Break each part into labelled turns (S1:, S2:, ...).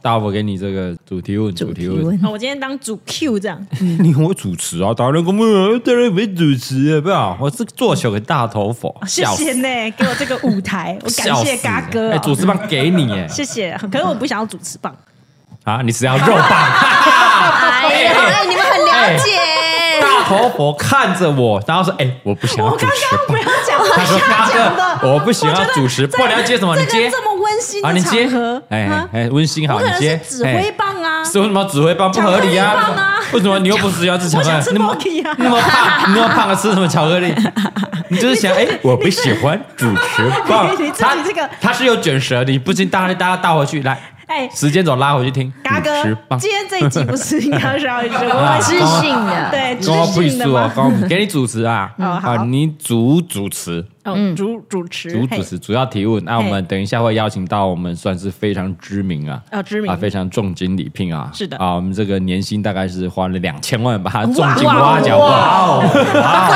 S1: 大伯给你这个主题问，
S2: 主
S1: 主
S2: 题
S1: 题问，
S2: 问
S3: 啊，我今天当主 Q 这样，
S1: 你我主持啊，打人工啊，当然没主持，好不好？我是做球给大头佛，
S3: 哦谢
S1: 笑死
S3: 谢呢，给我这个舞 台，我感
S1: 笑
S3: 谢
S1: 死
S3: 嘎哥
S1: 哎，
S3: 哦，
S1: 主持棒给你哎，
S3: 谢谢。可是我不想要主持棒，
S1: 啊，你只要 肉棒，
S2: 哎呀，你们很了解。
S1: 大头佛看着我，然后说，哎，我不想要主持棒
S3: 不要，讲，我
S1: 他说
S3: 想讲
S1: 嘎哥
S3: 的，
S1: 我不喜欢
S3: 我觉得
S1: 主持
S3: 在
S1: 不了解什么你
S3: 这
S1: 接
S3: 个这么温馨
S1: 啊，
S3: 的
S1: 你接
S3: 场合，，
S1: 哎哎
S3: 啊
S1: 哎，温馨
S3: 我
S1: 好，
S3: 可
S1: 你
S3: 能
S1: 接
S3: 是，指
S1: 哎
S3: 挥棒啊，
S1: 是为什么指挥棒不合理
S3: 巧克力棒啊
S1: 啊？为什么你又不是要吃巧克
S3: 我
S1: 力
S3: 想吃？
S1: 那么
S3: Monkey 啊
S1: 那么胖，你那么胖了吃什么巧克 力？你就是想哎，我不喜欢主持棒
S3: 你自己，
S1: 他
S3: 这个
S1: 他是有卷舌的，你不信大家大家倒回去来，
S3: 哎，
S1: 时间轴拉回去听
S3: 嘎
S1: 主持
S3: 哥，
S1: 棒。
S3: 今天这一集不是应该要聊 一句我们
S2: 知性的
S3: 对知
S1: 跟我不
S3: 性
S1: 许
S3: 的
S1: 哦
S3: 吗，？
S1: 跟我给你主持啊！
S3: 哦好
S1: 啊，你主主持，
S3: 哦，主主持，
S1: 嗯主
S3: 嘿
S1: 主持主要提问。啊那我们等一下会邀请到我们算是非常知名啊，
S3: 哦知名
S1: 啊，非常重金礼聘啊，
S3: 是的
S1: 啊，我们这个年薪大概是花了两千万把他重
S3: 哇
S1: 金
S3: 哇
S1: 挖角过来。
S2: 不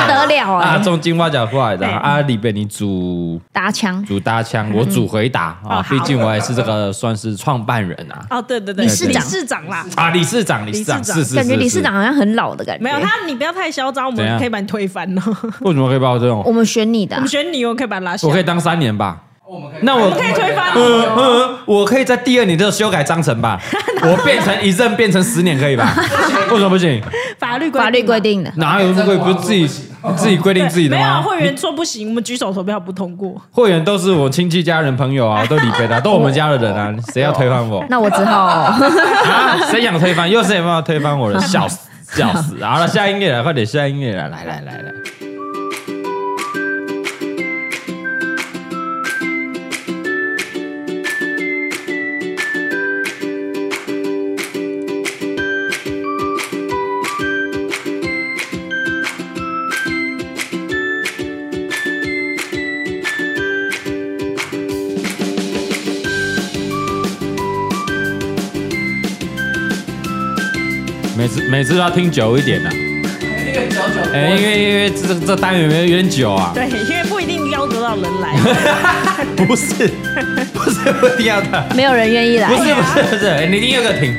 S2: 得了
S1: 啊，
S2: 哎！
S1: 重金挖角过来的
S3: 对
S1: 啊，里边你主
S2: 打枪，
S1: 主搭腔，我主回答
S3: 哦
S1: 啊，
S3: 好
S1: 毕竟我也是这 个算是创办人啊，
S3: 哦，对对对，
S2: 理事长
S3: 理事长啦，
S1: 啊，理事长，理事长
S3: 理事
S1: 是
S3: 长
S1: 是是，
S2: 感觉理事
S1: 是
S2: 长好像很老的感觉。
S3: 没有，他，你不要太嚣张，我
S1: 怎样
S3: 们可以把你推翻 哦。
S1: 为什么可以把我这种
S2: 我，们选你的
S3: 我
S2: 啊
S3: 们，选你，我可以把他拉下
S1: 我可
S3: 来
S1: 以。当三年吧。那我
S3: 哦可以推翻哦
S1: 嗯嗯，我可以在第二年就修改章程 吧，我变成一任变成十年可以吧？为什么不行？
S3: 法律规定
S2: 法律规定的。
S1: 哪有这么贵？不是自己
S3: 哎
S1: 你自己规定自己的
S3: 没有
S1: 吗？
S3: 会员说不行，我们举手投票不 通过。
S1: 会员都是我亲戚、家人、朋友啊，都理赔的啊，都我们家的人啊，谁要推翻我？
S2: 那我只好
S1: 啊，谁想推翻？又是有没有推翻 我的？笑死，笑死！好了，下音乐了，快点下音乐了，来来来来。每次每次都要听久一点的、啊， 哎、因为因为这这单元有点有点久啊，
S3: 对，因为不一定邀得到人来。
S1: 不是不是哎不一样的，
S2: 没有人愿意来
S1: 不。是不是不是，哎你一定有个停，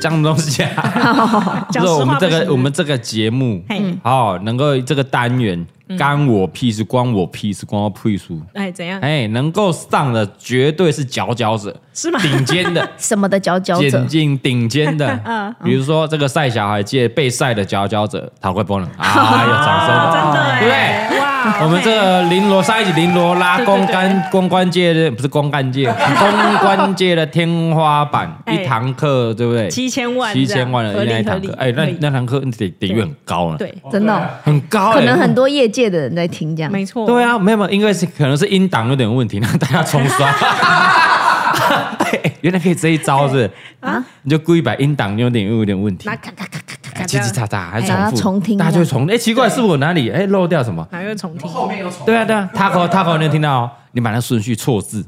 S1: 讲什么东西啊？
S3: 讲
S1: 是
S3: 实话
S1: 我们这
S3: 不
S1: 个
S3: 行
S1: 我们这个节目
S3: 嘿，
S1: 哦，能够这个单元干我屁事，关我屁事，关我屁事，
S3: 哎怎样？
S1: 哎，能够上的绝对是佼佼者，
S3: 是吗？
S1: 顶尖 的。
S2: 什么的佼佼者
S1: 眼，镜顶尖
S3: 嗯
S1: 的，比如说这个晒小孩界被晒的佼佼者陶慧波 呢，啊，有掌
S3: 啊 真
S1: 声，
S3: 的哎
S1: 对不对？
S3: 哇，
S1: 我们这个绫罗上一集绫罗拉
S3: 对对
S1: 公
S3: 对
S1: 干公关界的不是公干界，公关界的天花板，
S3: 哎
S1: 一堂课对不对？
S3: 七千万这
S1: 七
S3: 样，
S1: 千万
S3: 合
S1: 的
S3: 理
S1: 那一堂
S3: 合
S1: 课
S3: 理，
S1: 哎，那
S3: 可以
S1: 那堂课得得
S3: 对
S1: 约很高了，，
S3: 对，
S2: 真的哦，
S1: 很高，
S2: 可
S1: 哎
S2: 能很多业界的人在听这样。
S3: 没错，
S1: 对，啊，没有没有，因为是可能是音档有点问题，让大家重 刷。 哎原来可以这一招是啊，你就故意把音档有点有点问题
S3: 那，咔咔咔咔咔咔
S1: 哎
S3: 这
S1: 叽
S3: 样，
S1: 叽喳喳还
S2: 哎
S1: 重
S2: 要
S1: 复，
S2: 重听
S1: 大家就
S2: 这
S1: 会
S2: 样
S1: 重。哎，奇怪，是我哪里哎漏掉什么？
S3: 然后又重听，
S1: 对啊对啊，Taco Taco，你有听到哦？你把那顺序错 字，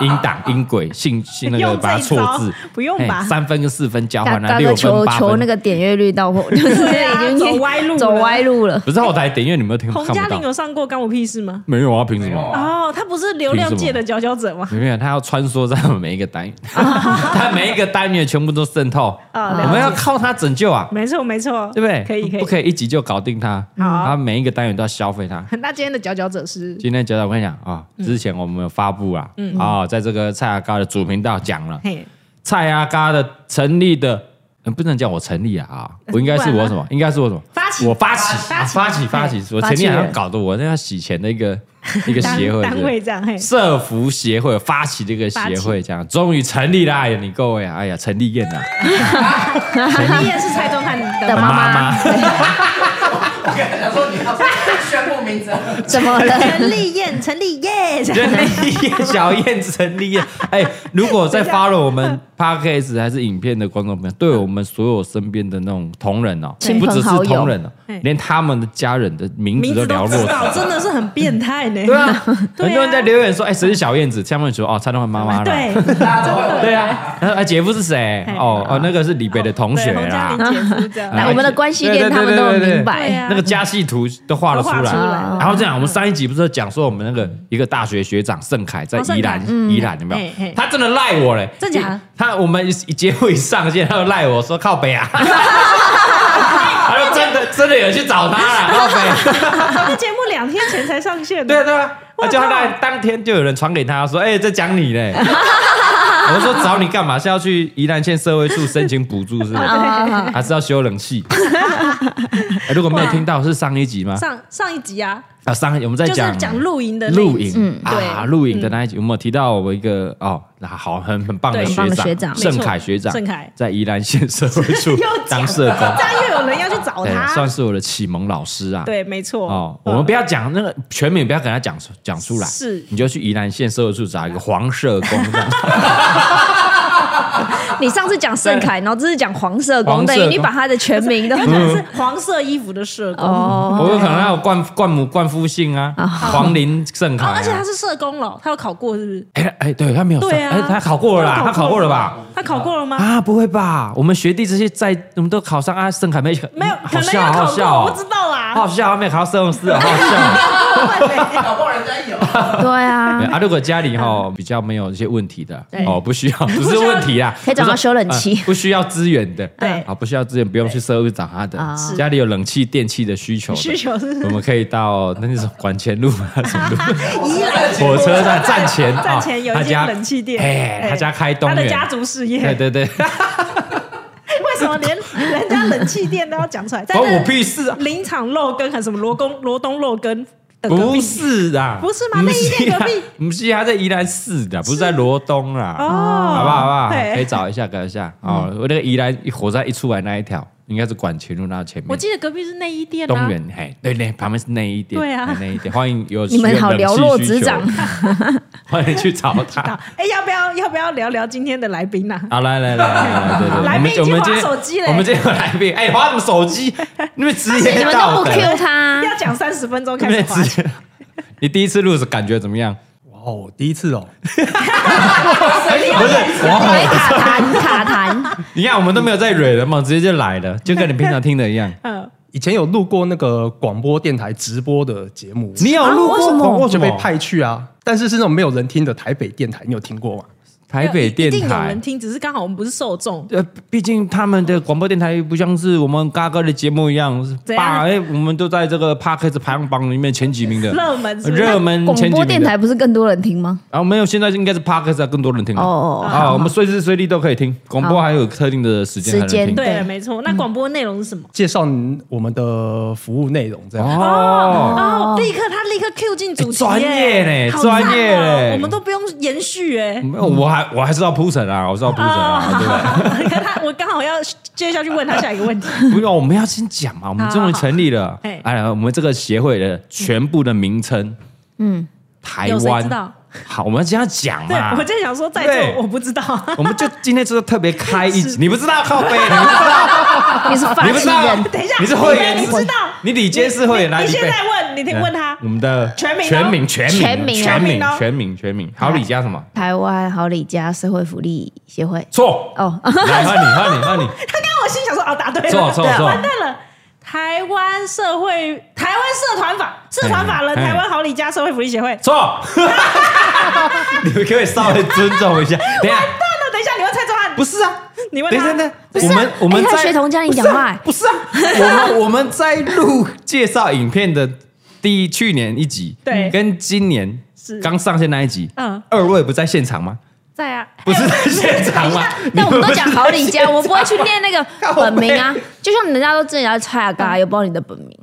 S1: 音音档音轨性性那个
S3: 用这一
S1: 把它错字
S3: 招，不用吧
S1: 哎三分跟四分交
S2: 大
S1: 换啊，
S2: 大
S1: 六
S2: 哥
S1: 分
S2: 求
S1: 八
S2: 求那
S1: 分。
S2: 个点阅率到货，就是
S3: 对啊
S2: 已经
S3: 走歪路了
S2: 走歪路了。
S1: 不是后台点，因为你没有听看
S3: 洪
S1: 不
S3: 嘉玲
S1: 到。
S3: 有上过《干我屁事》吗？
S1: 没有啊，凭什么？
S3: 哦，他不是流量界的佼佼者吗？
S1: 没有，他要穿梭在我们每一个单元， 他每一个单元全部都渗透，
S3: 啊了解
S1: 我们要靠他拯救啊，
S3: 没错，没错，
S1: 对不对？
S3: 可以，可
S1: 不
S3: 以。
S1: 可以一集就搞定他？
S3: 好
S1: 他每一个单元都要消费他。
S3: 那今天的佼佼者是
S1: 今天教导我跟你讲啊，之前我们有发布啊，啊，在这个蔡阿嘎的主频道讲了
S3: 嘿，
S1: 蔡阿嘎的成立的，呃不能叫我成立啊啊，我应该是我什么？应该是我什么？
S3: 发起
S1: 我发起，
S3: 发
S1: 啊
S3: 起
S1: 发起，发起，我前
S2: 发
S1: 天
S2: 起
S1: 好
S2: 人
S1: 像搞得我那要洗钱的一个一个
S3: 单
S1: 协会，
S3: 单
S1: 对
S3: 位这样，嘿，
S1: 社服协会发起这个协会，这样终于成立啦！哎呀，你各位啊，哎呀，陈丽燕呐，
S3: 陈立也是蔡宗翰
S2: 的
S3: 的
S2: 妈妈
S1: 妈，
S4: 想说你要宣布 名字，
S2: 怎么了？
S3: 陈立燕，陈立燕，
S1: 陈丽燕，小燕，陈丽燕。哎，如果在
S3: 啊
S1: follow 我们 podcast 还是影片的观众朋友，对我们所有身边的那种同仁哦，
S2: 亲
S1: 不
S2: 朋
S1: 只是
S2: 好友
S1: 同仁哦
S3: 哎，
S1: 连他们的家人的名
S3: 名
S1: 字
S3: 字
S1: 都
S3: 都
S1: 寥
S3: 知
S1: 落
S3: 道，
S1: 指
S3: 真的是很变态呢。
S1: 对啊，
S3: 对啊
S1: 很多人在留言说，哎，谁是小燕子？下面说，哦，蔡东华妈妈啦。
S3: 对
S4: 大家都会
S1: 对啊，他说哎，姐夫是 谁？
S3: 哎
S1: 哦哦，那个是李北的 同学啊
S3: 哦对洪嘉
S1: 啦。
S3: 玲姐夫 这样
S2: 来，我们的关系链他们都很明
S3: 对
S2: 白。
S3: 啊
S1: 那个加系图都画了出
S3: 都画出
S1: 来。
S3: 来
S2: 啊
S1: 然后这样，我们上一集不是讲说我们那个一个大学学长盛凯在
S3: 哦盛凯
S1: 宜兰，宜兰有没
S3: 嘿
S1: 有
S3: 嘿？
S1: 他真的赖我嘞，
S3: 真假的
S1: 他那我们一节目一上线，他就赖我说靠北啊， 他就真的真的有人去找他了，靠 北。
S3: 他的节目两天前才上线
S1: 对啊
S3: 的，
S1: 对啊，
S3: 我
S1: 而且他
S3: 靠
S1: 那当天就有人传给他说，哎、在讲你嘞。 我说找你干嘛？是要去宜兰县社会处申请补助是 吗？
S2: 啊，
S1: 还是要修冷气？哎如果没有听到是上一集吗？
S3: 上上一集啊，
S1: 啊，上我们在
S3: 就是讲露营的那一
S1: 露
S3: 集
S1: 营，
S2: 嗯
S1: 啊，
S3: 对
S1: 露营的那一集，我们有提到我一个哦，那好，很很棒的
S3: 对
S1: 学
S2: 很棒的学
S1: 长，
S2: 长
S1: 盛凯学长，
S3: 没错盛凯
S1: 在宜兰县社会处
S3: 又
S1: 当
S3: 讲
S1: 社工，
S3: 这样又有人要去找
S1: 对，
S3: 他
S1: 算，是我的启蒙老师啊。
S3: 对，没错。嗯
S1: 哦，我们不要讲那个全名，不要跟他讲讲出来，
S3: 是
S1: 你就去宜兰县社会处找一个黄社工这样，
S2: 你上次讲盛凯，然后这次讲黄色
S1: 黄
S2: 工，
S1: 色
S2: 等于你
S1: 工
S2: 把他的全名 都
S1: 嗯
S3: 他讲的是黄色衣服的社工， 哦，
S2: 哦，
S1: 我有可能还有冠冠母冠夫姓啊，黄林盛凯啊，
S3: 哦而且他是社工了，他有考过是不是？
S1: 哎哎，对他没有上，
S3: 对啊
S1: 哎他考过了啦，他
S3: 他
S1: 考
S3: 考
S1: 过
S3: 过
S1: 了
S3: 了
S1: 吧？
S3: 他考过了吗？
S1: 啊，不会吧？我们学弟这些在，我们都考上啊，盛凯没
S3: 没有，
S1: 好
S3: 可能
S1: 笑，
S3: 有
S1: 好
S3: 考
S1: 笑
S3: 过，我不
S1: 哦，
S3: 知道啊啦。
S1: 好笑，他没有考到社用啊 师，好笑。
S4: 哎搞不好人家 有。
S2: 对
S1: 对
S2: 啊，
S1: 啊，如果家里哈比较没有一些问题的，哦，不 需要，不是问题啦，
S2: 可以找他
S1: 我说
S2: 修冷气
S1: 呃不需要资源的，
S3: 对
S1: 啊，不需要资源，不用去社会找他的
S2: 啊，
S1: 家里有冷气、电器的需求的，
S3: 需求是
S1: 我们可以到那是管前路 啊，什么路？
S4: 依赖
S1: 火车站站前，
S3: 站
S1: 哦
S3: 前有
S1: 他
S3: 一
S1: 家
S3: 间冷气店，
S1: 哎，他家开东
S3: 他的家
S1: 园，
S3: 族事
S1: 对
S3: 业，
S1: 对 对，
S3: 为什么连人家冷气店都要讲 出来？
S1: 关
S3: 但是
S1: 我屁事啊！
S3: 林场肉羹还是什么罗公罗东肉羹的 隔
S1: 不
S3: 壁
S1: 是啊，
S3: 不是吗那一间隔壁
S1: 不是啊，他在宜兰市的，不是在罗东啦，
S3: 哦，
S1: 好
S3: 好
S1: 不好？好不好？
S3: 对嗯
S1: 可以找一下，搞一下哦。我那个宜兰一火车一出来那一条，应该是管前路那前面
S3: 我。记得隔壁是内衣店啊，
S1: 东园嘿，对对，旁边是那一店，
S3: 对啊
S1: 哎那一店，欢迎有
S2: 你们好
S1: 需要
S2: 寥
S1: 冷
S2: 落
S1: 气需
S2: 指
S1: 求
S2: 掌，
S1: 欢迎去找他
S3: 啊。哎，要不要要不要聊聊今天的来宾啊？
S1: 好，来来来来来，对对，
S3: 来宾
S1: 我们
S3: 已
S1: 我们
S3: 经
S1: 今
S3: 划
S1: 天
S3: 手机嘞
S1: 我们今天有来宾，哎，划什么手机？你们直
S2: 你
S1: 接
S2: 们
S1: 到
S2: 都 不
S1: 的，
S2: Q
S1: 啊
S2: 他，
S3: 要讲三十分钟
S1: 你
S3: 开始
S1: 们
S3: 滑
S1: 直接。你第一次录是感觉怎么样？
S5: 哇哦，第一次哦，
S1: 不是，哇
S2: 来卡痰卡痰，
S1: 你看，我们都没有在蕊了嘛，直接就来了，就跟你平常听的一样。
S3: 嗯，
S5: 以前有录过那个广播电台直播的节目，
S1: 你有录
S2: 啊为什
S1: 过
S2: 么
S1: 广播
S5: 就
S1: 什
S5: 被
S1: 么？
S5: 派去啊，但是是那种没有人听的台北电台，你有听过吗？
S1: 台北电
S3: 一定有
S1: 台
S3: 人。听，只是刚好我们不是受众，
S1: 呃，毕竟他们的广播电台不像是我们嘎哥的节目一样，是
S3: 怎样
S1: 吧？哎，我们都在这个 p a r k e s 排行榜里面前几名的，
S3: 热门是不是
S1: 热门前几
S2: 广播
S1: 名
S2: 电台
S1: 的。
S2: 不是更多人听吗？
S1: 啊，没有，现在应该是 p a r k e s 更多人听了。
S2: 哦哦哦
S1: 啊，我们随时随地都可以听广播，还有特定的时间才能
S2: 时
S1: 听
S2: 间。
S3: 对，
S2: 对
S3: 没错。
S1: 嗯
S3: 那广播内容是什么？
S5: 介绍我们的服务内容这样。
S1: 哦，哎
S3: 哦，立刻他立刻 Q 进主题耶，
S1: 专业呢
S3: 好赞哦
S1: 专业呢
S3: 我们都不用延续哎。
S1: 没有我还我还是要铺陈啊，我是要铺陈
S3: 哦
S1: 啊，对不对？
S3: 你看他，我刚好要接下去问他下一个问题。
S1: 不用，我们要先讲嘛，我们终于成立了
S3: 好好好。
S1: 哎呀，我们这个协会的全部的名称，
S2: 嗯，
S1: 台
S3: 有谁知
S1: 湾
S3: 道。
S1: 好，我们要这样讲
S3: 对
S1: 嘛，
S3: 我。就想说在
S1: 对
S3: 座我不知道，
S1: 我们就今天就是特别开一集，你不知道 靠背，你不知道，
S2: 你是发
S1: 你不知
S2: 起
S1: 道
S2: 人，，
S3: 等一下
S1: 你是会员，
S3: 你不知道
S1: 你你里监是会员，来，背
S3: 你现在问，你得问他
S1: 我们的
S3: 全名哦
S1: 全名，全名，
S2: 全名哦
S1: 全名
S3: 全名，哦
S1: 全名，全名。好，李家什么？
S2: 台湾好礼家社会福利协会。
S1: 错，
S2: 哦，
S1: 来换你，换你，换你，
S3: 他刚刚我心想说哦，答对了，
S1: 错错
S3: 对
S1: 错
S3: 完蛋了。台湾社会，台湾社团法，社团法人，
S1: 哎哎
S3: 台湾好礼家社会福利协会。
S1: 错。 你们可不可以稍微尊重一下？等一下，
S3: 蛋了，等一下，你会猜中他，
S1: 不是啊，
S3: 你问
S1: 等一下，
S3: 他，
S1: 等一 下，我 们我们
S2: 哎他
S1: 在
S2: 学童家你讲 话哎
S1: 不是啊，
S3: 欸
S1: 不是啊我们我们在录介绍影片的第一去年一集，
S3: 对
S1: 跟今年
S3: 是
S1: 刚上线那一集，
S3: 嗯
S1: 二位不在现场吗？
S3: 在啊，
S1: 不是在现场吗？
S3: 哎
S2: 但我们 都讲好李家，我不会去
S1: 你们
S2: 念那个
S1: 靠
S2: 本名啊。就像人家都知道你要蔡雅嘎，又不知道你的本名。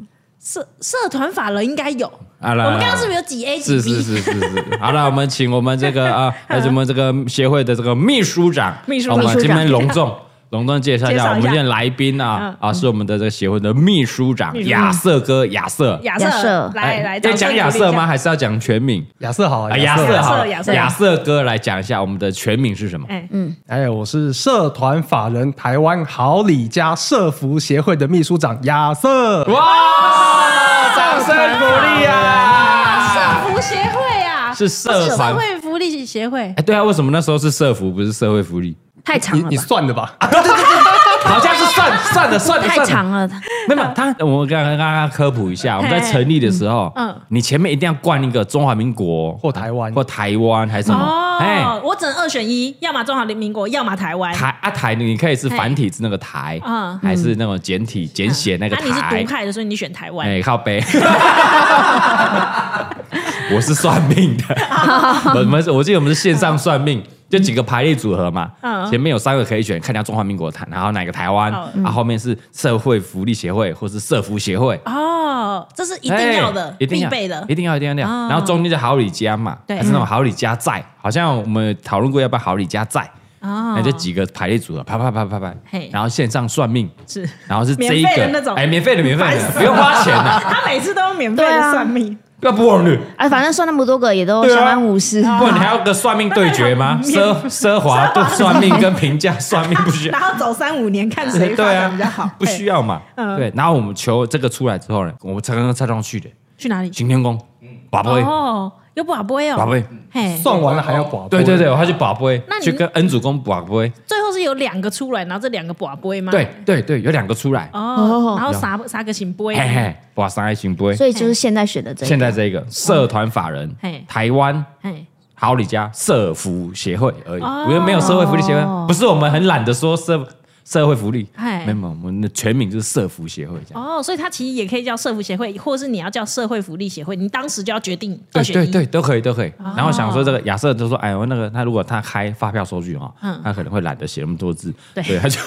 S3: 社社团法人应该有。
S1: 啊
S3: 我
S1: 来
S3: 们
S1: 来
S3: 刚
S1: 来
S3: 刚是不是有几 A 几
S1: 是是
S3: B？
S1: 是是是，好了，我们请我们这 个啊，呃我们这个协会的这个秘书长，
S3: 秘书
S1: 我
S3: 长
S1: 们
S2: 秘书
S1: 今
S2: 长
S1: 天隆重隆重介绍一
S3: 介
S1: 下
S3: 绍一
S1: 我们
S3: 下嗯
S1: 今天来宾啊啊，是我们的这个协会的秘书长
S3: 秘书长
S1: 亚瑟哥亚瑟，
S3: 亚
S2: 亚
S3: 瑟
S2: 瑟，
S1: 哎
S3: 来来，
S1: 要
S3: 掌声
S1: 讲
S3: 鼓励
S1: 亚
S3: 一
S1: 瑟
S3: 下
S1: 吗？？还是要讲全名？
S5: 亚瑟好
S1: 啊，亚瑟好了，
S3: 呃亚
S2: 瑟
S1: 亚瑟哥来讲一下我们的全名是什么？
S3: 哎，
S5: 哎，我是社团法人台湾好礼家社服协会的秘书长亚瑟。
S1: 哇，掌声鼓励啊！
S3: 社福协会啊，
S1: 是社
S3: 社
S1: 团
S3: 会福利协会。
S1: 哎，对啊，为什么那时候是社福不是社会福 利？
S2: 太长
S5: 你
S2: 了
S5: 你
S2: 吧，
S5: 算的吧？
S1: 啊好像是算算了算了
S2: 太
S1: 算
S2: 长
S1: 了，
S2: 了。
S1: 没有他，我刚刚刚刚科普一下，我们在成立的时候，
S3: 嗯
S1: 你前面一定要冠一个中华民国
S5: 或台湾
S3: 哦
S1: 或台湾还是什么，哎
S3: 我只能二选一，要么中华民国，要么台湾。
S1: 台啊台，你可以是繁体字那个台
S3: 嗯，
S1: 还是那种简体简写那个
S3: 啊、你是
S1: 台
S3: 独？派的，所以你选台湾。
S1: 哎，靠背。 我是算命 的，我们是我记得我们是线上算命，就几个排列组合嘛，
S3: 嗯
S1: 前面有三个可以选，看你要中华民国台，然后哪个台湾，
S3: 哦
S1: 啊后面是社会福利协会或是社福协会，
S3: 哦，这是一定要的
S1: 哎，一定
S3: 必
S1: 要
S3: 备的
S1: 一。定要一定要一定要。
S3: 哦
S1: 然后中间就好礼家嘛，
S3: 对
S1: 还是那种好礼家债，好像我们讨论过要不要好礼家债，哎
S3: 哦
S1: 那就几个排列组合，啪啪啪啪啪
S3: 嘿，
S1: 然后线上算命，
S3: 是，
S1: 然后是这一
S3: 免费
S1: 个
S3: 的那种
S1: 哎，免费的免费的，不用花钱的，
S3: 他每次都用免费
S2: 对
S3: 的
S2: 啊
S3: 算命，
S1: 要不枉你，
S2: 哎，反正算那么多个也都
S1: 对啊
S2: 相安无事。
S1: 不然你还要个算命对决 吗？
S3: 那
S1: 奢奢 华对算命跟评价算命不需要
S3: 然。后走三五年看谁发
S1: 对啊
S3: 展比较好，，
S1: 不需要嘛。
S3: 嗯
S1: 对，然后我们求这个出来之后呢，我们才刚刚才上去的
S3: 去哪里？
S1: 行天宫，宝贝，
S3: 嗯哦，有宝贝哦，
S1: 宝贝，
S3: 嘿，
S5: 算完了还要寡
S1: 对对对，我还去宝贝
S3: 嗯那，你
S1: 去跟恩主公宝贝。
S3: 最后是有两个出来，然后这两个宝贝吗？
S1: 对，对对，有两个出来，
S3: 哦，然后
S1: 有
S3: 啥啥个行杯
S1: 嘿，嘿，哇，三爱行杯。
S2: 所以就是现在选的这
S1: 现
S2: 个，
S1: 在这个社团法人
S3: 嘿，
S1: 台湾
S3: 嘿，
S1: 好礼家社福协会而已，
S3: 哦
S1: 我又没有社会福利协会，不是我们很懒得说社社会福利，
S3: 嘿
S1: 没有，没有我们的全名就是社福协会这样。
S3: 哦，所以它其实也可以叫社福协会，或是你要叫社会福利协会，你当时就要决定二
S1: 对
S3: 选
S1: 对
S3: 一。哦
S1: 对，都可以都可以。然后想说这个亚瑟就说，哎，我那个他如果他开发票收据哈
S3: 嗯，
S1: 他可能会懒得写那么多字，
S3: 对
S1: 对，他 就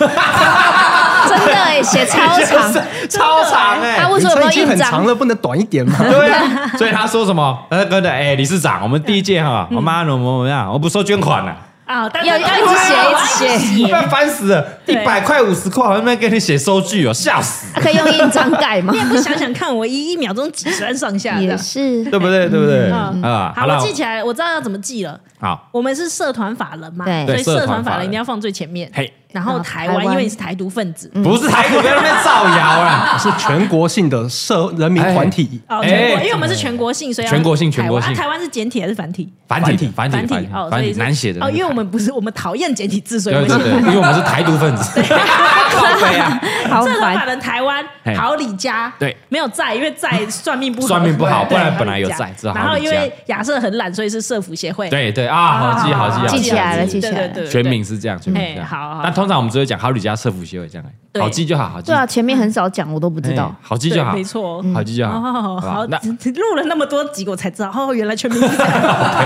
S2: 真的哎，写超长。
S1: 超长哎，
S2: 他问说有没
S5: 已
S2: 有
S5: 经
S2: 印
S5: 很长
S2: 章？
S5: 了，不能短一点 吗？
S1: 对啊，所以他说什么？他跟着哎，理事长，我们第一届哈，
S3: 嗯
S1: 我妈怎么怎么样，我不收捐款了，
S3: 啊，当
S2: 要
S3: 然
S2: 要一直写，一直写。
S1: 不然 烦死了，一
S3: 对
S1: 百块五十块，我那边给你写收据哦，吓死，
S2: 可以用印章盖吗
S3: 你？也不想想看，我一一秒钟几十万上 下
S2: 也
S3: 的。
S2: 是，
S1: 对不对？对不对？
S3: 嗯
S1: 啊，
S3: 好，
S1: 了
S3: 我，记起来了，我知道要怎么记了。
S1: 好，
S3: 我们是社团法人嘛，
S2: 对
S3: 所
S1: 对
S3: 以社
S1: 社团
S3: 团
S1: 法
S3: 法人
S1: 人
S3: 一定要放最前面。
S1: 嘿，
S3: 然后台
S2: 台
S3: 湾，嗯
S2: 湾
S3: 因为你是台独分子，
S1: 不是台独，不要在那边造谣啊啦。
S5: 是全国性的社人民团体，
S3: 哦，全国，
S1: 哎
S3: 因为我们是全国性，所以要
S1: 全国性
S3: 台湾
S1: 全国性
S3: 啊台湾是简体还 是繁体？
S1: 繁体，繁体，
S3: 体哦，所
S1: 繁
S3: 以
S1: 体，
S3: 是
S1: 难写的那
S3: 哦，
S1: 个
S3: 因为
S1: 台
S3: 我们不是我们讨厌简体字，所以我
S1: 对
S3: 们
S1: 对
S3: 写
S1: 对，因为我们是台独分 子，靠背啊，
S2: 好
S3: 社团法
S2: 烦。
S3: 人台湾
S1: 嘿
S3: 好李家
S1: 对
S3: 没有在，因 为在算命不 合
S1: 算命不好，
S3: 对
S1: 不然
S3: 好
S1: 本来有
S3: 李家
S1: 在，只好
S3: 然后
S1: 好李
S3: 因
S1: 家
S3: 为亚瑟很懒，所以是社服协会。
S1: 对对啊，好记好记好
S2: 记起来了
S1: 好
S2: 记起来了
S3: 对对对对
S1: 全名是这样，全名
S3: 嘿
S1: 是这样。
S3: 好好
S1: 但通常我们只会讲好李家社福协会这样，哎
S3: 对
S1: 好记就好，好记
S2: 对。啊，前面很少讲，我都不知道
S1: 哎。好记就好，
S3: 对没错
S1: 好记就好。
S3: 哦，
S1: 吧
S3: 好，
S1: 那
S3: 录了那么多集，我才知道哦，原来全名是 这样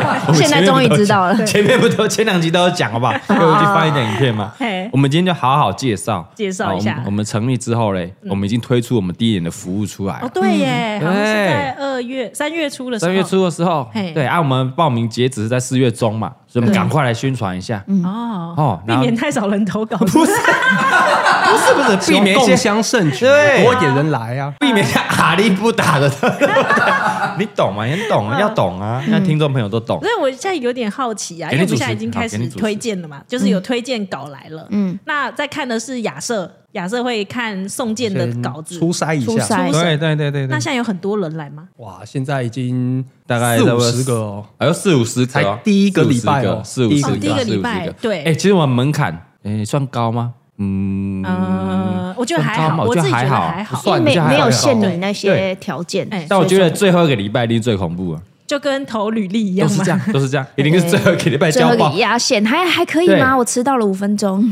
S1: 哎我们
S2: 现在
S1: 前面
S2: 终于
S1: 不都
S2: 知道 了
S1: 前面不都前两集都有讲 好不好？可以回去翻一点影片嘛
S3: 嘿。
S1: 我们今天就好好介绍
S3: 介绍一下嗯
S1: 好我们我们成立之后嘞，我们已经推出我们第一年的服务出来
S3: 哦
S1: 了，。
S3: 对耶，
S1: 嗯
S3: 好像是
S1: 对
S3: 在二月、三月初的时候，
S1: 三月初的时候，
S3: 嘿
S1: 对，啊按我们报名截止是在四月中嘛，所以我们赶快来宣传一下。
S3: 哦
S1: 哦
S3: 避
S1: 然后
S3: 免太少人投稿，
S1: 不是，不啊是，不是，避免一
S5: 共
S1: 些
S5: 襄盛举，
S1: 对
S5: 多一点人来啊。
S1: 避免像阿力不打的， 你懂吗？你懂
S3: 嗯
S1: 啊，要懂啊，让听众朋友都懂
S3: 所。以我现在有点好奇啊，
S1: 给
S3: 因
S1: 你
S3: 为我们
S1: 主持
S3: 现在已经开
S1: 好给
S3: 始
S1: 你主持嗯
S3: 推荐了嘛，就是有推荐稿来了。嗯，那在看的是亚瑟，亚瑟会看送件的稿子。
S5: 初筛一
S2: 初
S5: 下，
S2: 筛
S1: 对对对对对，
S3: 那现在有很多人来吗？
S5: 哇，现在已经
S1: 大概
S5: 四
S1: 差不
S5: 五
S1: 多
S5: 十个哦。
S1: 哎呦四五十个哦，
S5: 才第一个礼拜哦
S1: 四五十
S5: 哦
S1: 个，
S3: 第一个
S1: 四五十
S3: 礼拜
S1: 个
S3: 对
S1: 哎，其实我们门槛，哎，算高吗？嗯，
S3: 呃，我觉得还
S1: 算高吗
S3: 好，
S1: 我
S3: 我
S1: 觉
S3: 自
S1: 得
S3: 己觉
S1: 还
S3: 得
S1: 好
S3: 还好
S1: 不，算
S2: 没
S1: 比较还好
S2: 没有限
S1: 对
S2: 你那些条件，
S3: 哎
S1: 但我觉得最后一个礼拜一定最恐怖啊了，
S3: 就跟投履历一
S1: 都
S3: 样
S1: 是
S3: 嘛
S1: 这。 样，都是这样，一定是最后一个礼拜
S2: 最
S1: 交
S2: 后
S1: 报
S2: 给，压线，还还可以
S1: 对
S2: 吗？我迟到了五分钟。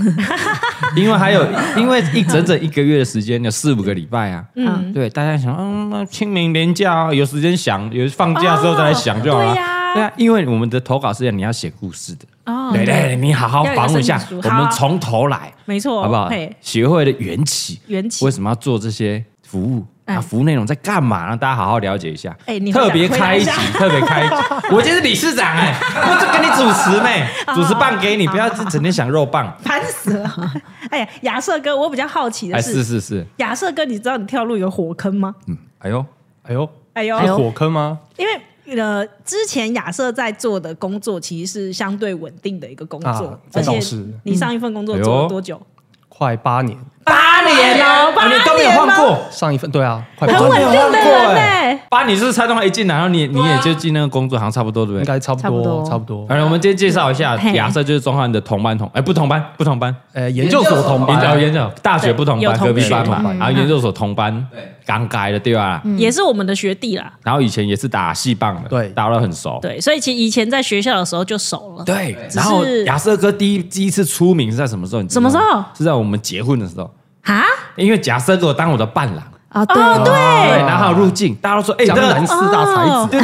S1: 因为还有，因为一整整一个月的时间，有四五个礼拜啊。
S3: 嗯，
S1: 对，大家想，嗯，那清明年假有时间想，有放假之后再来想就好了。
S3: 哦对呀
S1: 对啊，因为我们的投稿是你要写故事的，
S3: 哦
S1: 对对，对你好好
S3: 要有
S1: 访问一下
S3: 申，诉
S1: 我
S3: 书好
S1: 们从头来，
S3: 没错，
S1: 好不好
S3: 哦嘿？，
S1: 协会的缘起，
S3: 缘起
S1: 为什么要做这些服务？
S3: 哎
S1: 啊，服务内容在干嘛？让大家好好了解一下。
S3: 哎你好
S1: 特别开一集
S3: 想 回答一，下
S1: 特别开一集。我今天是理事长哎，我就给你主持 呢，
S3: 啊
S1: 主持棒给你，不要整天想肉棒。
S3: 烦死了！哎呀，亚瑟哥，我比较好奇
S1: 哎，
S3: 的
S1: 是
S3: 是，
S1: 是是，
S3: 亚瑟哥，你知道你跳入一个火坑吗？
S1: 嗯，哎呦，
S5: 哎呦，
S3: 哎呦，
S5: 是火坑吗？
S3: 因为呃，之前亚瑟在做的工作其实是相对稳定的一个工作，
S5: 啊
S3: 而
S5: 这倒
S3: 且
S5: 是
S3: 你上一份工作
S1: 嗯
S3: 做了多久？
S5: 快八年，
S1: 八年
S3: 哦八
S1: 啊你
S3: 年
S1: 都没有换过。
S5: 上一份对啊，快
S1: 我
S5: 八
S3: 哎很稳
S5: 年，
S3: 定的人呢、啊
S1: 八，哎你是不是蔡东华一进来，然后你你也就进那个工作，好像差不多对不
S5: 应
S1: 对？
S5: 该差不
S2: 差不
S5: 多，
S2: 多
S5: 差不多。
S1: 哎，我们今天介绍一下
S3: 嘿
S1: 亚瑟，就是中汉的同班同，哎，不同班，不同班，
S5: 呃，研究所
S1: 研
S5: 同班
S1: 究研究大学不同
S3: 有
S1: 班，
S3: 同嗯
S1: 隔壁班
S5: 学
S1: 嘛，然后研究所同班，
S4: 对，
S1: 刚改的对吧？
S3: 也是我们的学弟啦。
S1: 然后以前也是打戏棒的，
S5: 对
S1: 打到很熟，
S3: 对，所以其实以前在学校的时候就熟了。
S1: 对
S3: 只是
S1: 然后亚瑟哥第一第一次出名是在什么时候？你知道吗
S3: 什么时候
S1: 是在我们结婚的时候，
S3: 啊，
S1: 因为亚瑟给我当我的伴郎，
S2: 啊，对
S3: 哦对，
S1: 对，然后入境，大家都说，哎，
S5: 江
S1: 那
S5: 南四大
S3: 哦
S5: 才子，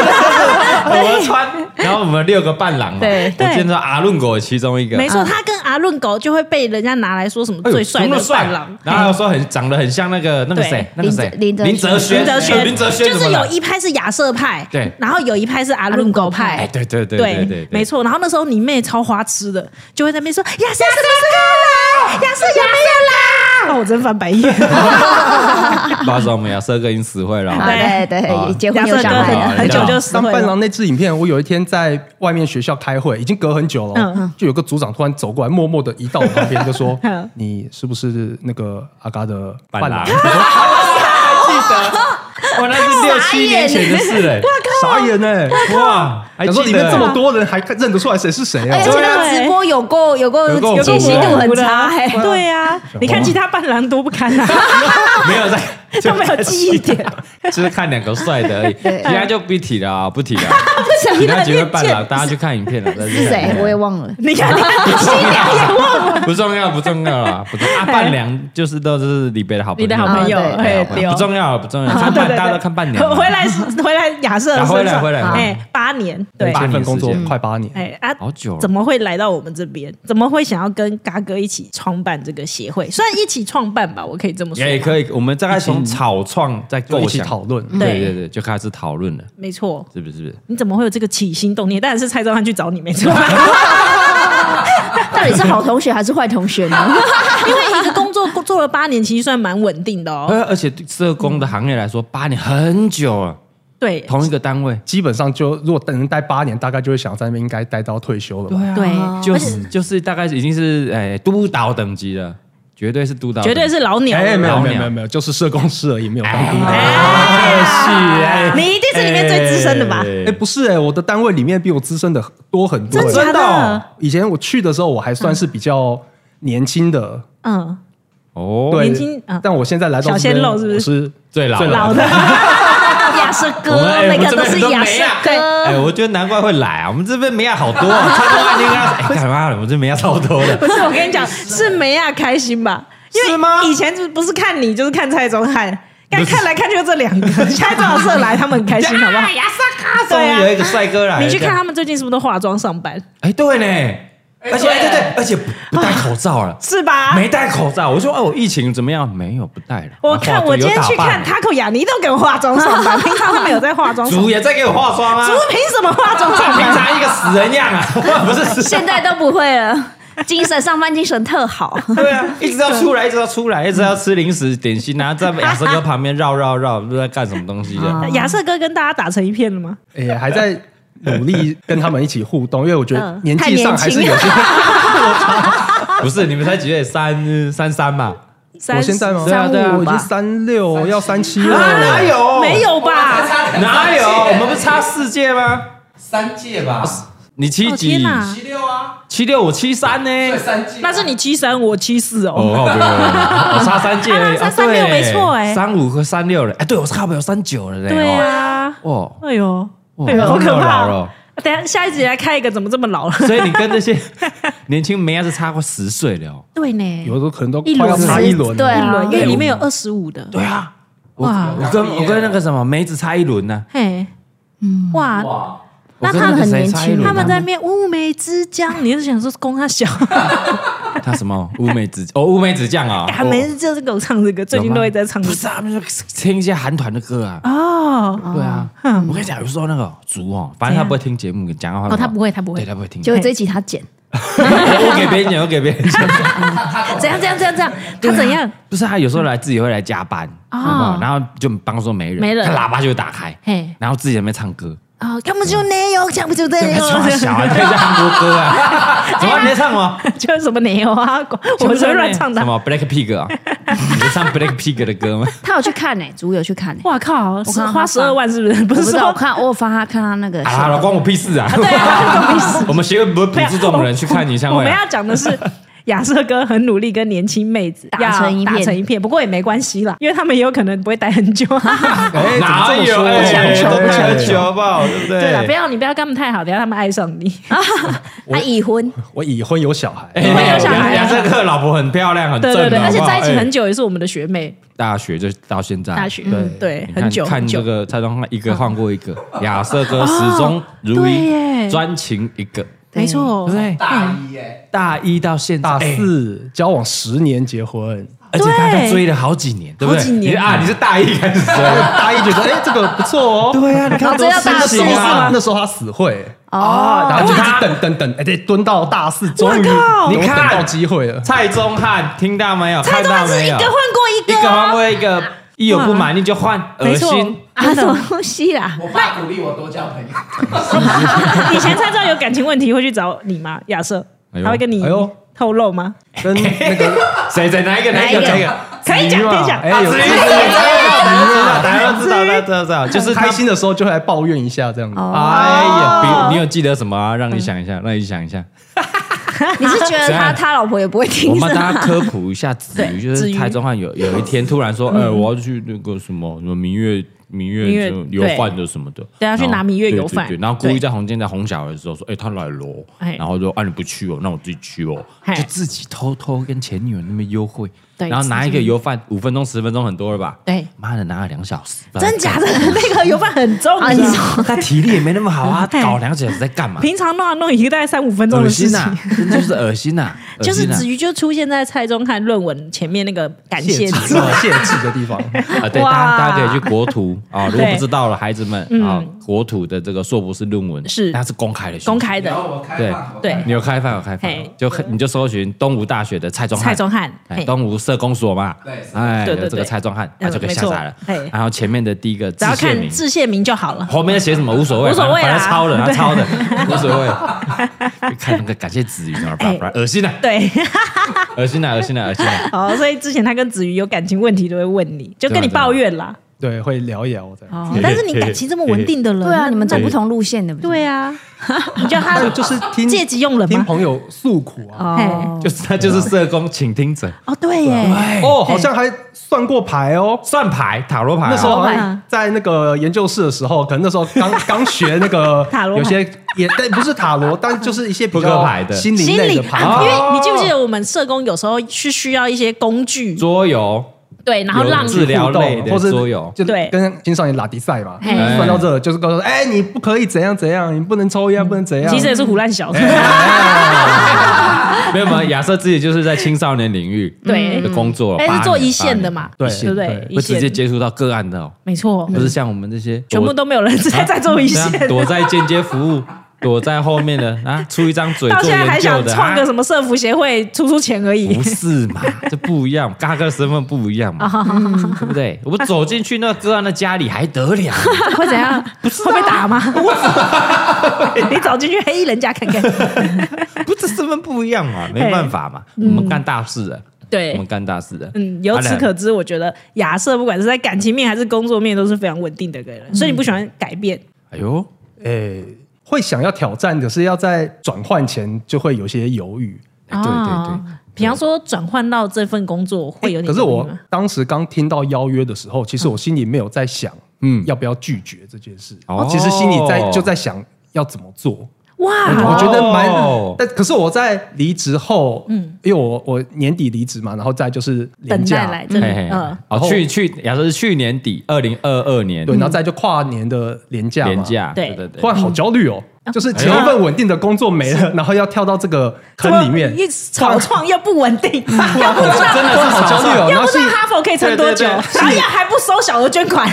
S1: 我们穿，然后我们六个伴郎嘛，
S2: 对
S1: 我
S3: 对
S1: 见到阿论狗其中一个，
S3: 没错，
S2: 嗯
S3: 他跟阿润狗就会被人家拿来说什么
S1: 哎呦
S3: 最帅
S1: 怎么
S3: 的
S1: 那么帅
S3: 伴郎，
S1: 然后说很长得很像那个那个
S3: 对
S1: 谁，那个谁
S2: 林哲
S1: 林哲轩，
S3: 林哲
S1: 哎
S3: 轩，
S1: 林哲轩
S3: 就
S1: 怎
S3: 是
S1: 么
S3: 有
S1: 了
S3: 一派是亚瑟派，
S1: 对
S3: 然后有一派是阿润狗
S1: 哎，
S3: 派。
S1: 对对对对对，
S3: 没错。然后那时候你妹超花痴的，就会在那边说亚瑟什么时候来？亚瑟有没有啦？哦，我真翻白眼。
S1: 不好意思，我们亚瑟哥已经死会了哦。
S2: 啊对
S1: 啊
S2: 对，结婚
S3: 亚
S2: 有
S3: 瑟
S2: 小
S3: 哥
S2: 孩
S3: 很
S2: 了，
S3: 很久就死
S5: 当
S3: 会
S5: 伴
S3: 了。
S5: 郎那支影片，我有一天在外面学校开会，已经隔很久了
S3: 嗯
S5: 哦，就有个组长突然走过来，默默的移到我旁边，就说
S3: 嗯：“
S5: 你是不是那个阿嘎的 伴
S1: 伴
S5: 郎
S1: 郎，？”哇，那是六七年前的事 了。
S5: 傻眼呢！
S1: 哇，还
S5: 想说
S1: 记
S5: 里
S1: 得
S5: 面这么多人，还认得出来谁是谁啊
S2: 哎而？
S3: 哎
S2: 且那个直播有够有够
S1: 有够
S2: 解析度很差，哎
S3: 对呀，你看其他伴郎多不堪啊，
S1: 没 有在，
S3: 都没有记忆点。
S1: 就是 看两个帅的而 已，
S2: 对
S1: 其他就不提了啊，不提了。
S3: 想
S1: 其他几位伴郎，大家去看影片了。大家去
S2: 是
S1: 看影
S2: 谁
S1: 片
S2: 我也忘了。
S3: 你看，
S1: 不重要，不重要啦，不重 要。啊，伴娘就是都是李贝的好朋友，
S3: 你的好朋友
S2: 哦，
S1: 哎
S3: 哎，
S1: 不重要，不重要。
S3: 啊
S1: 看
S3: 对
S1: 伴，
S3: 对对
S1: 大家都看伴娘 嘛。
S3: 回回来回来亚瑟的
S1: 啊回
S3: 身
S1: 来
S3: 上，
S1: 回来回来
S3: 哎，八年，对，
S1: 八
S5: 这
S1: 年
S5: 份工作
S1: 时间
S5: 快八年，
S3: 哎啊，
S1: 好久了
S3: 怎么会来到我们这边？怎么会想要跟嘎哥一起创办这个协会？虽然一起创办吧，我可以这么说，
S1: 也可
S3: 以，
S1: 以，我们大概从草创在
S5: 就
S1: 构
S5: 一起
S1: 想
S5: 讨，论。
S3: 嗯
S1: 对对对，就开始讨论了，
S3: 没错。
S1: 是不是？
S3: 你怎么会有这个起心动念？当然是蔡宗翰去找你，没错。
S2: 到底是好同学还是坏同学呢？
S3: 因为一个工作做了八年，其实算蛮稳定 的哦。
S1: 而而且对社工的行业来说，八年很久了，
S3: 对
S1: 同一个单位，
S5: 基本上就如果能待八年，大概就会想在那边应该待到退休了吧。
S3: 对，啊
S1: 就是就是大概已经是诶督导等级了，绝对是督导等级，
S3: 绝对是老鸟了。
S5: 哎，没有
S1: 老
S5: 没
S1: 鸟
S5: 有没有没有，就是社工师而已，没有当兵的。
S1: 哎，是哎，
S3: 啊你一定是里面最资深的吧？
S5: 哎，不是哎，我的单位里面比我资深的多很多。
S3: 真
S5: 哎
S3: 假
S1: 真的
S3: 的
S1: 哦？
S5: 以前我去的时候，我还算是比较年轻的，
S3: 嗯，
S1: 哦，
S5: 对，
S3: 年轻嗯
S5: 但我现在来到
S3: 小
S5: 这
S3: 鲜
S5: 边
S3: 肉是不是
S5: 我是
S1: 最老
S5: 最
S1: 了
S5: 老
S3: 老的亚瑟
S1: 我
S3: 哥
S1: 们，哎
S3: 每
S1: 我们
S3: 个都是
S1: 这边很多
S3: 亚瑟
S1: 美啊
S3: 哥。
S1: 哎，我觉得难怪会来啊！我们这边美亚好多、啊， 差不多啊，你应该哎，干嘛？我们这美亚超多的，
S3: 不是，我跟 你讲，是梅亚开心吧？因
S1: 啊是
S3: 为
S1: 吗
S3: 以前就不是看你，就是看蔡宗翰，看看来看去就 这两个，现在正好色来，他们很开心，好不好？
S4: 亚瑟卡
S1: 终于有
S3: 对
S1: 一个帅哥
S3: 啊，
S1: 来了。
S3: 你去看
S1: 这样，
S3: 他们最近是不是都化妆上班？
S1: 哎，对呢，而且
S4: 对
S1: 哎对对，而且不不戴口罩啊了，
S3: 是吧？
S1: 没戴口罩。我说哦，疫情怎么样？没有，不戴了。
S3: 啊我
S1: 化
S3: 看
S1: 妆
S3: 我今天
S1: 哦有打
S3: 去
S1: 扮
S3: 看 Taco 雅尼都给我化妆 上班，平常他们有在化妆上
S1: 主
S3: 班。
S1: 也在给我化妆啊
S3: 猪，凭什么化妆上
S1: 平
S3: 班？
S1: 常一个死人 样啊，不是死
S2: 现在都不会了，精神上班精神特好。
S1: 对 啊，一直要出来，一直要出来，一直要吃零食点心啊，在亚瑟哥旁边绕绕绕，不知道在干什么东西的。
S2: 啊
S3: 亚瑟哥跟大家打成一片了吗？
S5: 哎、还在努力跟他们一起互动，因为我觉得
S3: 嗯
S5: 年纪上还是有些。
S3: 啊
S1: 不是，你们才几岁？三三三嘛？
S3: 三
S5: 我
S3: 十
S5: 现在吗？
S1: 对啊对啊
S5: 我已经三六要三七了。
S1: 有
S3: 啊没有
S1: 哦
S3: 吧？
S1: 哪有？我们不是差四届吗？
S4: 三届吧？
S1: 你七
S3: 哦天
S1: 几？
S3: 哪
S4: 七六啊，
S1: 七六，我七三呢。
S4: 对，三届啊。
S3: 那是你七三，我七四
S1: 哦，
S3: 哦。
S1: 好朋友，我差三届而已，哦
S3: 啊三六没错哎
S1: 三五和三六了，哎，对我差不多有三九了嘞。
S3: 对啊，
S1: 哦，
S3: 哎呦，
S1: 哇，
S3: 哎呦，好
S1: 真的
S3: 可怕
S1: 老
S3: 哦
S1: 了。！
S3: 等一下下一集来开一个，怎么这么老了？
S1: 所以你跟那些 年轻妹是差过十岁了哦。
S3: 对呢，
S5: 有的时候可能都
S3: 一
S5: 快要
S3: 轮
S5: 差一轮
S2: 对
S5: 了。
S3: 一
S2: 啊
S3: 轮，因，为里面有二十五的。
S1: 对啊，我
S3: 哇
S1: 我跟我跟那个什么梅子差一轮呢。
S3: 嘿，哇，
S4: 哇，
S1: 我
S2: 那
S1: 跟
S2: 他们
S1: 个
S2: 很
S1: 谁
S2: 年
S1: 差一
S2: 轻
S1: 轮啊
S3: 他们在面乌梅之江，你是想说攻他小？
S1: 他什么乌梅子哦，乌梅子酱啊，
S3: 他们就是给我唱这个，最近都会在唱这
S1: 不
S3: 个。
S1: 是啊，他们就听一些韩团的歌啊。
S3: 哦，
S1: 对啊，我跟你讲，有时候那个族哦，反正他不会听节目，讲话
S3: 哦他不会他不会
S1: 对他不会听。
S2: 结果这一集他剪，
S1: 我我给别人讲，我给别人讲，
S2: 怎样怎样怎样怎样，他怎样？
S1: 不是他有时候来自己会来加班，
S3: 哦
S1: 好不好？然后就帮说没人，
S3: 没人
S1: 他喇叭就会打开
S3: 嘿，
S1: 然后自己在那边唱歌，
S2: 哦，看不出内容，讲不出内
S1: 哎
S2: 容。
S1: 唱小啊，你可以唱韩国歌
S3: 哎
S1: 啊，怎么你在唱什么？
S3: 就是什么牛啊，我随便乱唱
S1: 什
S3: 的。
S1: 么 Black Pig 啊？你在唱 Black Pig 的歌
S3: 啊
S1: 吗？
S2: 他有去看呢，主有去看呢。
S3: 哇靠，
S2: 看到他
S3: 花十二万是不 是？不
S2: 我
S3: 是
S2: 不知道，
S3: 说
S2: 我看我有发他看他那个
S1: 啊， 啦，关我屁事啊！
S3: 对啊，
S1: 我们协会不会补助这种人去看演唱
S3: 我
S1: 会
S3: 们
S1: 啊。
S3: 要讲的是。亚瑟哥很努力跟年轻妹子
S2: 打成一片
S3: 打成一片，不过也没关系啦，因为他们也有可能不会待很久。啊
S5: 哎，怎么
S1: 哪
S5: 这么
S1: 有
S5: 说？
S1: 哎
S5: 强求
S1: 都不强求
S5: 哎
S1: 好不好？对不对？
S3: 对啊了，不要你不要跟他们太好，等一下他们爱上你。
S1: 啊
S2: 他已婚，
S5: 我已婚有小孩，
S1: 哎，
S3: 会有小孩啊
S1: 亚瑟克老婆很漂亮，很
S3: 对
S1: 正，
S3: 对对，而且
S1: 好不好
S3: 在一起很
S1: 哎
S3: 久也是我们的学妹，
S1: 大学就到现在，
S3: 大学
S1: 对
S3: 嗯对
S1: 你看
S3: 很久
S1: 看
S3: 很久啊
S1: 这个蔡宗翰一个换过一个，亚瑟哥始终如
S3: 哦对
S1: 一，
S3: 耶
S1: 专情一个，
S2: 对
S3: 没错
S1: 对不，哎对？
S4: 大一耶，
S1: 大一到现在哎
S5: 大，四交往十年结婚，
S1: 而且他都追了好几年，对不对？
S3: 好几年
S1: 你啊，你是大一开始追的，
S5: 大一觉得哎这个不错哦，
S1: 对啊，你看
S2: 哦
S1: 多
S2: 追到大
S1: 痴
S2: 四
S1: 情啊！
S5: 那时候他死会
S2: 哦，
S5: 然后就一直等等等，哎，对，蹲到大四，终于
S3: 靠
S5: 我
S1: 你看
S5: 等到机会了。
S1: 蔡宗翰听到没有？看
S3: 蔡宗
S1: 到
S3: 翰是
S1: 没
S3: 一
S1: 有
S3: 个？换过一
S1: 一
S3: 个
S1: 个换
S3: 啊，嗯
S1: 过一个，一有不满意就换，呃恶
S3: 没错
S1: 心。
S2: 啊，什么东西啦？
S4: 我爸鼓励我多交朋友。
S3: 以前蔡宗翰有感情问题会去找你吗？亚瑟，
S1: 哎呦
S3: 他会跟你
S5: 哎呦
S3: 透露吗？
S5: 跟那 个
S1: 谁谁哪一个哪一个哪
S2: 哪
S1: 一
S2: 一
S1: 个？
S3: 可以讲，
S5: 子瑜
S3: 可
S5: 嘛
S3: 以讲。
S5: 哎，有
S1: 子
S5: 子
S1: 瑜
S5: 瑜
S1: 子瑜大家哎都知道，大家都知道，大家都知道，就
S5: 就是是
S1: 他
S5: 开。心的时候就会来抱怨一下这样子。
S2: 哦
S1: 哎呀，比你有记得什么啊？
S3: 嗯
S1: 让你想一下，让你想一下。
S2: 你是觉得
S1: 谁啊
S2: 他他老婆也不 会
S1: 我
S2: 听
S1: 们
S2: 是
S1: 大家
S2: 吗？
S1: 科普一下子瑜，
S3: 对
S1: 就是
S3: 子瑜
S1: 台中汉有有一天突然说，哎，我要去那个什么什么明月。明
S3: 明
S1: 月
S3: 月
S1: 就油饭的什么的，
S3: 对要去
S1: 然后
S3: 拿明月油饭
S1: 对对对然后故意
S3: 对
S1: 在红建在哄小孩的时候说：“哎，他来了哦。
S3: 哎”
S1: 然后就说：“啊，你不去哦，那我自己去哦。”
S3: 嗨
S1: 就自己偷偷跟前女友那边幽会，
S3: 对
S1: 然后拿一
S3: 自
S1: 个
S3: 己
S1: 油饭，五分钟、十分钟很多了吧？
S3: 对，
S1: 妈的，拿了两小时，
S3: 哎真假
S1: 哎
S3: 的那个油饭很重，
S2: 啊
S3: 你知道吗
S2: 你说
S1: 他体力也没那么好 啊，
S3: 嗯
S1: 搞两个小时在 干嘛？
S3: 平常弄啊弄一个大概三五分钟
S1: 恶
S3: 的
S1: 心
S3: 事情，
S1: 呐，真的就是恶心呐，
S3: 就是
S1: 恶
S3: 子
S1: 心啊
S3: 瑜就出现在蔡宗翰论文前面那个感谢
S5: 字
S3: 字，
S5: 谢字的地方，
S1: 呐啊！对，大
S3: 哇
S1: 家大家可以去国图 啊，如果
S3: 对
S1: 不知道了，孩子们啊，国图的这个硕博士论文
S3: 嗯是
S1: 它是公开的，
S3: 公。开
S4: 然后
S3: 的
S4: 我开
S1: 对
S4: 放，我
S3: 对
S4: 开放
S1: 你有开放有开放
S3: 嘿，
S1: 就你就搜寻东吴大学的蔡宗翰
S3: 蔡宗翰，
S1: 哎
S3: 嘿
S1: 东吴社工所嘛，
S4: 对是
S1: 哎，
S3: 对对
S1: 有这个
S3: 对
S1: 蔡宗翰，
S3: 嗯
S1: 啊就可以下载了
S3: 没错嘿。
S1: 然后前面的第一个
S3: 只
S1: 致
S3: 要
S1: 谢
S3: 看
S1: 名，
S3: 致谢名就好了。
S1: 后面写什么无所谓，
S3: 无所谓
S1: 反正
S3: 啦
S1: 反正抄 的，他
S3: 对
S1: 抄的无所谓。 就看那个感谢子瑜，然后叭叭，恶心呐，啊
S3: 对，
S1: 恶心呐，啊恶心呐，恶心 呐。
S3: 好，所以之前他跟子瑜有感情问题都会问你，就跟你
S1: 对啊对啊
S3: 抱怨啦。
S5: 对，会聊一聊这样。
S3: 哦，但是你感情这么稳定的人，
S2: 对啊，
S3: 那
S2: 你们走
S3: 那
S2: 不同路线的，
S3: 对啊，你叫他
S5: 但就是听
S3: 借机用人
S5: 听
S3: 吗？
S5: 朋友诉苦啊，
S2: 哦
S1: 就是他就是社工倾听者，
S3: 哦，对耶，
S5: 哦，好像还算过牌哦。
S1: 算牌塔罗牌啊、
S5: 那时候好
S3: 塔罗
S5: 像
S3: 哦牌
S5: 在那个研究室的时候，可能那时候 刚刚学那个
S3: 塔罗牌
S5: 有些也但不是塔罗，但就是一些比
S1: 扑克
S5: 较
S1: 牌的
S5: 心灵
S3: 心
S5: 类
S3: 理
S5: 的牌
S3: 啊，
S1: 哦
S3: 因为你记不记得我们社工有时候是需要一些工具，
S1: 桌游，
S3: 对，然后
S1: 有
S3: 让
S1: 治疗类的
S5: 啊或者
S1: 桌游，
S5: 就
S3: 对
S5: 跟青少年拉迪赛嘛，
S2: 嘿
S5: 算到这就是告诉哎你不可以怎样怎样，你不能抽烟，不能怎样。
S3: 其实也是胡乱小的，
S1: 没有没有，亚瑟自己就是在青少年领域
S3: 对
S1: 的工作，
S3: 但
S1: 八
S3: 是
S1: 年
S3: 做一线的，嘛，
S5: 对
S3: 对不对
S5: 对？
S1: 八年
S3: 一
S1: 会直
S3: 线
S1: 接接触到个案的、哦，
S3: 没错，
S1: 不是像我们这些
S3: 全部都没有人是在在做一线
S1: 对啊
S3: 的，
S1: 躲在间接服务，躲在后面的啊，出一张嘴
S3: 到
S1: 做
S3: 现在还
S1: 研究
S3: 想
S1: 的，
S3: 创个
S1: 啊
S3: 什么社服协会出出钱而已
S1: 不。是嘛？这不一样，嘎哥身份不一样
S3: 哦
S1: 嘛，对不对？我走进去那个案的家里还得 了？
S2: 啊
S3: 会怎样？不是会被 打吗？你走进去黑人家看看。
S1: 不，这身份不一样嘛，没办法嘛，我们干大事的，
S3: 嗯对
S1: 我们干大事的，啊
S3: 嗯，由此可知，我觉得亚瑟不管是在感情面还是工作面都是非常稳定的一个
S5: 嗯
S3: 人，所以你不喜欢改变。
S1: 哎呦，
S5: 哎会想要挑战，可是要在转换前就会有些犹豫。
S1: 哎对对对，
S3: 哦比方说转换到这份工作会有点
S5: 哎可
S3: 犹豫吗，
S5: 是我当时刚听到邀约的时候，其实我心里没有在想，
S1: 嗯
S5: 嗯，要不要拒绝这件事。
S1: 哦
S5: 其实心里在就在想要怎么做。
S3: 哇，
S5: 我觉得蛮
S1: 哦，
S5: 但可是我在离职后，嗯，因为我我年底离职嘛，然后再就是年
S3: 等待
S5: 假，
S3: 来这
S1: 嘿
S3: 里，
S1: 嘿，
S3: 嗯，
S1: 哦，去去，亚瑟是去年底，二零二二年
S5: 对，然后再就跨年的年假
S1: 嗯
S5: 嘛，
S1: 年假，
S3: 对
S1: 对对哎
S5: 突
S1: 对，
S5: 然好焦虑哦，
S3: 嗯
S5: 就是前一份稳定的工作没了，然后要跳到这个坑里面，
S3: 一草创又不稳定，
S5: 哇，
S3: 要不
S5: 我
S3: 知道
S5: 真的是好焦虑哦，然
S3: 要
S5: 后
S3: 不
S5: 是
S3: 知道哈佛可以撑多久，
S5: 对对对
S3: 然后要还不收小额捐款，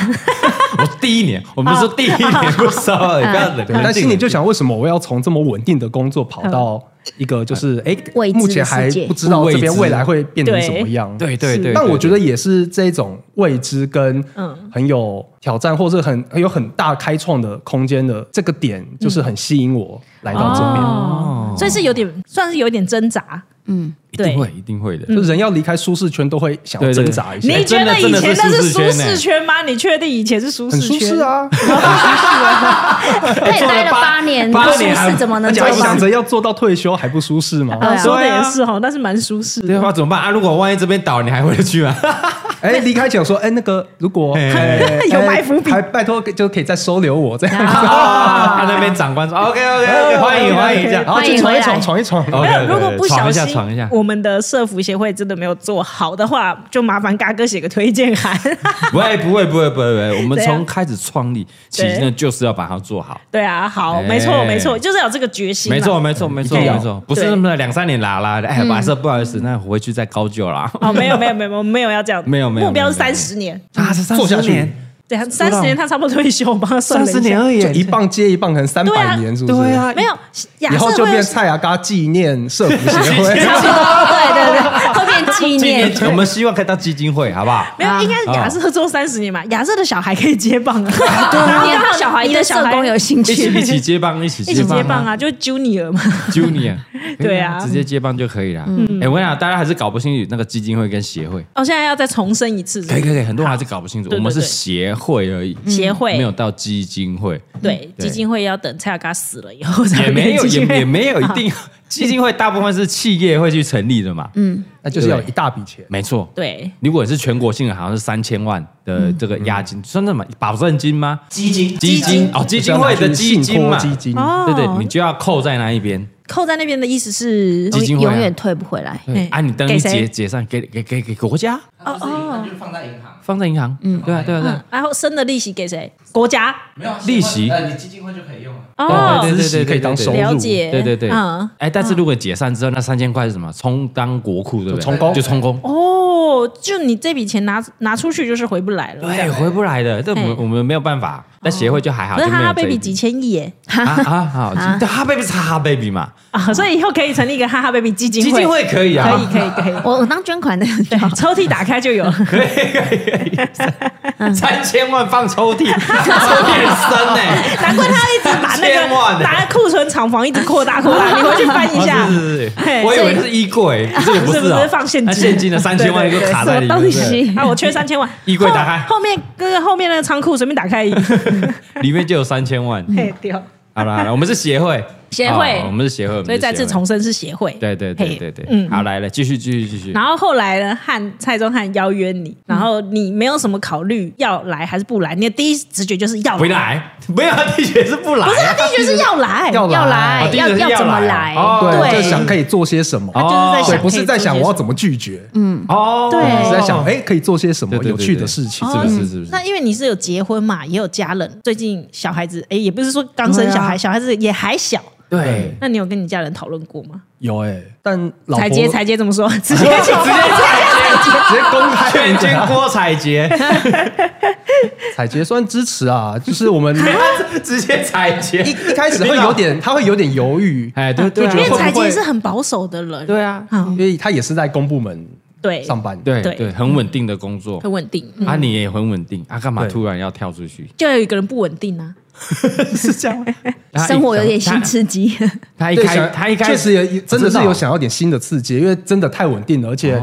S1: 我第一年，我们说第一
S3: 哦
S1: 年不 收，你不要
S3: 嗯
S1: 冷
S5: 对，但心里就，想，为什么我要从这么稳定的工作跑
S3: 嗯
S5: 到一个就是哎
S2: 未，知的
S5: 目前还
S2: 世界
S5: 不知道这边未来会变成什么
S3: 嗯
S5: 样？
S1: 对对对，
S5: 但我觉得也是这种未知跟
S3: 嗯
S5: 很有挑战，或者很很有很大开创的空间的这个点，就是很吸引我来到这边。
S3: 哦哦，所以是有点算是有点挣扎，
S5: 嗯
S1: 一定
S3: 对
S1: 会，一定会
S3: 嗯
S1: 的。
S5: 就人要离开舒适圈都会想要
S1: 对对
S5: 挣
S1: 对
S5: 扎一下，
S3: 你觉
S1: 真的
S3: 得以
S1: 真的
S3: 前
S1: 是
S3: 那是
S1: 舒适
S3: 舒
S1: 圈
S3: 适
S1: 欸
S3: 圈吗？你确定以前是舒
S5: 很
S3: 适
S5: 舒
S3: 圈？
S5: 适啊，
S2: 他也待了八年，
S1: 八
S2: 不舒
S1: 年
S2: 适怎么能
S5: 而且
S2: 做
S5: 还想
S2: 吧？
S5: 着要做到退休还不舒适吗？
S2: 对啊
S3: 说的也是哦，但是蛮舒适
S1: 对
S3: 的。
S1: 啊，怎么办啊？如果万一这边倒，你还回得去吗？
S5: 哎，离开前我说，哎，那个如果
S1: 嘿
S5: 哎
S3: 有埋伏笔
S5: 还拜托就可以再收留我这样，
S3: 哦
S1: 啊， 他那边长官说 OK OK，欢迎欢迎这样。
S5: 然后去闯一闯，闯一闯。
S1: 哦
S3: 没有，如果不
S1: 闯
S3: 小
S1: 一下
S3: 心
S1: 闯一下，
S3: 我们的社服协会真的没有做好的话，就麻烦嘎哥写个推荐函。
S1: 不会不会不会不会不会，我们
S3: 怎样
S1: 从开始创立起
S3: 啊对
S1: 呢，就是要把它做好。
S3: 对啊，好，
S1: 哎
S3: 没错没错，就是要有这个决心。
S1: 没错，没错没错
S5: 一定要
S1: 没错，不是那么两三年拉拉的。哎，马上不好意思，那回去再高就啦。
S3: 嗯哦，没有没有没有，我们没有要这样，
S1: 没有没有
S3: 目标
S1: 没有没
S3: 是三
S1: 有
S3: 十年，
S1: 啊，是
S5: 做下
S1: 30
S5: 去
S1: 年，
S3: 对啊，三十年他差不多退休吧，
S1: 三
S3: 算了一下
S1: 十年而已
S5: 就，一棒接一棒，可能三
S3: 对
S5: 百
S3: 啊
S5: 年，是不是？
S1: 对啊，
S3: 没有亚
S5: 以后
S3: 瑟
S5: 就
S3: 会
S5: 变
S3: 有
S5: 蔡雅嘎纪念社服协会
S2: 对对对，后面纪
S1: 今
S2: 念
S1: 年我们希望可以到基金会，好不好？
S3: 没有，应该是亚瑟做三十年嘛，亚瑟的小孩可以接棒啊，然后
S2: 你
S3: 刚好
S2: 的小孩
S3: 你的
S2: 对
S3: 小
S2: 社
S3: 孩
S2: 工有兴
S1: 一起一
S2: 趣，
S1: 起接棒，一起
S3: 一起接棒
S1: 棒
S3: 啊，就 Junior 嘛，
S1: ，Junior， 嗯
S3: 对啊嗯
S1: 直接接棒就可以了。哎，我跟你讲，大家还是搞不清楚那个基金会跟协会，
S3: 哦，现在要再重申一次，
S1: 可以可以可以，很多人还是搞不清楚，
S3: 对对
S1: 我们是
S3: 对
S1: 协会而已，
S3: 嗯协会
S1: 没有到基金 会，
S3: 对
S1: 对
S3: 基金会要等蔡雅嘎死了以后才
S1: 也没有
S3: 变基
S1: 也
S3: 金会
S1: 也没有一 定，基金会大部分是企业会去成立的嘛，嗯，
S5: 那 就是要有一大笔钱。
S1: 没错。
S3: 对
S1: 如果是全国性的，好像是三千万的这个押
S3: 嗯
S1: 金，算什么保证金吗？
S4: 基金
S1: 基金哦，基金会的基
S5: 信
S1: 金
S5: 托
S1: 嘛，
S5: 基金，
S3: 哦，
S1: 对对，你就要扣在那一边。
S3: 扣在那边的意思是
S1: 基金会啊
S2: 永远退不回来。
S1: 对
S3: 哎
S1: 啊，你等
S3: 给
S1: 你
S3: 谁
S1: 解解散，给给给给国家啊
S4: 哦哦，就是放在银行，
S1: 放在银行，嗯，对啊对啊对啊，
S3: 然后生的利息给谁？国家
S4: 没有
S1: 利息
S4: 呃，你基金会就可以用了。
S3: 哦，
S1: 对对对
S5: 孳息
S1: 对对
S5: 可以当收入，
S3: 了解，
S1: 对对对，
S3: 嗯
S1: 嗯，，哎，但是如果解散之后，那三千块是什么？充当国库，对不对？
S5: 就充公
S1: 就充公，
S3: 哦，就你这笔钱拿拿出去就是回不来了。
S1: 对，回不来的，这我
S3: 哎
S1: 们我们没有办法。但协会就还好，
S3: 可
S1: 就是没
S3: 哈
S1: 有
S3: 哈
S1: 这一
S3: baby
S1: 笔
S3: 几千亿耶
S1: 啊啊好，对哈哈 baby 是哈哈 baby 嘛，
S3: 啊，所以以后可以成立一个哈哈 baby 基金
S1: 基金会可以啊，
S3: 可以可以可以，
S2: 我我当捐款的很好，
S3: 抽屉打开就 有了。嗯
S1: 三千万放抽 屉，抽屉很深呢。
S3: 难怪他一直把那
S1: 千万
S3: 个
S1: 欸
S3: 把库存厂房一直扩大 扩大，你回去翻一下
S1: 啊，是是
S3: 嘿
S1: 是，我以为那是衣柜， 这也不
S3: 不是
S1: 啊，
S3: 放现
S1: 那
S3: 金，
S1: 现金的三千万
S3: 对
S1: 就
S3: 对对
S1: 卡在里面，
S2: 东
S1: 对不对
S2: 西
S3: 啊，我缺三千万，
S1: 衣柜打开
S3: 后后面跟后面那个仓库随便打开，
S1: 里面就有三千万。
S3: 嘿掉。
S1: 好了好了，我们是协会，
S3: 协会
S1: 哦我们是协会，我们是
S3: 所以再次
S1: 协会
S3: 重申是协会，
S1: 对对对
S3: 嘿
S1: 对对，
S3: 嗯，
S1: 好来了，继续继续继续。
S3: 然后后来呢，汉蔡宗汉邀约你，然后你没有什么考虑要来还是不来，你的第一直觉就是要
S1: 回，来，没有地铁是不来啊，
S3: 不是他第一觉是要来，
S5: 要
S2: 要来
S1: 哦第一
S2: 要
S1: 个是
S2: 要怎么来？
S1: 哦
S5: 对，
S3: 对
S5: 就想可以做些什么。
S3: 他就是在
S1: 哦
S5: 对，
S3: 想，
S5: 不是在想我要怎么拒绝，
S3: 嗯
S1: 哦，
S3: 对
S5: 是在想哎可以做些什么
S1: 对对对
S5: 有趣的事情，
S3: 哦
S1: 是不
S3: 嗯
S1: 是是不是
S3: 那因为你是有结婚嘛，也有家人，最近小孩子，哎，也不是说刚生
S5: 啊
S3: 小孩，小孩子也还小，
S1: 对，
S3: 那你有跟你家人讨论过吗？
S5: 有哎，但老婆
S3: 彩杰，彩杰怎么 说？直接请
S1: 直接
S5: 直接公开
S1: 劝君 郭采洁，
S5: 彩杰算支持啊，就是 我们
S1: 直接采洁，
S5: 一一开始会有点，他会有点犹豫，
S1: 哎，对对
S5: 就
S1: 啊
S5: 觉
S3: 因为
S5: 得会不会
S3: 彩杰是很保守的人，
S1: 对啊，
S3: 嗯，
S5: 因为他也是在公部门
S3: 对，
S5: 上班，
S1: 对
S3: 对
S1: 对，很稳定的工作
S3: 很，稳定，嗯
S1: 啊，你也很稳定，啊，干嘛
S5: 对
S1: 突然要跳出去？
S3: 就有一个人不稳定啊，
S5: 是这样。
S1: 他一
S2: 生活有点新
S1: 他
S2: 刺激，
S1: 他一
S5: 对，
S1: 开
S5: 想
S1: 他一开
S5: 确实也真的是
S1: 我
S5: 有
S1: 知道
S5: 想要点新的刺激，因为真的太稳定了，而且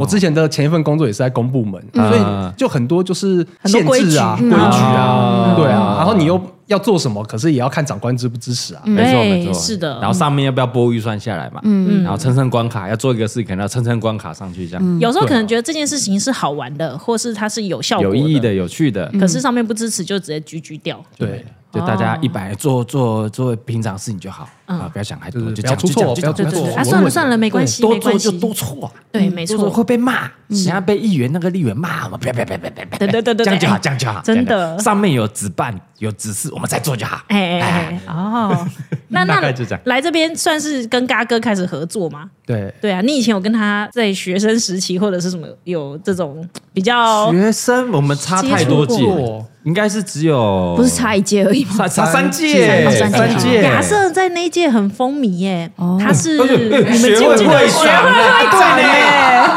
S5: 我之前的前一份工作也是在公部门，
S1: 嗯
S5: 所以就很多就是
S3: 很多
S5: 限制啊、
S3: 规
S5: 规
S3: 矩
S5: 矩
S1: 嗯
S5: 啊，对啊
S1: 哦，
S5: 然后你又要做什么，可是也要看长官支不支持啊。
S1: 没错
S3: 对
S1: 没错，
S3: 是的
S1: 然后上面要不要拨预算下来嘛？嗯，然后蹭蹭关卡，要做一个事，可能要蹭蹭关卡上去，这
S5: 嗯
S1: 样
S3: 有时
S5: 啊
S3: 候可能觉得这件事情是好玩的，或是它是有效果
S1: 有意义的、有趣的。
S3: 可是上面不支持就直接拒拒掉。
S5: 对，
S1: 就大家一百做做做平常事情就好
S3: 嗯
S1: 啊，不要想太多，
S5: 就是
S1: 就
S5: 不
S1: 这
S5: 要
S1: 样就这样
S5: 出错，不
S1: 就
S5: 要
S1: 这
S5: 出
S1: 样
S5: 错
S3: 对对对啊算了算了没关系
S1: 对
S3: 没
S1: 多
S3: 关
S1: 做
S3: 系
S1: 就多错，啊
S3: 对，没
S1: 多做
S3: 错嗯
S1: 会，被骂，想要被议员那个立委骂我们，不要不要不要不要不要不要，
S3: 对对对对对
S1: 这样就好，
S3: 哎
S1: 这样就好，
S3: 真的
S1: 这样就好上面有指办有指示，我们再做就好。
S3: 哎哎哎，哦，那那
S1: 大概就这样
S3: 来这边算是跟嘎哥开始合作吗？
S5: 对，
S3: 对啊，你以前有跟他在学生时期或者是什么有这种比较
S1: 学生我们差太多届
S5: 接触过，
S1: 应该是只有
S2: 不是差一届而已吗？
S1: 差差三
S5: 三
S1: 届
S2: 届
S1: 三届，
S3: 亚瑟在那一届很风靡耶，他是
S1: 哎
S3: 你们
S1: 哎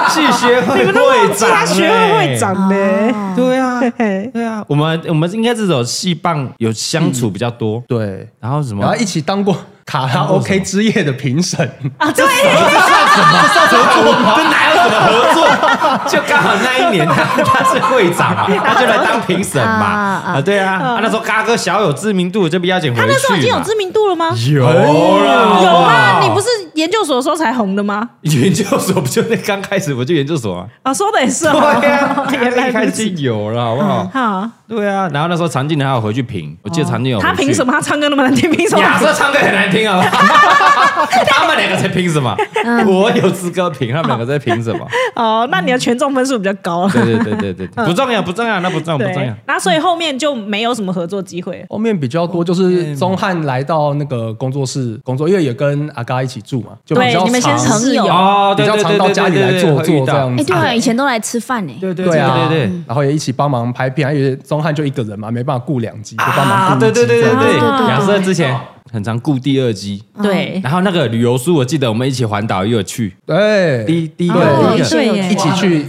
S3: 记
S1: 学
S3: 不
S1: 会
S3: 记
S1: 会
S3: 得
S1: 长哎，是学会会
S3: 学会会长耶？记他
S1: 长，
S3: 学会会长呢？
S1: 对啊，对啊，我们我们应该这种戏棒有相处比较多，
S5: 对，
S1: 然后什
S5: 然
S1: 么
S5: 后一起当过卡拉 OK 之夜的评审，
S3: 啊，对，
S1: 这哪有什么合作？就刚好那一 年他他是会长嘛，他就来当评审嘛。
S2: 啊啊
S1: 啊，对啊，啊那时候嘎哥小有知名度，就被邀请回去
S3: 他
S1: 嘛。
S3: 那时候已经有知名度了吗？
S1: 有啦，
S3: 有吗？你不是研究所的时候才红的吗？
S1: 研究所不 就那刚开始我就研究所 啊？
S3: 啊，说的也是哦，
S1: 对啊，
S3: 原来
S1: 一开
S3: 如
S1: 始
S3: 此。
S1: 就有了，好不好？
S3: 好，
S1: 对啊，然后那时候常静还有回去评，我记得常静有
S3: 他凭什
S1: 么？
S3: 么？他唱歌那么难听，凭什
S1: 亚
S3: 么？
S1: 瑟唱歌很难听 啊，他们两个在凭什么？
S3: 嗯
S1: 我有资格评，他们两个在凭什么？
S3: 哦，那你的权重分数比较高 了。
S1: 对对对对对，对
S3: 嗯
S1: 不重要不重要，那不重要不重要
S3: 对。，那所以后面就没有什么合作机会了。
S5: 后面比较多就是钟汉来到那个工作室工作，因为也跟阿嘎一起住嘛，就比
S3: 对，
S5: 较
S3: 你们先
S5: 常
S3: 是
S2: 常
S3: 室友，
S1: 哦，
S5: 比
S1: 对
S5: 较
S1: 对
S5: 常
S1: 对
S5: 到
S1: 对
S5: 家里
S1: 对
S5: 来
S1: 对
S5: 坐
S1: 会遇
S5: 坐这
S1: 到
S5: 样
S2: 哎，
S5: 子
S2: 对。啊，以前都来吃饭呢。
S1: 对对
S5: 对啊，
S1: 对对对。
S5: 然后也一起帮忙拍片，啊因为钟汉就一个人嘛，没办法顾两集，就帮忙
S1: 啊，
S5: 顾
S1: 对
S5: 一集
S1: 对对
S5: 这
S1: 对
S5: 样
S1: 对，
S2: 对
S1: 亚瑟之前很常顾第二季，
S3: 对，
S1: 然后那个旅游书我记得我们一起环岛也有去，
S5: 对
S1: 第第一
S5: 哦
S1: 个第一个
S3: 对耶
S5: 一起去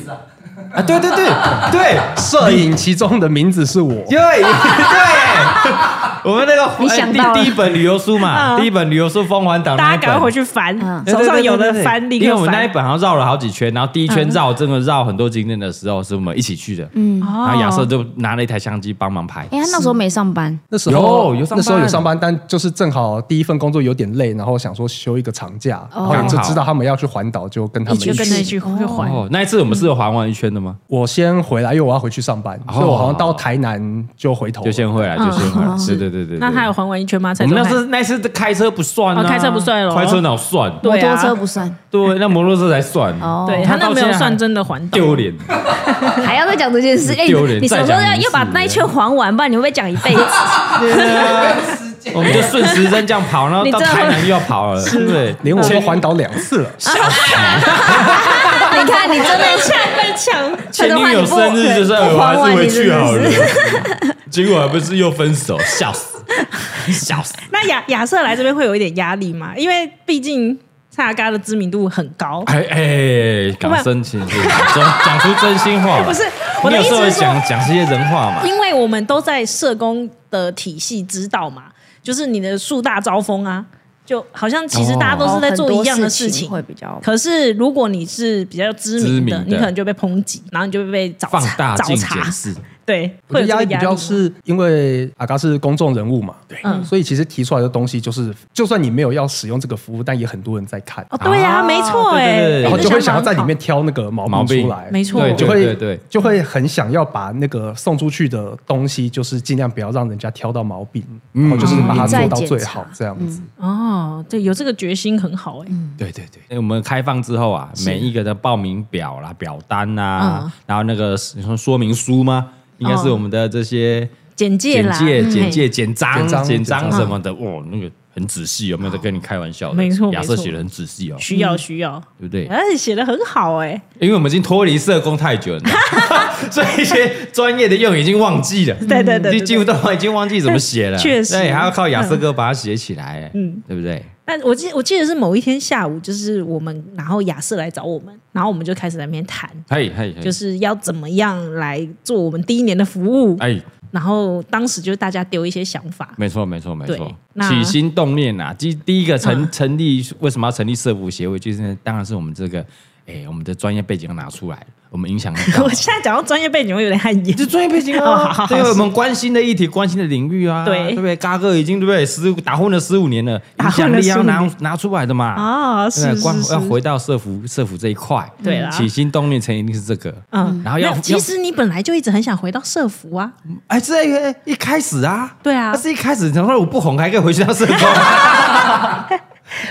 S1: 啊，对对对对，
S5: 摄影，其中的名字是我。
S1: 因为 对，我们那个
S2: 你想到了
S1: 哎第第一本旅游书嘛，
S3: 嗯
S1: 第一本旅游书《疯环岛》那
S3: 大
S1: 一本，
S3: 家赶快回去翻，
S1: 对
S3: 手
S1: 对对
S3: 上有的
S1: 对对
S3: 翻，立
S1: 因为我
S3: 刻
S1: 们那一
S3: 翻。
S1: 本好像绕了好几圈，然后第一圈绕真的绕很多景点的时候，是我们一起去的，嗯，然后亚
S3: 哦
S1: 瑟就拿了一台相机帮忙拍，
S2: 哎，他那时候没上班，
S5: 那时候
S1: 有有上班
S5: 那时候有上班，但就是正好第一份工作有点累，然后想说休一个长假，然后就知道他们要去环岛，就跟他们
S3: 就
S5: 一
S3: 跟着一
S5: 起。
S3: 起去还。
S1: 哦，那一次我们是有环完一圈的吗？
S5: 我先回来，因为我要回去上班，
S1: 哦
S5: 所以我好像到台南就回头了。
S1: 就先回来，就先回来，是对对对对。
S3: 那他有还完一圈吗？蔡
S1: 我
S3: 宗
S1: 们那
S3: 翰
S1: 次那次开车不算啊，
S3: 哦开车不算咯
S1: 开车哪有算？
S2: 摩
S3: 对啊
S2: 托车不算，
S1: 对，那摩托车才算。
S2: 哦
S3: 对
S1: 他
S3: 他
S1: 到
S3: 那没
S1: 现
S3: 有
S1: 在还
S3: 算真的环岛，
S1: 丢脸，
S2: 还要再讲这件事。哎，
S1: 丢脸
S2: 你什么时候
S1: 再
S2: 要
S1: 讲一次
S2: 要把那一圈还完？不然你会不会讲一辈子？
S1: 我们就顺时针这样跑，然后
S2: 你
S1: 到
S2: 真的会
S1: 台南又要跑了，对，
S5: 连我都环岛两次了，
S2: 你看，你真的
S3: 呛被呛。
S1: 前女友生日就是哎
S2: 不
S1: 我还
S2: 还完
S1: 是回去好
S2: 你
S1: 了
S2: 真，
S1: 结果还不是又分手，笑死，笑死。
S3: 那亚亚瑟来这边会有一点压力嘛？因为毕竟蔡阿嘎的知名度很高。
S1: 哎哎，讲真情，讲讲出真心话了。
S3: 不是我
S1: 你
S3: 的
S1: 有
S3: 意
S1: 时候
S3: 思是说
S1: 讲，讲这些人话嘛？
S3: 因为我们都在社工的体系知道嘛，就是你的树大招风啊，就好像其实大家
S5: 哦
S2: 哦
S3: 都是在做一样的事情。
S2: 会比 较
S3: 可是如果你是比较知名
S1: 知
S3: 的，
S1: 名的
S3: 你可能就被抨击，然后你就会被找
S1: 放
S3: 茬
S1: 大
S3: 找
S1: 镜
S3: 茬
S1: 检。视，
S3: 对，会
S5: 我觉
S3: 有
S5: 得
S3: 这
S5: 压
S3: 个
S5: 力比
S3: 力
S5: 较
S3: 吗嗯
S5: 是因为阿嘎是公众人物嘛，对，所以其实提出来的东西就是，就算你没有要使用这个服务，但也很多人在看，
S3: 哦，对呀、
S1: 啊
S3: 没错
S1: 对对
S3: 哎、
S1: 对对
S5: 然后就会想要在
S3: 你这想法很
S5: 里
S3: 好
S5: 面挑那个毛
S1: 毛病
S5: 病出来，
S3: 没错
S1: 对
S5: 就
S1: 对
S5: 会
S1: 对对。
S5: 就会很想要把那个送出去的东西，就是尽量不要让人家挑到毛病，
S1: 嗯
S5: 然后就是把它做到最好
S3: 嗯
S5: 这样子。
S3: 哦，对，有这个决心很好哎、
S5: 嗯
S1: 对对对，那我们开放之后啊，每一个的报名表啦、表单啦、
S3: 嗯
S1: 然后那个你说说明书吗？应该是我们的这些
S3: 简介
S1: 简
S3: 啦，
S1: 介、
S3: 嗯
S1: 简介、简
S5: 简
S1: 章、
S5: 章
S1: 简章
S5: 简章
S1: 什么的，哇，那个很仔细，有没有在跟你开玩笑的？
S3: 没错
S1: 亚瑟
S3: 没错
S1: 写的很仔细哦，
S3: 需要需要，
S1: 对不对？
S3: 而且写的很好哎、
S1: 因为我们已经脱离社工太久了， 所以一些专业的用语已经忘记了。
S3: 对对对对
S1: 就几乎都已经忘记怎么写了。
S3: 确实
S1: 对，还要靠亚瑟哥把它写起来，嗯
S3: 嗯，
S1: 对不对？
S3: 但我记我记得是某一天下午，就是我们然后亚瑟来找我们，然后我们就开始在那边谈，
S1: 嘿嘿，嘿
S3: 就是要怎么样来做我们第一年的服务。
S1: 哎，
S3: 然后当时就大家丢一些想 法，
S1: 没错，没错，没错
S3: 对。那嗯
S1: 起心动念呐、啊，第第一个成、成立为什么要成立社服协会，就是当然是我们这个，哎、我们的专业背景要拿出来，我们影响力大
S3: 我现在讲到专业背景会有点汗颜
S1: 这。专业背景
S3: 哦好好
S1: 啊，
S3: 好
S1: 对我们关心的议题、关心的领域啊，
S3: 对
S1: 对不对？嘎哥已经对不对？十打混了十五年了，
S3: 打
S1: 影
S3: 混
S1: 响
S3: 了
S1: 力要
S3: 15
S1: 拿
S3: 年
S1: 拿出来的嘛。
S3: 啊，是
S1: 对，
S3: 是
S1: 光
S3: 是
S1: 要回到社服社服这一块，
S3: 对啦
S1: 起心动念成一定是这个，
S3: 嗯，
S1: 然后要
S3: 没有
S1: 要
S3: 其实你本来就一直很想回到社服 啊，
S1: 哎，这个一开始啊，
S3: 对啊
S1: 但是一开始想说我不红还可以回去当社工，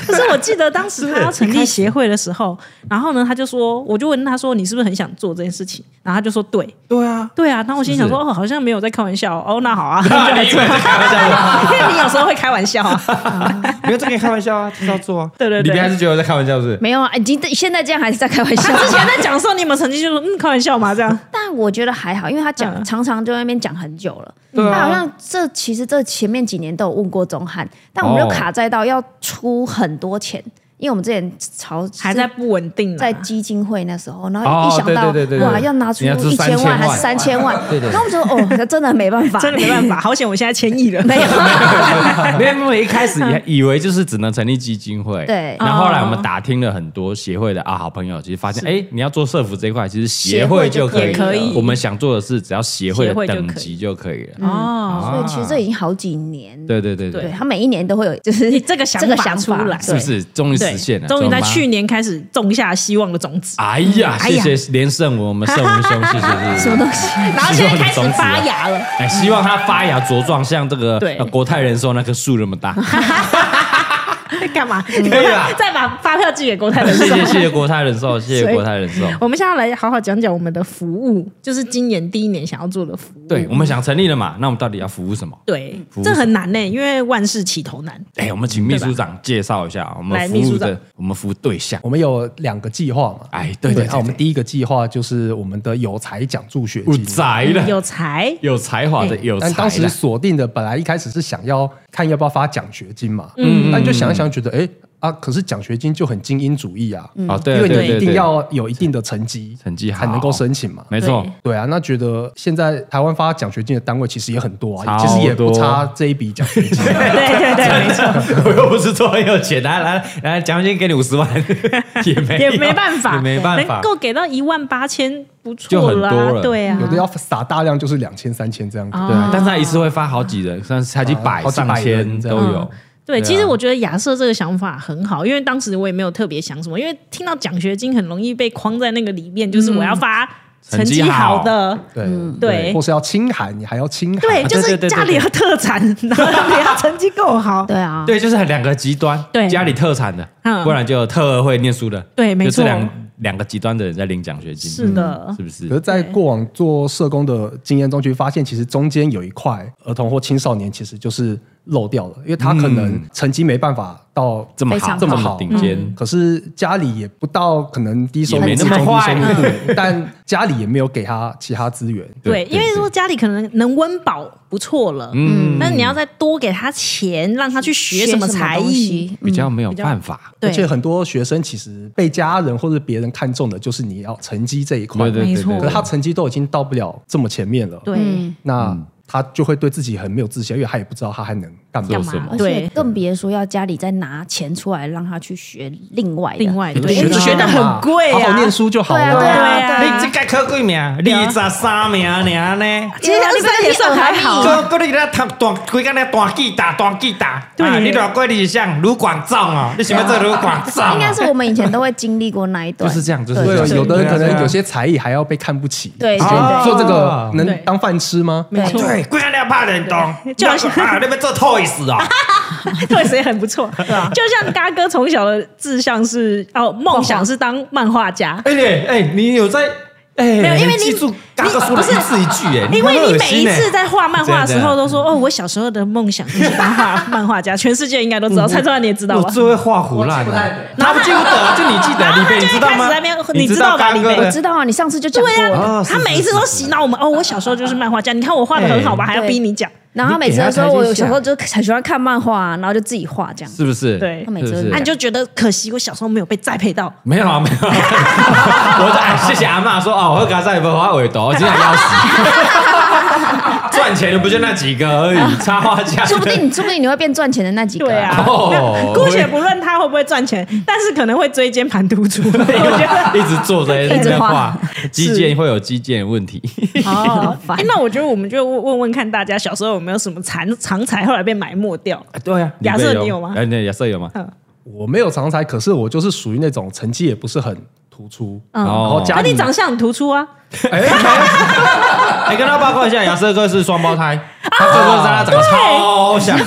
S3: 可是我记得当时他要成立协会的时候，然后呢，他就说，我就问他说，你是不是很想做这件事情？然后他就说，对，
S1: 对啊，
S3: 对啊。那我心想说，
S1: 是
S3: 哦，好像没有在开玩笑哦，哦那好 啊，
S1: 那你以为在开玩笑吗？
S3: 因为你有时候会开玩笑啊，
S1: 没有在跟你开玩笑啊，就是要做啊。
S3: 对对对
S1: 里面还是觉得我在开玩笑是不是？
S2: 没有啊，已经现在这样还是在开玩笑。
S3: 之前在讲的时候，你有没有曾经就说，嗯，开玩笑嘛这样？
S2: 但我觉得还好，因为他讲、
S3: 嗯
S2: 常常就在那边讲很久了。
S1: 对啊
S2: 他好像这其实这前面几年都有问过钟汉，但我们
S1: 哦
S2: 就卡在到要出很多钱。因为我们之前朝
S3: 还在不稳定啦，
S2: 在基金会那时候，然
S1: 哦
S2: 后一想到
S5: 对对对对对
S2: 哇，要拿出
S1: 你要出
S2: 一千
S1: 3000
S2: 万还是三千万，
S1: 对对
S2: 然后我就哦，那真的没办法，
S3: 真的没办法，好险我现在千亿了。
S2: 没有，
S1: 没有，因为一开始也以为就是只能成立基金会，
S2: 对
S1: 然后后来我们打听了很多协会的啊好朋友，其实发现，哎，你要做社服这一块，其实协会就可以了。
S3: 协会就可以也可以
S1: 我们想做的是，只要协会
S3: 协
S1: 的
S3: 会就可以
S1: 等级就可以了。
S3: 哦，
S2: 所以其实这已经好几年，
S1: 对对对
S2: 对，他每一年都会有就是
S3: 这个想法
S2: 这个想
S3: 出来
S1: 是不是终于
S3: 对
S1: 实现了？
S3: 终于在
S1: 走吧
S3: 去。年开始种下希望的种子，
S1: 哎呀，
S3: 哎呀
S1: 谢谢连胜文，我们胜文兄，谢谢谢谢。
S2: 什么东西？
S3: 然后现在开始发芽了。
S1: 哎，希望它发芽茁壮，像这个
S3: 对
S1: 呃国泰人寿那棵树那么大。
S3: 在干嘛？
S1: 以啦
S3: 再把发票寄给国泰人寿
S1: 谢。谢谢谢国泰人寿，谢谢
S3: 所以
S1: 国泰人寿。
S3: 我们现在来好好讲讲我们的服务，就是今年第一年想要做的服务。
S1: 对，我们想成立了嘛，那我们到底要服务什么？
S3: 对
S1: 服务，
S3: 这很难呢、因为万事起头难。
S1: 哎、我们请秘书长介绍一下我们
S3: 来
S1: 服
S3: 秘
S1: 务
S3: 书长
S1: 的我们服务对象。
S5: 我们有两个计划嘛，
S1: 哎，对对
S5: 那我们
S1: 第
S5: 第一个计划就是我们的有才奖助学
S1: 有
S5: 计划。
S1: 才了，嗯有哎
S3: 有才，
S1: 才华的有才
S5: 但
S1: 了。
S5: 当时锁定的本来一开始是想要看要不要发奖学金嘛，嗯，但就想一想觉得，哎啊，可是奖学金就很精英主义啊，
S3: 嗯
S1: 哦，对
S5: 因为
S1: 对对
S5: 你
S1: 对，
S5: 一定要有一定的成绩，
S1: 成绩好
S5: 才能够申请嘛。
S1: 没错
S3: 对，
S5: 对啊，那觉得现在台湾发奖学金的单位其实也很多啊，
S1: 超
S5: 其实也不
S1: 多
S5: 差这一笔奖学 金。
S3: 对啊对对，没错，
S1: 我又不是说很有钱，来来来，奖金给你五 十万，也没有
S3: 也没办法，
S1: 也没办法
S3: 能，够给到一万八千，不
S1: 就
S3: 错
S1: 很
S3: 啦
S1: 多了
S3: 对啊，
S5: 有的要撒大量，就是两千、三千这样子。
S1: 对，
S3: 嗯
S1: 但是他一次会发好几人，像是才几百、
S5: 好几
S1: 上
S5: 百
S1: 千
S5: 人这
S1: 都
S5: 样
S1: 有。
S3: 对，
S1: 对啊
S3: 其实我觉得亚瑟这个想法很好，因为当时我也没有特别想什么，因为听到奖学金很容易被框在那个里面，就是我要发成绩好的，
S5: 对
S3: 嗯对
S5: 或是要清寒，你还要清寒。
S3: 对，就是
S1: 对对对对
S3: 家里要特产，然后你要成绩够 好，
S2: 对啊，
S1: 对，就是两个极端，
S3: 对
S1: 家里特产的，
S3: 嗯
S1: 不然就有特二会念书的，
S3: 对没
S1: 就这
S3: 错
S1: 两两个极端的人在领奖学金，嗯
S3: 是的
S1: 是不
S5: 可
S1: 是
S5: 是，？在过往做社工的经验中，去发现其实中间有一块儿童或青少年其实就是漏掉了，因为他可能成绩没办法到
S1: 这么
S2: 非
S1: 好，
S2: 常
S1: 这么
S5: 好
S1: 嗯好，顶尖，
S5: 可是家里也不到可能低收入
S1: 也没那么
S5: 中低
S1: 坏
S5: 收入户 但家里也没有给他其他资源。
S3: 对，因为如果家里可能能温饱不错了，嗯，但是你要再多给他钱，让他去学什么才
S2: 东
S3: 艺，
S2: 西？
S1: 比较没有办法。
S5: 而
S3: 对，
S5: 且很多学生其实被家人或者别人看中的就是你要成绩这一块，
S1: 对对对
S3: 没
S1: 对
S3: 错
S1: 对，
S5: 可是他成绩都已经到不了这么前面了，
S3: 对。
S2: 嗯，
S5: 那他就会对自己很没有自信，因为他也不知道他还能干嘛
S1: 做。什么
S2: 而
S3: 对
S2: 且更别说要家里再拿钱出来让他去学另外的
S3: 另外的，
S1: 对
S3: 因为
S1: 学
S3: 得
S5: 得
S3: 很贵
S5: 好
S3: 啊，
S5: 好念书就好
S2: 对啊对
S5: 了。
S3: 啊
S1: 你这个考几名？二十三名尔呢？
S3: 其实二三也算还好啊，
S1: 哥哥，你那弹弹，规个那弹吉他，弹吉他，
S3: 对
S1: 啊，你老过你像卢广仲哦，你喜欢这卢广仲 哦？
S2: 应该是我们以前都会经历过那一段，
S1: 就是这样就是
S2: 对
S1: 这
S5: 对
S1: 样，
S5: 有的人可
S1: 对啊
S5: 能有些才艺还要被看不起，
S2: 对
S5: 就
S2: 对
S5: 做这个
S3: 对
S5: 能当饭吃吗？
S3: 没错，
S1: 对，规个那怕人 懂，
S3: 就
S1: 就
S3: 好 像
S1: 啊，那边做 Toys 哦，
S3: 对，谁 很不错，对啊，就像嘎哥从小的志向是哦，梦想是当漫画家，
S1: 哎你哎，你有在哎，没
S3: 有因为你
S1: 记住刚刚说的一字一句哎，
S3: 因
S1: 很
S3: 为你
S1: 恶
S3: 每一
S1: 心哎
S3: 次在画漫画的时候
S1: 这样
S3: 都说哦，我小时候的梦想就是当画漫画 家，全世界应该都知道，蔡卓然你嗯也知道
S1: 我
S3: 吧？
S1: 最会画胡烂
S4: 我记不太得
S1: 了，他们记不得啊，就你记得，
S3: 然后
S1: 李
S3: 他
S1: 贝，你
S3: 就
S1: 知道
S3: 一开始
S1: 吗
S3: 在那边？你
S1: 你
S3: 知道吧
S1: 刚
S3: 李贝
S1: 哥
S2: 我
S1: 的
S2: 知道啊，你上次就讲过
S3: 对呀、
S2: 了，
S1: 啊是
S3: 他
S1: 是
S3: 每一次都洗脑我们哦，我小时候就是漫画家，你看我画的很好吧，还要逼你讲，
S2: 然后他每次都说
S1: 啊你给他台阶下
S2: 我有小时候就很喜欢看漫画啊，然后就自己画这样。
S1: 是不是？
S3: 对
S2: 他每次
S1: 是不是
S3: 那、你就觉得可惜，我小时候没有被栽培到，
S1: 没有啊，没 有啊。我在、哎谢谢阿妈说哦，我刚才也不画尾斗，我真的要死。 赚钱的不就那几个而 已，插画家。
S2: 说不定你，说不定你会变赚钱的那几个。
S3: 对啊，
S1: 哦
S3: 那姑且不论他会不会赚钱，但是可能会椎间盘突出，我觉 得。
S1: 一直做这些，
S2: 一直画，
S1: 肌腱会有肌腱问 题。
S2: 好
S3: 哎、
S2: 烦。
S3: 那我觉得我们就问问问看大家小时候有没有什么长长才后来被埋没掉？
S1: 对 啊，
S3: 亚瑟你有吗
S1: 哎，那亚瑟有吗？
S5: 我没有常才，可是我就是属于那种成绩也不是很突出，
S3: 嗯，
S1: 哦
S5: 然后
S3: 啊
S5: 家，里
S3: 你长相很突出啊，
S1: 哎，跟他报告一下，亚瑟哥是双胞胎，
S3: 哦
S1: 他哥哥跟他长得超像，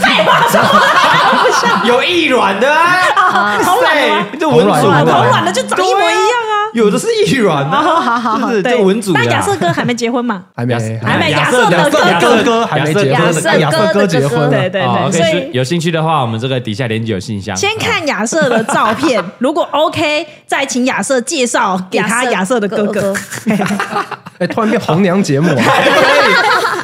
S1: 有异卵的啊，
S3: 同卵的吗
S1: 对啊这文
S5: 同
S1: 组
S3: 哇，
S5: 卵的
S3: 同卵的就长一模一样啊。
S1: 有的是异卵的啊，
S3: 好好好，
S1: 就是
S3: 对
S1: 这文组的啊
S3: 那亚瑟哥还没结 婚嘛？
S5: 还没
S3: 还没
S1: 亚
S3: 亚
S1: 瑟
S3: 瑟
S1: 的
S3: 的
S1: 哥
S3: 哥
S5: 哥哥还没结
S1: 亚
S5: 婚哎
S1: 瑟，
S5: 跟亚瑟哥结婚
S3: 对
S5: 了。
S3: 对
S1: 哦
S3: 对，
S1: ，OK，
S3: 所
S1: 是
S3: 以。
S1: 有兴趣的话，我们这个底下连接有信箱。
S3: 先看亚瑟的照 片，如果 OK，再请亚瑟介绍给他亚瑟的哥哥。
S5: 哎，突然变红娘节目啊！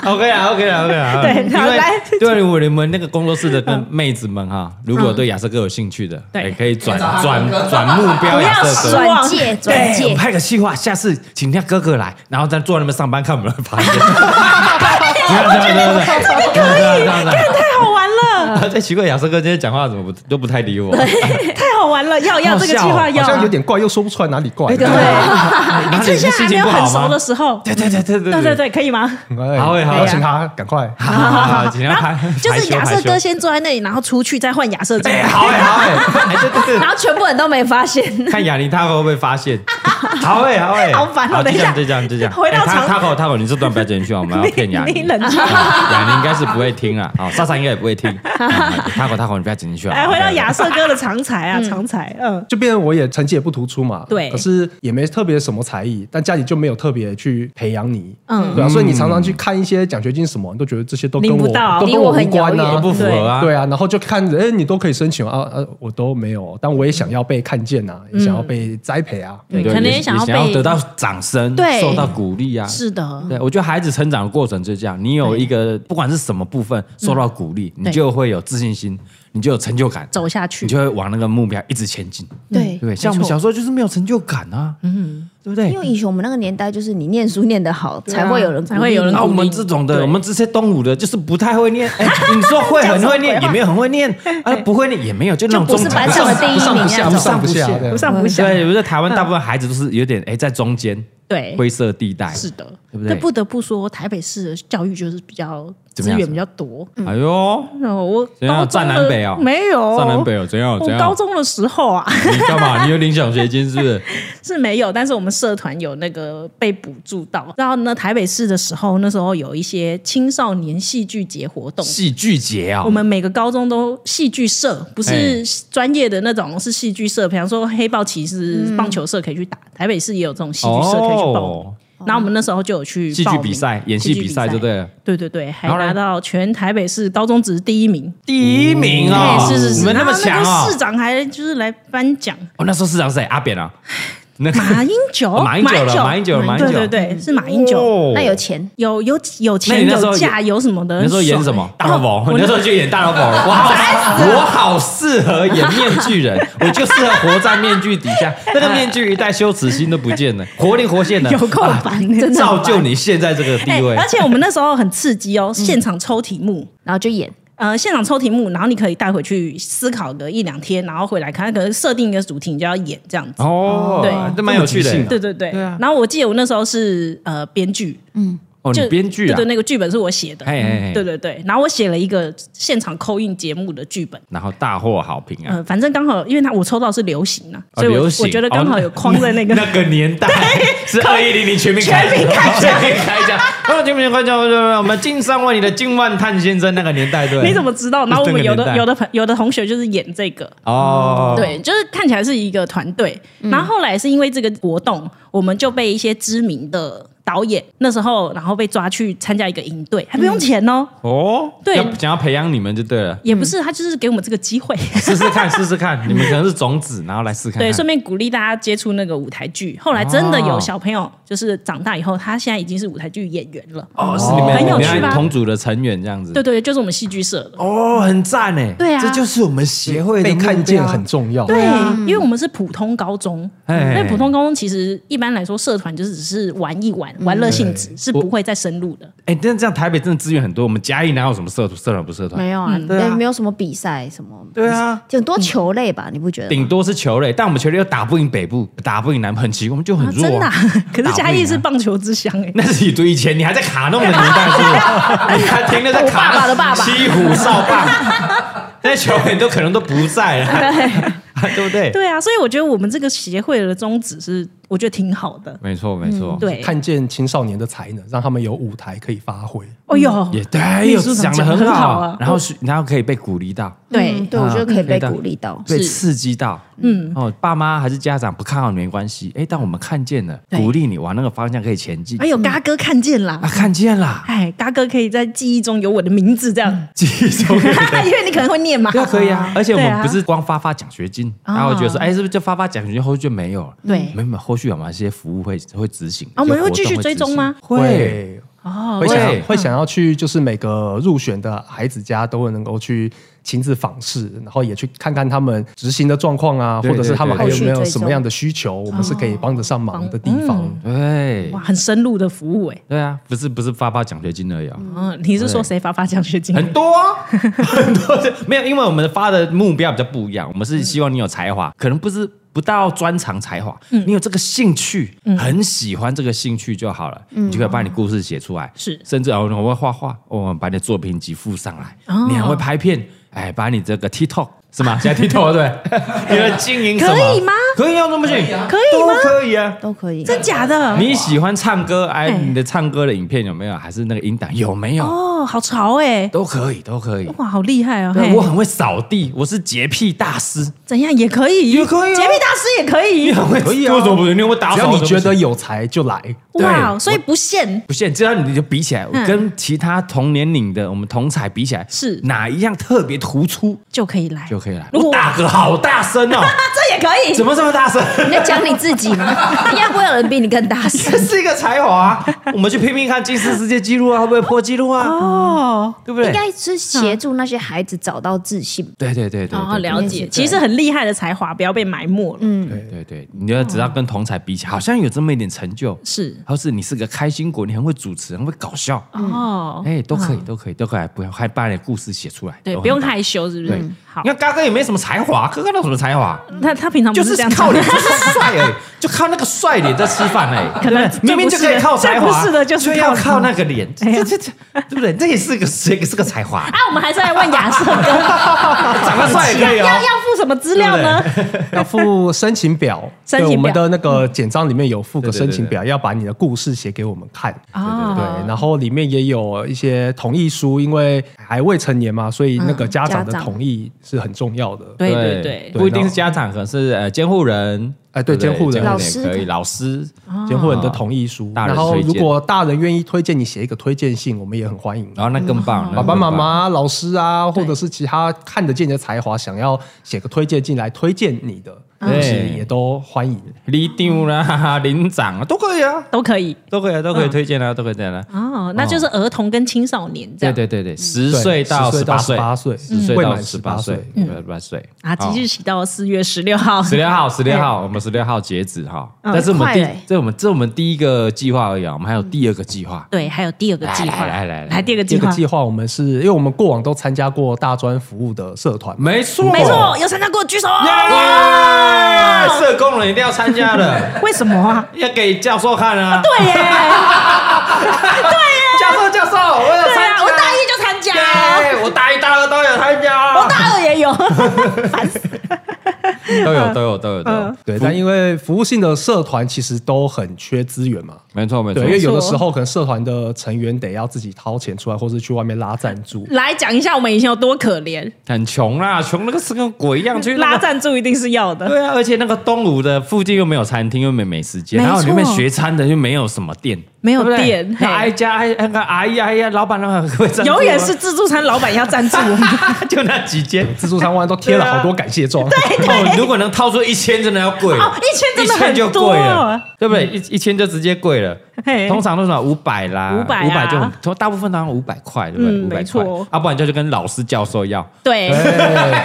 S1: OK 啊，OK 啊，OK 啊。
S3: 对
S1: 因
S3: 好
S1: 为
S3: 来
S1: 对我你们那个工作室的那妹子们哈，如果对亚瑟哥有兴趣的，
S3: 对
S1: 也可以转
S4: 找他
S1: 转
S4: 哥哥
S1: 转目标
S3: 不要
S1: 亚瑟
S3: 失
S1: 哥。
S2: 呃转
S3: 望
S2: 介转
S3: 对
S1: 我
S2: 介
S1: 们，拍个计划，下次请他哥哥来，然后再坐在那边上班，看我们会发现。对对对对对，对对对对。
S3: 太好玩 了，
S1: 这奇怪，亚瑟哥今天讲话怎么不都不太理我？
S3: 太好玩了，要要
S1: 好
S3: 这个计
S1: 笑哦
S3: 划
S5: 好
S3: 要
S5: 像有点怪，又说不出来哪里怪。哎
S1: 对，哪里
S3: 趁现在
S1: 心
S3: 还没
S1: 情
S3: 有
S1: 不
S3: 很
S1: 好
S3: 熟
S1: 吗
S3: 的？时候，
S1: 对对对对对
S3: 对对对，可以吗？
S5: 哎
S1: 好欸好欸
S5: 邀请他赶快。
S1: 好好好好，请他拍，
S3: 就是亚瑟
S1: 害羞
S3: 哥。先坐在那里，然后出去再换亚瑟进
S1: 哎，
S3: 来。
S1: 好哎好哎，哎对对对
S2: 然，后全部人都没发现。
S1: 看雅尼 Taco 会不会发 现？好哎好哎，
S3: 好烦哦
S1: 就
S3: 等一
S1: 这
S3: 下
S1: 样就这样就这样。 欸
S3: 回到场
S1: Taco Taco，你这段不要剪进去啊，我们要骗雅
S3: 你
S1: 尼。
S3: 冷 静。啊
S1: 雅尼应该是不会听啊，哦，莎莎应该也不会 听。Taco Taco，你不要剪进去啊。
S3: 哎，回到亚瑟哥的长才啊，长才，嗯，
S5: 就变成我也成绩也不突出嘛，
S3: 对
S5: 可是也没特别什么才艺，但家里就没有特别去培养你，
S3: 嗯
S5: 对啊，所以你常常去看一些奖学金什么，你都觉得这些都跟
S3: 领
S5: 我
S3: 不到
S5: 都
S2: 离
S5: 跟
S2: 我
S5: 我
S2: 很
S5: 无
S2: 遥
S5: 关
S2: 远
S5: 啊，
S1: 都不符合啊。
S5: 对啊，然后就看着，哎，你都可以申请啊啊，我都没有，但我也想要被看见啊，
S3: 嗯
S5: 也想要被栽培啊，
S1: 对，
S3: 可能也
S1: 也
S3: 想要
S1: 要
S3: 被
S1: 得到掌声，
S2: 对
S1: 受到鼓励啊。
S3: 是的，
S1: 对，我觉得孩子成长的过程就是这样，你有一个不管是什么部分受到鼓励，你
S3: 对
S1: 就会有自信心，你就有成就感，
S3: 嗯走下去
S1: 你就会往那个目标一直前进。
S2: 对
S1: 对，像我们小时候就是没有成就感啊，嗯，对不对
S2: 因？为以前我们那个年代，就是你念书念得好，
S3: 啊
S2: 才会有人鼓励
S3: 才会有人
S1: 那啊
S3: 鼓
S1: 我
S3: 励
S1: 们这种的，
S3: 对
S1: 我们这些东吴的，就是不太会 念。哎，你说会很会念，也没有很会念，啊，不会念也没有，就那种
S2: 就不是
S1: 中
S2: 班 上的第一
S5: 啊不上
S2: 名
S5: 不
S2: 那
S5: 下，不
S2: 种。
S5: 上不下，
S1: 上不
S5: 对
S3: 不
S5: 啊
S3: 上不下，
S1: 对，我觉得台湾大部分孩子都是有点哎，在中间
S3: 对，
S1: 灰色地带。
S3: 是的，
S1: 对不对
S3: 但不得不说，台北市的教育就是比较
S1: 怎么
S3: 资
S1: 样
S3: 源比较多。
S1: 哎呦，
S3: 然后我
S1: 怎样
S3: 高中
S1: 占
S3: 的
S1: 南北哦
S3: 没有
S1: 上南北有怎样？
S3: 我
S1: 怎样？
S3: 高中的时候啊
S1: 你干嘛？你有领奖学金是不是？
S3: 是没有，但是我们社团有那个被补助到。然后呢，台北市的时候，那时候有一些青少年戏剧节活动。
S1: 戏剧节啊
S3: 我，们每个高中都戏剧社，不是
S1: 哎
S3: 专业的那种，是戏剧社。比方说黑豹骑士棒球社可以去打，台北市也有这种戏剧社可以去报名。
S1: 哦
S3: 然后我们那时候就有去
S1: 戏
S3: 报
S1: 剧
S3: 名
S1: 比赛、演戏比赛就对了。
S3: 对对对，还
S1: 然后嘞
S3: 拿到全台北市高中职第一名。
S1: 第一名
S3: 哎，
S1: 哦，
S3: 是是是，
S1: 你们那么
S3: 然后
S1: 强
S3: 个
S1: 哦
S3: 市！长还就是来颁奖，
S1: 哦，那时候市长是谁？阿扁啊，那
S3: 马英九，
S1: 哦马英九了马英九了马英九
S3: 对对对，是马英九，
S1: 哦
S2: 那有钱，
S3: 有有有
S1: 那你
S3: 钱
S1: 那时候
S3: 有价有什么的，
S1: 你那时候演什么？大老
S3: 我
S1: 鸨，
S3: 那
S1: 你那时候就演大老鸨 了。我好，我好适合演面具 人，我就适合活在面具底下。那个面具一戴，羞耻心都不 见了，活灵活现的，
S3: 有够
S1: 啊
S3: 烦真的
S1: 造就你现在这个
S3: 哎
S1: 地位。嗯
S3: 而且我们那时候很刺激哦，现场抽题目。
S2: 然后就演，
S3: 呃，现场抽题目，然后你可以带回去思考个一两天，然后回来看，可能设定一个主题，你就要演这样子。
S1: 哦，
S3: 哎对
S1: 这蛮有趣的
S5: 这么即兴。啊
S3: 对对对。
S1: 对啊
S3: 然后我记得我那时候是呃编剧，
S1: 哦，
S3: 就
S1: 你编剧
S3: 对
S1: 啊？
S3: 对，那个剧本是我写的。
S1: 嘿嘿嘿
S3: 对对对，然后我写了一个现场扣印节目的剧本。
S1: 然后大获好评啊！
S3: 呃，反正刚好，因为他我抽到是流行啊，
S1: 哦
S3: 所以我
S1: 流行哦
S3: 我觉得刚好有框在那个。
S1: 那个年 代是二一零零全民开全民开全民开 奖，哦，全民开奖，我们敬上万里的金万探先生那个年代对，
S3: 你怎么知道？然后我们有
S1: 就是这个年代
S3: 的有的朋有的同学就是演这个，
S1: 哦？
S3: 对，就是看起来是一个团队。然后后来是因为这个活动，我们就被一些知名的导演那时候，然后被抓去参加一个营队，还不用钱哦，
S1: 哦，
S3: 对
S1: 要想要培养你们就对了，
S3: 也不是他就是给我们这个机会，
S1: 试试 看，试试看，你们可能是种子，然后来试看看。
S3: 对，顺便鼓励大家接触那个舞台剧。后来真的有
S1: 嗯哦
S3: 小朋友就是长大以后，他现在已经是舞台剧演员了。
S1: 哦，是你们
S3: 很有趣吧
S1: 你们同组的成员这样子，
S3: 对对，就是我们戏剧社的。
S1: 哦，很赞哎，
S2: 对啊
S1: 这就是我们协会的
S5: 被看见
S1: 目标
S5: 很重要。
S3: 对，嗯因为我们是普通高中，嗯
S1: 哎
S3: 因为普通高中其实一般来说社团就是只是玩一
S1: 嗯
S3: 玩，玩乐性质是不会再深入的。
S1: 哎，但是这样台北真的资源很多，我们嘉义哪有什么社团社团不社团？
S2: 没有啊，
S1: 对啊
S2: 没有什么比赛什么，
S1: 对啊，
S2: 很多球类吧，你不觉得吗？
S1: 顶多是球类，但我们球类又打不赢北部，打不赢南部，很奇怪，我们就很
S3: 啊
S1: 弱、
S3: 真 的啊、 可是嘉义
S1: 打不赢
S3: 是
S1: 啊
S3: 棒球之乡 哎、
S1: 那是你以前你还在卡弄的年代是不 是？你还停留在卡
S2: 我爸爸的爸爸
S1: 西湖少棒，那些球员都可能都不在了， 对不对？
S3: 对啊，所以我觉得我们这个协会的宗旨是，我觉得挺好的。
S1: 没错，没错，
S3: 对，
S5: 看见青少年的才能，让他们有舞台可以发挥。
S3: 哦哟，
S1: 也对，有
S3: 秘书
S1: 讲
S3: 长
S1: 的
S3: 讲得
S1: 很
S3: 很好
S1: 好
S3: 啊，
S1: 然后是然后可以被鼓励到，
S2: 嗯
S3: 对，
S2: 对，我觉得可以被鼓励到。
S1: 被
S3: 是
S1: 刺激到，嗯，哦，爸妈还是家长不看好你没关系，哎，但我们看见了，
S3: 对
S1: 鼓励你往那个方向可以前进
S3: 哎，呦，嘎哥看见啦
S1: 啊，！看见了，
S3: 哎，嘎哥可以在记忆中有我的名字，这样，
S1: 记住了。
S3: 因为你可能会念
S1: 嗯
S3: 嘛。
S1: 对啊，可以 啊，而且我
S3: 对
S1: 们
S3: 啊
S1: 不是光发发奖学金，然后觉得说，哎，是不是就发发奖学金，后续就没有了？
S3: 哦对
S1: 没有，没有后续有哪些服务会会执行？
S3: 啊，我们
S1: 就
S3: 会
S1: 活动
S3: 继续追
S1: 执行
S3: 踪吗？？
S1: 会，
S3: 哦
S5: 会想
S1: 会
S5: 要会想要去，就是每个入选的孩子家都会能够去亲自访视，然后也去看看他们执行的状况啊，
S1: 对
S5: 或者是他们还有没
S2: 对对
S5: 有
S2: 对
S5: 什么样的需求，我们是可以帮得上忙的地
S3: 哦
S5: 方。
S3: 嗯
S1: 对
S3: 哇，很深入的服务哎、
S1: 对啊，不是不是发发奖学金而已啊。
S3: 嗯，你是说谁发发奖学金？
S1: 很多、啊，很多是没有，因为我们发的目标比较不一样，我们是希望你有才华，可能不是不到专长才华，你有这个兴趣，很喜欢这个兴趣就好了，你就可以把你故事写出来，
S3: 是
S1: 甚至哦我们会画画，我们把你的作品集附上来，你还会拍片，哎，把你这个 TikTok 是吗？现在 TikTok 对不对，你的经营什么
S2: 可以吗？
S1: 可以啊，怎么不行？
S3: 可以
S1: 都
S3: 吗
S1: 可以啊。
S2: 都可以。
S3: 真假的？
S1: 你喜欢唱歌，哎，
S3: 哎
S1: 你的唱歌的影片有没有？还是那个音档有没有？
S3: 哦，好潮哎、
S1: 都可以，都可以。
S3: 哇，好厉害哦！
S1: 对啊
S3: 嘿
S1: 我很会扫地，我是洁癖大师。
S3: 怎样也可以，
S1: 也可以啊
S3: 洁癖大师也可以，
S1: 可以啊，为什么不你会打
S5: 只要
S1: 扫？
S5: 你觉得有才就来，
S3: 哇，
S1: 对
S3: 所以不限
S1: 不限，只要你就比起来，我
S3: 嗯
S1: 跟其他同年龄的我们同彩比起来，
S3: 是
S1: 哪一样特别突出
S3: 就可以来，
S1: 就可以了。
S3: 如果
S1: 我打嗝好大声 哦，
S3: 啊，这也可以，
S1: 怎么这么大声？
S2: 你在讲你自己 吗？应该不会有人比你更大 声
S1: 这。是一个才华啊，我们去拼拼看吉尼斯世界纪录啊，会不会破纪录啊？
S3: 哦？
S1: 对不对
S2: 应？该是协助那些孩子找到自 信。
S1: 对对对对对
S3: 哦，了解，
S2: 对
S3: 其实很厉害的才华，不要被埋没了。嗯，
S1: 对对对，你要只要跟同才比起来，好像有这么一点成就，
S3: 是
S1: 或是你是个开心果，你很会主持，很会搞笑，
S3: 哦，
S1: 哎，都可以，都可以，都可以，不要害怕把你的故事写出来，
S3: 对，
S1: 都很
S3: 不用
S1: 棒。
S3: 害羞，是不
S1: 对
S3: 是？好
S1: 你，看嘎哥也没什么才华，哥哥有什么才华？
S3: 他他平常不
S1: 就是是
S3: 这样
S1: 靠脸，
S3: 讲
S1: 就是帅哎，就靠那个帅脸在吃饭哎。
S3: 可能
S1: 对不对明明就可以靠才
S3: 最
S1: 华，
S3: 不是的就是
S1: 却
S3: 靠
S1: 要靠那个脸，
S3: 哎呀
S1: 这这这，对不对？这也是个是个是个才华，
S3: 啊，我们还是来问亚瑟哥，
S1: 长得帅也可以
S3: 要
S1: 哦。
S3: 要附什么资料呢？
S5: 要附申请表，
S3: 申
S5: 对
S3: 请表
S5: 我们的那个简章里面有附
S1: 对
S5: 个
S1: 对对
S5: 申请表，要把你的故事写给我们看。
S3: 哦
S5: 对，然后里面也有一些同意书，因为还未成年嘛，所以那个
S3: 嗯
S5: 家长的
S2: 家长
S5: 同意是很重要的。
S1: 哦
S3: 对对对，
S1: 不一定是家长，可能是呃监护人，
S5: 哎对
S1: 不
S5: 监护人
S1: 监
S2: 老
S1: 也
S2: 师
S1: 可以，老师
S5: 监护人的同意书。
S1: 大人
S5: 然后，
S1: 推荐
S5: 如果大人愿意推荐你写一个推荐信，我们也很欢迎。啊
S1: 然后那更
S3: 嗯
S1: 棒，
S5: 爸爸妈
S1: 嗯
S5: 妈、老师啊，或者是其他看得见你的才华，想要写个推荐进来推荐你的，
S1: 对
S5: 其实也都欢迎。
S1: 里长啦、领长啊， 都可以啊，
S3: 都可以
S1: 都可以啊，都可
S3: 嗯
S1: 以推荐啊，都可以推荐啊。
S3: 哦，那就是儿童跟青少年这
S1: 对
S3: 样
S1: 对对对，十
S5: 对
S1: 岁到
S5: 10
S1: 十
S5: 岁到
S1: 八岁，
S5: 18岁
S1: 十岁
S5: 未
S1: 到
S5: 满
S1: 十八
S5: 18岁
S1: 岁，十八岁
S3: 啊，即日起到四月十六 号，
S1: 哦十六号，十六号，我们十六号截止
S3: 哦
S1: 哈。但是我们
S2: 快
S1: 第
S2: 嘞，
S1: 这我们这我们第一个计划而已啊，我们还有第二个计划。
S3: 对，还有第二个计划，
S1: 来来来来来
S3: 第二个
S5: 这
S3: 计
S5: 个
S3: 划，
S5: 计划我们是因为我们过往都参加过大专服务的社团嘛，
S1: 没错，
S3: 没错，有参加过，举手。
S1: 耶！社工人一定要参加的，
S3: 为什么啊？
S1: 要给教授看啊。
S3: 对 耶，
S1: 教授，教授，我有
S3: 对
S1: 参
S3: 啊，
S1: 加，
S3: 我大一就参加，啊
S1: 耶我大一、大二都有参加，
S3: 我大二也有， 烦死。
S1: 都
S3: 嗯
S1: 有，都有，都有，都有。
S5: 对，但因为服务性的社团其实都很缺资源嘛，
S1: 没错，没错
S5: 对，因。为有的
S3: 没错
S5: 时候可能社团的成员得要自己掏钱出来，或是去外面拉赞助。
S3: 来讲一下我们以前有多可怜，
S1: 很穷啦，穷那个是跟鬼一样去那
S3: 拉
S1: 个。
S3: 赞助一定是要的。
S1: 对啊，而且那个东吴的附近又没有餐厅，又没美食街，
S3: 没错
S1: 然后里面学餐的又没有什么店，
S3: 没有
S1: 对不对
S3: 店嘿
S1: 那挨家挨那个阿姨阿姨，老板老板会赞助吗
S3: 永远是自助餐老板要赞助我们，
S1: 就那几 间。
S5: 自助餐湾都贴了好多感谢状，
S1: 哦，如果能掏出一千，真的要贵
S3: 哦一千真的
S1: 一千就
S3: 很多
S1: 贵了，对不对？一一千就直接贵了
S3: 嘿。
S1: 通常都是五百啦，
S3: 500啊
S1: 五百就很，大部分当然五百块，对不对？
S3: 嗯
S1: 五百
S3: 没
S1: 块
S3: 错，
S1: 啊，不然就去跟老师教授要，
S3: 对，
S5: 对哎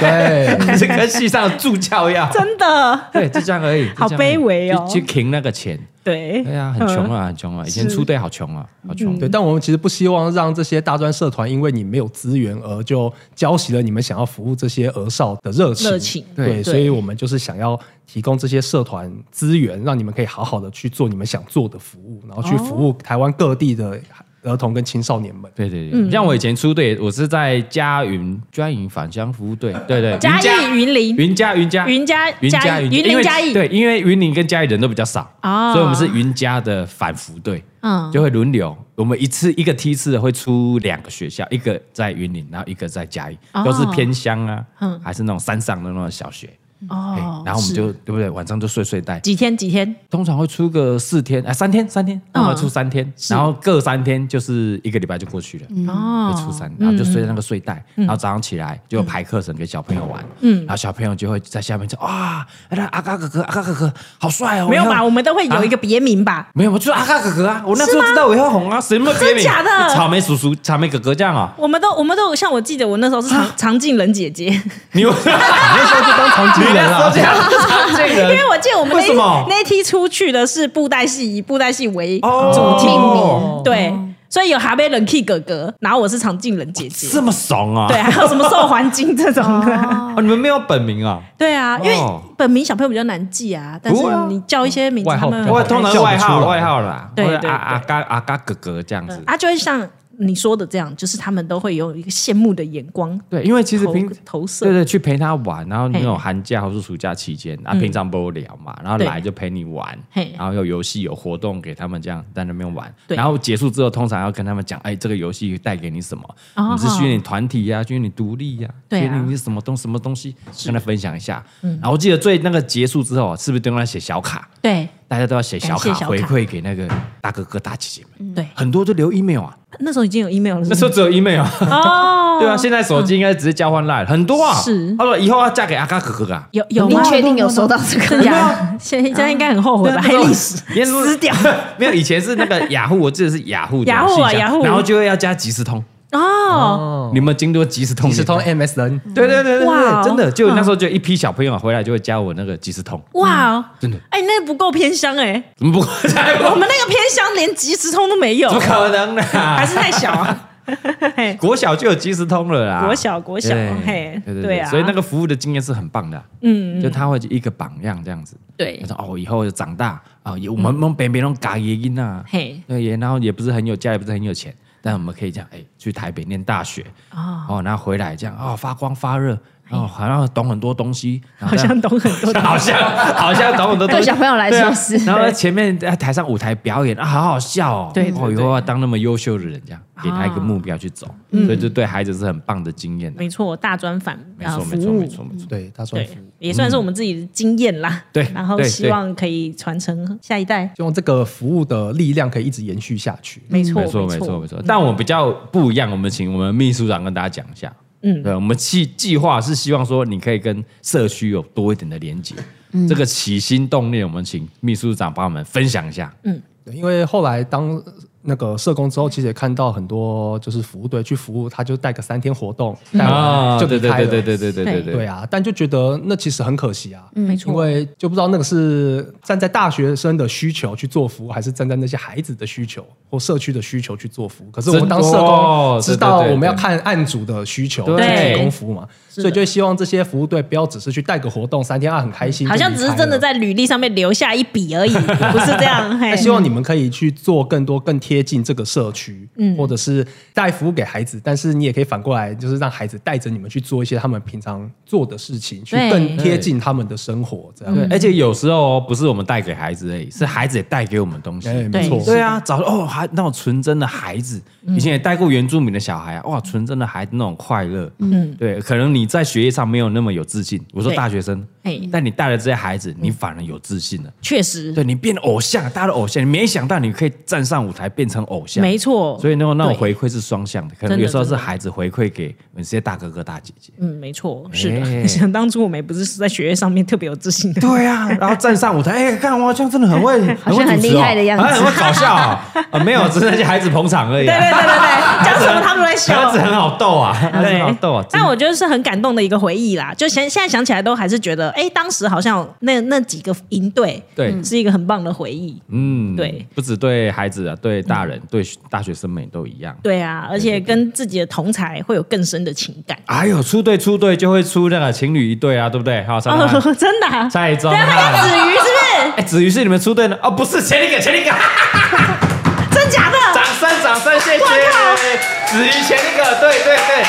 S5: 对，
S1: 这跟系上的助教 要，
S3: 真的，
S1: 对，就这样而已。就
S3: 好
S1: 这样而已
S3: 卑微哦嗯
S1: 去去停那个钱，
S3: 对，
S1: 对啊，很穷啊，很穷啊，以前出队好穷啊，好
S3: 嗯
S1: 穷。
S5: 对，但我们其实不希望让这些大专社团因为你没有资源而就浇熄了你们想要服务这些儿少的热情。
S3: 热情
S5: 对，
S1: 对
S5: 所以我们就是想要提供这些社团资源，让你们可以好好的去做你们想做的服务，然后去服务台湾各地的儿童跟青少年们。
S1: 对对
S3: 嗯
S1: 对，像我以前出队，我是在嘉云嘉云返乡服 务队，对对，
S3: 嘉义
S1: 云
S3: 云林
S1: 云嘉云嘉
S3: 云嘉
S1: 云
S3: 嘉
S1: 嘉
S3: 义
S1: 云
S3: 云
S1: 因
S3: 林
S1: 为
S3: 嘉义，
S1: 对，因为云林跟嘉义人都比较少，
S3: 哦
S1: 所以我们是云嘉的反服队，
S3: 嗯
S1: 就会轮流。我们一次一个梯次的会出两个学校，一个在云林，然后一个在嘉义，
S3: 哦
S1: 都是偏乡啊
S3: 嗯，
S1: 还是那种山上的那种小学。哎
S3: 哦，
S1: 然后我们
S3: 是
S1: 就对不对？晚上就睡睡袋，
S3: 几天几天
S1: 通常会出个四天，哎，三天，三天，然
S3: 嗯
S1: 后出三天，然后各三天就是一个礼拜就过去了。
S3: 哦嗯
S1: 会出三，然后就睡在那个睡袋，然后早上起来就排课程给小朋友玩，嗯，然后小朋友就会在下面说哇，那阿嘎哥哥，阿嘎哥哥好帅哦，
S3: 没有
S1: 以后
S3: 吧？我们都会有一个别名吧？
S1: 没有，我就是阿嘎哥哥啊！我那时候知道我要红啊，谁那么别名？
S3: 真假的
S1: 草莓叔叔、草莓哥哥这样啊？
S3: 我们都我们都有像我记得我那时候是常常静人 姐姐，
S1: 你 你那时候就当常
S5: 经理了啊
S1: 这样常见
S3: 因
S1: 人，
S3: 为我记得我们那
S1: 为什
S3: 一
S1: 么
S3: 那一梯出去的是布袋戏，以布袋戏为
S1: 哦
S3: 主题，
S1: 命名
S3: 对，所以有哈贝冷 key 哥哥，然后我是常静人姐姐，
S1: 这么怂啊？
S3: 对，还有什么寿环金这种的，
S1: 哦，你们没有本名啊？
S3: 对啊，因为
S1: 哦
S3: 本名小朋友比较难记啊，但是
S1: 不会啊
S3: 你叫一些名字，
S5: 外
S3: 他
S5: 号
S3: 们
S5: 比较
S1: 我
S5: 好
S1: 通常是
S5: 叫不
S1: 外号
S5: 出来
S1: 外号啦，
S3: 对
S1: 或者
S3: 对
S1: 阿
S3: 对
S1: 阿嘎阿嘎哥哥这样子。
S3: 啊，就会像你说的这样，就是他们都会有一个羡慕的眼光
S1: 对，因为其实
S3: 投
S1: 平
S3: 投射
S1: 对，对，去陪他玩，然后那
S3: 嘿
S1: 种寒假或是呃暑假期间，啊，平常不无聊嘛，然后
S3: 嗯对
S1: 来就陪你玩
S3: 嘿，
S1: 然后有游戏有活动给他们这样在那边玩，
S3: 对
S1: 然后结束之后，通常要跟他们讲，哎，这个游戏带给你什么？
S3: 哦
S1: 你是训练你团体呀，训练你独立呀，
S3: 对
S1: 训
S3: 啊嗯
S1: 练你什么东什么东西，跟他分享一下。然后我记得最那个结束之后，是不是都要写小卡？
S3: 对
S1: 大家都要写小
S3: 感
S1: 卡
S3: 谢小卡
S1: 回馈给那个大哥哥大姐姐们，
S3: 对，
S1: 很多就留 email 啊，
S3: 那时候已经有 email 了，
S1: 那时候只有 email 啊。
S3: 候哦，
S1: 对啊，现在手机应该直接交换 line 很多啊。
S3: 是
S1: 他说以后要嫁给阿嘎哥哥 啊。
S3: 有有
S2: 你
S3: 吗？
S2: 确定有收到这个？
S3: 真 假？现现在应该很后悔吧？黑历史，
S1: 别说
S3: 撕掉
S1: 没有，以前是那 个雅虎，我记得是雅虎的
S3: 雅虎啊
S1: 信箱
S3: 雅虎
S1: 然后就会要加即时通。
S3: 哦，
S1: 你们经历过即时通？
S5: 即时通。MSN，
S1: 对对对对
S3: 哇
S1: 对，
S3: 哦
S1: 真的，就那时候就一批小朋友啊回来就会加我那个即时通，
S3: 哇哦，
S1: 真的
S3: 哎，那不够偏乡哎，
S1: 怎么不
S3: 我们那个偏乡连即时通都没有
S1: 怎么，可能呢？
S3: 还是太小 啊。嘿
S1: 国小就有即时通了啦，
S3: 国小国小
S1: 对
S3: 嘿
S1: 对对
S3: 对
S1: 对，
S3: 啊
S1: 所以那个服务的经验是很棒的啊，
S3: 嗯，
S1: 就他会一个榜样这样子。
S3: 对
S1: 他，说哦，以后长大啊，也我们我们北边那种嘎爷音啊，
S3: 嘿
S1: 对，也然后也不是很有家，也不是很有钱，但我们可以讲，哎，去台北念大学
S3: 啊
S1: 哦，然后回来这样哦，发光发热，然后好像懂很多东西，然
S3: 好
S1: 后这样
S3: 像懂很 多
S1: 好像好像懂很多东
S2: 对
S1: 西
S2: 小。朋友来
S1: 对啊
S2: 说是，，
S1: 然后在前面在台上舞台表演啊，好好笑哦！
S3: 对对
S1: 哦，以
S3: 对
S1: 后要当那么优秀的人，这样给他一个目标去走，所以这对孩子是很棒的经验啊。
S3: 没错，大专返
S1: 没
S3: 呃
S1: 错，
S3: 服
S1: 没错，没
S3: 务，
S1: 错，没错。
S5: 对，他说
S3: 对，也算是我们自己的经验啦。
S1: 对
S3: 然后
S1: 对
S3: 希望可以传承下一代。
S5: 希望这个服务的力量可以一直延续下去。
S3: 没
S1: 嗯
S3: 错，嗯
S1: 没错，没错，没错。但我比较不一样，我们请我们秘书长跟大家讲一下。嗯，对，我们计计划是希望说，你可以跟社区有多一点的连接。这个起心动念，我们请秘书长帮我们分享一下。
S5: 对，因为后来当那个社工之后，其实也看到很多就是服务队去服务，他就带个三天活动，带
S1: 啊
S5: 完就
S1: 对
S5: 离
S1: 对
S5: 开
S1: 对
S5: 了。
S1: 对对对对对
S3: 对
S5: 对啊，但就觉得那其实很可惜啊，
S3: 嗯没
S5: 因
S3: 错，
S5: 为就不知道那个是站在大学生的需求去做服务，还是站在那些孩子的需求或社区的需求去做服务。可是我们当社
S1: 真哦
S5: 工知道
S1: 对对对
S5: 我们要看案主的需求去
S1: 对
S5: 提供服务嘛，所以就希望这些服务队不要只是去带个活动三天啊很开心，
S3: 好像只是真的。在履历上面留下一笔而已，不是这样。嘿
S5: 那希望你们可以去做更多、更贴近这个社区，嗯，或者是带服务给孩子，但是你也可以反过来，就是让孩子带着你们去做一些他们平常做的事情，去
S3: 对
S5: 更贴近他们的生活，这样。
S1: 对，
S3: 嗯
S1: 而且有时候哦，不是我们带给孩子而已，是孩子也带给我们东西。
S5: 哎，
S3: 对嗯
S5: 没错，
S1: 对啊，找哦，还那种纯真的孩子，以前也带过原住民的小孩啊，哇，纯真的孩子那种快乐，嗯，对，可能你在学业上没有那么有自信，我说
S3: 对哎
S1: 大学生
S3: 嘿，
S1: 但你带了这些孩子，你反而有自信了，
S3: 确实，
S1: 对你变偶像，大家的偶像，你没想到你可以站上舞台变成偶像，
S3: 没错。
S1: 所以那种那种
S3: 对
S1: 回馈是双向的，可
S3: 真
S1: 能
S3: 的
S1: 有时候是
S3: 真的
S1: 孩子回馈给我们这些大哥哥大姐姐，
S3: 嗯，没错，是
S1: 哎
S3: 的。 想当初我们也不是在学业上面特别有自信 的，
S1: 对呀、然后站上舞台，哎、看我好像真的很会，很
S2: 像
S1: 会
S2: 很
S1: 主持哦
S2: 厉害的样子
S1: 好像很会搞笑哦啊，没有，只是那些孩子捧场而已、
S3: 对
S1: 啊。
S3: 对对对对，讲什么他们都 在笑
S1: 小。子很好逗啊，他很好逗啊。
S3: 但我觉得是很感动的一个回忆啦。就现现在想起来，都还是觉得，哎，当时好像那那几个营队，
S1: 对
S3: 嗯是一个很棒的回忆。
S1: 嗯，
S3: 对，
S1: 不止对孩子啊，对大人、对大学生们也都一样。
S3: 对啊，而且跟自己的同才会有更深的情感。
S1: 哎呦，出队出队就会出那个情侣一对啊，对不对？好，蔡康永
S3: 哦，真的、啊？
S1: 蔡宗
S3: 对啊，他
S1: 翰。
S3: 叫子瑜是
S1: 哎，子瑜是你们出队的哦，不是前一个，前一个，
S3: 不是？真假的？
S1: 掌声掌声，谢谢子瑜前一个，对对对。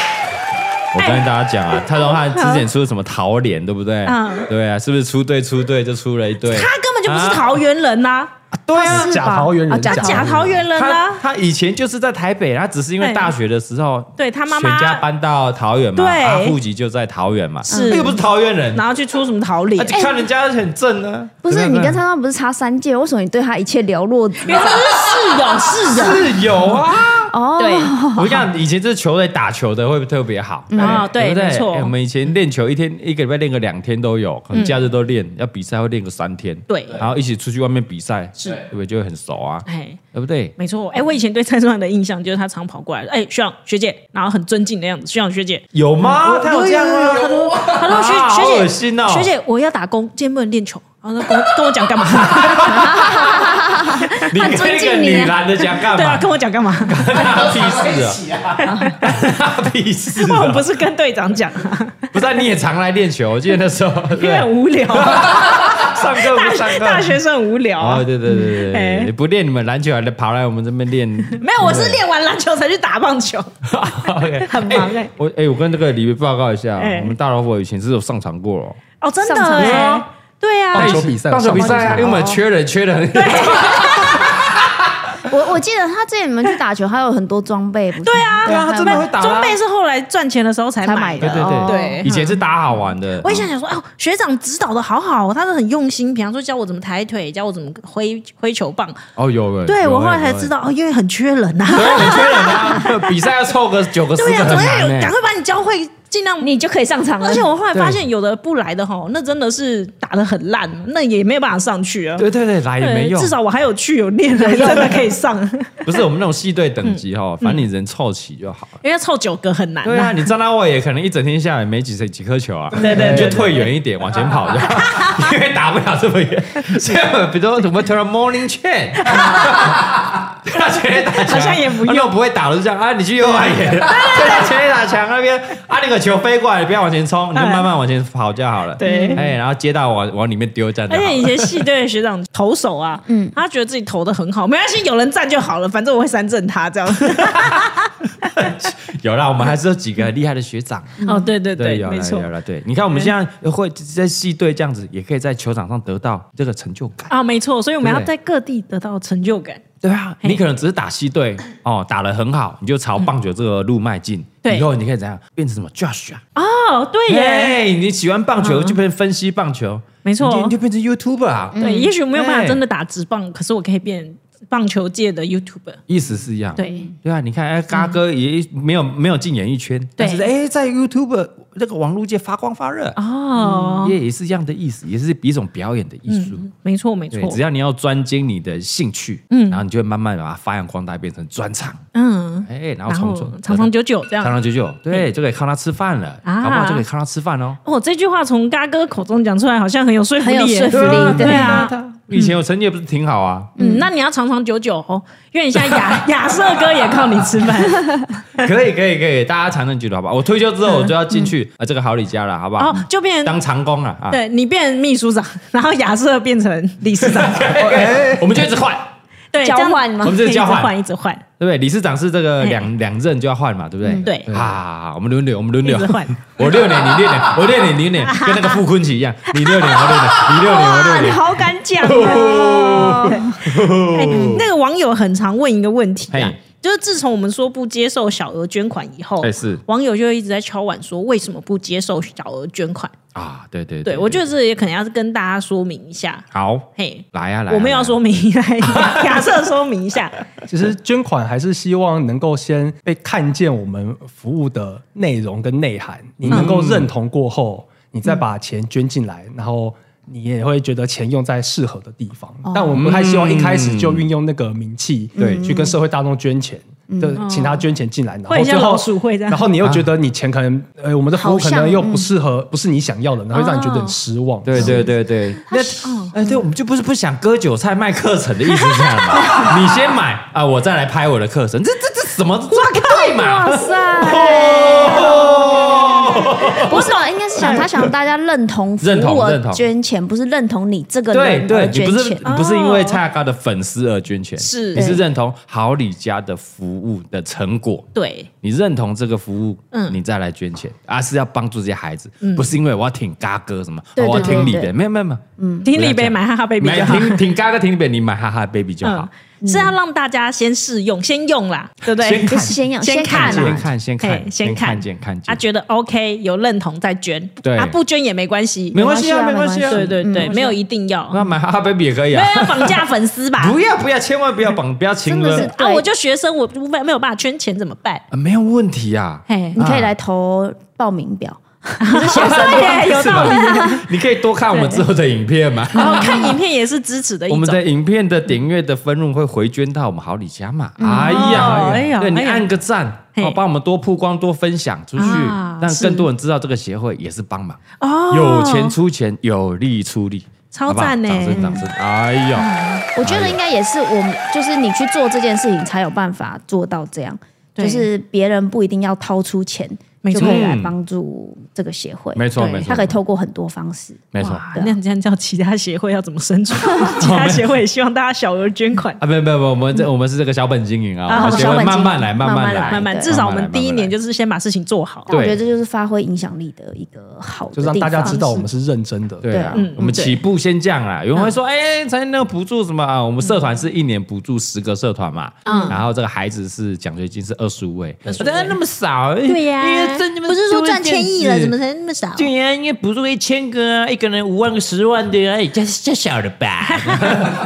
S1: 我跟大家讲啊，蔡宗翰之前出什么桃脸，对不对？
S3: 哎嗯
S1: 对啊，是不是出队出队就出了一对？
S3: 他根本就不是桃园人呐、
S1: 对啊
S2: 是吧，
S5: 假桃园人
S2: 啊假
S5: 假
S3: 假桃园人呐、
S1: 他他以前就是在台北，他只是因为
S3: 对
S1: 大学的时候，
S3: 对他妈妈
S1: 全家搬到桃园嘛，
S3: 对
S1: 他户籍就在桃园嘛，
S3: 是嗯
S1: 他又不是桃园人，
S3: 然后去出什么桃李哎哦
S1: 而。且看人家很正呢，
S2: 不是
S1: 对啊
S2: 你
S1: 对
S2: 跟苍苍不是差三届，为什么你对他一切了若指
S3: 因为他们是室友，室友。
S1: 是有啊，
S2: 哦？
S3: 对，
S1: 我跟你讲，以前这球队打球的会特别好。
S3: 啊，
S1: 对不
S3: 对，
S1: 对
S3: 没错
S1: 哎，我们以前练球一天一个礼拜练个两天都有，可能假日都练，要比赛会练个三天，
S3: 对
S1: 然后一起出去外面比赛，
S3: 是
S1: 对不对？就会很熟啊，
S3: 哎，
S1: 对不对？
S3: 没错。哎，我以前对蔡卓涵的印象就是他常跑过来，哎，学长学姐，然后很尊敬的样子，学长学 姐，
S1: 有吗？他有这样吗？
S3: 他说学
S1: 啊好
S3: 学
S1: 恶
S3: 姐
S1: 心哦，
S3: 学姐我要打工，今天不能练 球，然后他跟我跟我讲 干嘛？
S1: 你跟
S2: 尊
S1: 那个
S2: 敬你啊
S1: 女男的讲干
S3: 对啊，
S1: 嘛？
S3: 跟我 讲干嘛？
S1: 他屁事 啊！
S4: 起啊！
S1: 大屁事
S3: 我
S1: 啊！
S3: 不是跟队长讲啊，
S1: 不是啊，你也常来练球，我记得那时候
S3: 因为
S1: 对，
S3: 很无聊啊，
S1: 上课不上课，
S3: 大大学生很无聊啊
S1: 哦，。对对对 对
S3: 哎
S1: 对，你不练你们篮球，还得跑来我们这边练。
S3: 没有，我是练完篮球才去打棒球，
S1: OK
S3: 很忙哎。
S1: 我哎，我跟这个李维报告一下
S3: 哎，
S1: 我们大老虎以前是有上场过哦，
S3: 哦，真的
S2: 上场
S1: 对
S3: 哎
S1: 啊，
S3: 对啊，
S5: 棒球比赛
S1: 棒球比赛啊，
S5: 上
S1: 因为我们缺人缺的很。
S2: 我我记得他之前你们去打球，还有很多装备，不是？对
S3: 啊
S1: 对啊他真的会打啊
S3: 装备是后来赚钱的时候才
S2: 才
S3: 买
S2: 买
S3: 的
S2: 的。
S1: 对对对
S2: 哦
S3: 对
S1: 以前是打好玩的
S3: 我，也想想说，哦，学长指导的好好哦，他都很用心，比方说教我怎么抬腿，教我怎么挥挥球棒。
S1: 哦有有。
S3: 对
S1: 有
S3: 我后来才知，道，哦，因为很缺 人呐、啊。
S1: 有有很缺人 啊，比赛要凑个九个十
S3: 对呀、
S1: 个很
S3: 总要有
S1: 难，欸
S3: 赶
S1: 呢。
S3: 快把你教会，尽量
S2: 你就可以上场了。
S3: 而且我后来发现，有的不来的吼，那真的是打的很烂，那也没有办法上去啊。
S1: 对对对，来也没用
S3: 至。少我还有去有 练，还真的可以上，
S1: 不是我们那种系队等
S3: 嗯
S1: 级哈，反正你人凑齐就好了。
S3: 因为凑九个很 难、
S1: 对
S3: 啊
S1: 啊，。你站到外野可能一整天下来没几几颗球啊，
S3: 对对对
S1: 你就退远一点，往前跑就 好，因为打不了这么远。所以我们比如说我们投了 morning chain，他前面打墙，
S3: 好像也不用
S1: 啊那我不会打的就这样啊，你去右外野，对他前面打墙那边啊，那个球飞过来，你不要往前冲，你就慢慢往前跑就好了。
S3: 对哎
S1: 哎，然后接到往往里面丢这样就
S3: 而
S1: 好
S3: 且以
S1: 了。
S3: 前系队的学长 投手啊，嗯，他觉得自己投的很好，没关系，有人站就好了，反正我会三振他这样。
S1: 有啦，我们还是有几个很厉害的学长。
S3: 哦，对对
S1: 对，有
S3: 没
S1: 了
S3: 错
S1: 有了，对，你看我们现在会在系队这样子，也可以在球场上得到这个成就感。
S3: 啊，没错，所以我们要
S1: 对
S3: 在各地得到成就感。
S1: 对啊，
S3: 嘿
S1: 你可能只是打西队哦，打得很好，你就朝棒球这个路迈进。
S3: 嗯对
S1: 以后你可以怎样变成什么 Josh 啊？
S3: 哦，对耶，
S1: 哎，你喜欢棒球就变成分析棒球，
S3: 没错
S1: 你就你就变成 YouTuber 啊。
S3: 对，也许我没有办法
S1: 对
S3: 真的打直棒，可是我可以变棒球界的 YouTuber。
S1: 意思是一样，
S3: 对嗯
S1: 对啊，你看，哎，嘎哥也没有没有进演艺圈，但是哎，在 YouTube 那个网络界发光发热，
S3: 哦，
S1: 也也是一样的意思，也是一种表演的艺术。
S3: 没错嗯没错
S1: 对，，只要你要专精你的兴趣，嗯，然后你就会慢慢把它发扬光大，变成专长，
S3: 嗯，
S1: 哎，然后
S3: 然
S1: 从
S3: 后
S1: 从
S3: 长长久久这
S1: 长
S3: 样。
S1: 长久久，对，就可以靠它吃饭了，
S3: 嗯啊
S1: 好不好？就可以靠它吃饭哦。
S3: 哦，这句话从嘎哥口中讲出来，好像很有说服
S2: 很有
S3: 力耶，
S2: 说服力对嗯
S3: 对啊。
S1: 以前我成绩也不是挺好 啊，
S3: 嗯，那你要长长久久哦，因为你现在亚亚瑟哥也靠你吃饭。
S1: 可以可以可以，大家长长久久好不好？我退休之后我就要进去啊这个好李家了，好不好
S3: 嗯哦？就变
S1: 当长工了啊，
S3: 对你变秘书长， 然后亚瑟变成理事长，
S1: 对，哎我们就一直换，
S3: 对，
S2: 交
S3: 这样
S2: 换吗
S1: 我们就是
S3: 可以一直
S1: 交换
S3: 换，一直换，
S1: 对不对？理事长是这
S3: 嗯
S1: 个两两任就要换嘛，对不对？
S3: 对
S1: 啊，我们轮流，我们轮流
S3: 嗯一直换，
S1: 我六年，你六年，我六年，你六 年，跟那个傅昆萁一样，你六年，我六年，你六年，我六
S3: 哇，你
S1: 年。
S3: 好敢讲 啊！哎那个网友很常问一个问题
S1: 哦
S3: 啊
S1: 嘿，
S3: 就是自从我们说不接受小额捐款以后
S1: 哎，是
S3: 网友就一直在敲碗说为什么不接受小额捐款？
S1: 啊，对对
S3: 对我觉得这也可能要跟大家说明一下。
S1: 好，
S3: 嘿，
S1: 来呀来啊，
S3: 我们要
S1: 来啊
S3: 说明，来 假设说明一 下，
S5: 其实捐款还是希望能够先被看见我们服务的内容跟内涵，你能够认同过后，你再把钱捐进来，然后你也会觉得钱用在适合的地方。
S1: 哦
S5: 但我们还希望一开始就运用那个名气，
S1: 对
S5: 去跟社会大众捐钱。
S1: 嗯
S5: 就请他捐钱进来，然
S3: 会
S5: 后
S3: 像
S5: 最后
S3: 老鼠会这样
S5: 然后你又觉得你钱可能，呃，我们的服务可
S2: 好像
S5: 能又不适合，不是你想要的，然后会让你觉得很失望。
S1: 哦对对对对，那
S3: 嗯
S1: 哎，对，我们就不是不想割韭菜卖课程的意思是这样 嘛？你先买啊，我再来拍我的课程，这这这什么抓个对嘛？
S2: 哇塞！
S1: 哦
S2: 不是，应该是想他想大家认同服
S1: 认同
S2: 务而
S1: 认同
S2: 捐钱，不是认同你这个
S1: 对
S2: 人哦
S1: 对，
S2: 而
S1: 你
S2: 捐
S1: 不是
S2: 钱。
S1: 你不是因为蔡阿嘎的粉丝而捐钱，
S3: 是
S1: 你是认同好礼家的服务的成果，
S3: 对，
S1: 你认同这个服务，
S3: 嗯
S1: 你再来捐钱，而、是要帮助这些孩子，不是因为我要挺嘎哥什么，
S2: 对
S1: 哦我要
S2: 对对
S1: 挺李
S2: 对
S1: 的，没有没有没有，
S3: 嗯听李贝买哈哈 baby
S1: 买
S3: 就好。
S1: 挺挺嘎哥挺李北，你买哈哈 baby 就好
S3: 嗯，，是要让大家先试用，先用啦，对不对
S1: 先？
S2: 就是先要
S3: 先看啊
S2: 看啦啊
S1: 先看先
S3: 嘿
S1: 看
S3: 先啊
S1: 看见看
S3: 他
S1: 见，
S3: 觉得 OK，有认同再捐，
S1: 对
S3: 啊，不捐也没关系，
S1: 没关系啊，没
S2: 没
S1: 关
S2: 关
S1: 系
S2: 系
S1: 啊，
S2: 啊
S3: 对对对，没有一定要，
S1: 那买哈哈 baby 也可以
S3: 没
S1: 啊，
S3: 有要啊绑架粉丝吧？
S1: 不要不要，千万不要绑，不要情
S2: 真的
S1: 了
S2: 是，
S3: 啊，
S2: 对
S3: 我就学生，我没没有办法圈钱怎么办？
S1: 啊没有问题啊，
S3: 嘿
S2: 你，可以来投报名表，你是学 生
S3: 对，有
S1: 是
S3: 道
S1: 吧
S3: 理。？
S1: 你可以多看我们之后的影片嘛。
S3: 然后看影片也是支持的一
S1: 嗯我们
S3: 种，
S1: 的影片的点阅的分润会回捐到我们好礼家嘛？哎
S3: 哦
S1: 呀，
S3: 哎呀
S1: 对你
S3: 哎呀
S1: 按个赞，
S3: 嘿
S1: 哦，帮我们多曝光、多分享出去
S3: 啊，
S1: 让
S3: 是
S1: 更多人知道这个协会也是帮忙。
S3: 哦
S1: 有钱出钱，有力出力，
S3: 超
S1: 好不好
S3: 赞呢
S1: 掌声掌声！哎呀，
S2: 我觉得应该也是我们，就是你去做这件事情才有办法做到这样，
S3: 对
S2: 就是别人不一定要掏出钱
S3: 没
S2: 就
S3: 错
S2: 可以来帮助这个协会，
S1: 没错
S3: 对
S1: 没错，
S2: 他可以透过很多方式。
S1: 没错
S3: 哇，啊那这样叫其他协会要怎么生存？其他协会也希望大家小额捐款，
S1: 啊！没有没有，没有我们这我们是这个小本经营啊，
S2: 啊
S1: 我们协
S2: 小
S1: 会
S2: 本经
S1: 慢慢
S2: 营
S1: 来，慢
S2: 慢慢
S1: 来，
S2: 来
S3: 慢慢，
S2: 对
S3: 至少我们第一年
S1: 就
S3: 就是先把事情做好。
S2: 但我觉
S1: 对
S2: 得这就是发挥影响力的一个好的
S5: 就
S2: 地方，
S5: 让大家知道我们是认真的。
S1: 对啊
S2: 对
S3: 嗯，
S1: 我们
S3: 对
S1: 起步先这样啦。有人会说，哎，才那个补助什么啊？我们社团是一年补助十个社团嘛，然后这个孩子是奖学金是二十五位，我觉得那么少，哎对
S2: 不是说赚千亿了，怎么才那么少？
S1: 对呀，应该补助一千个啊，一个人五万个、十万的啊，哎这这小了吧？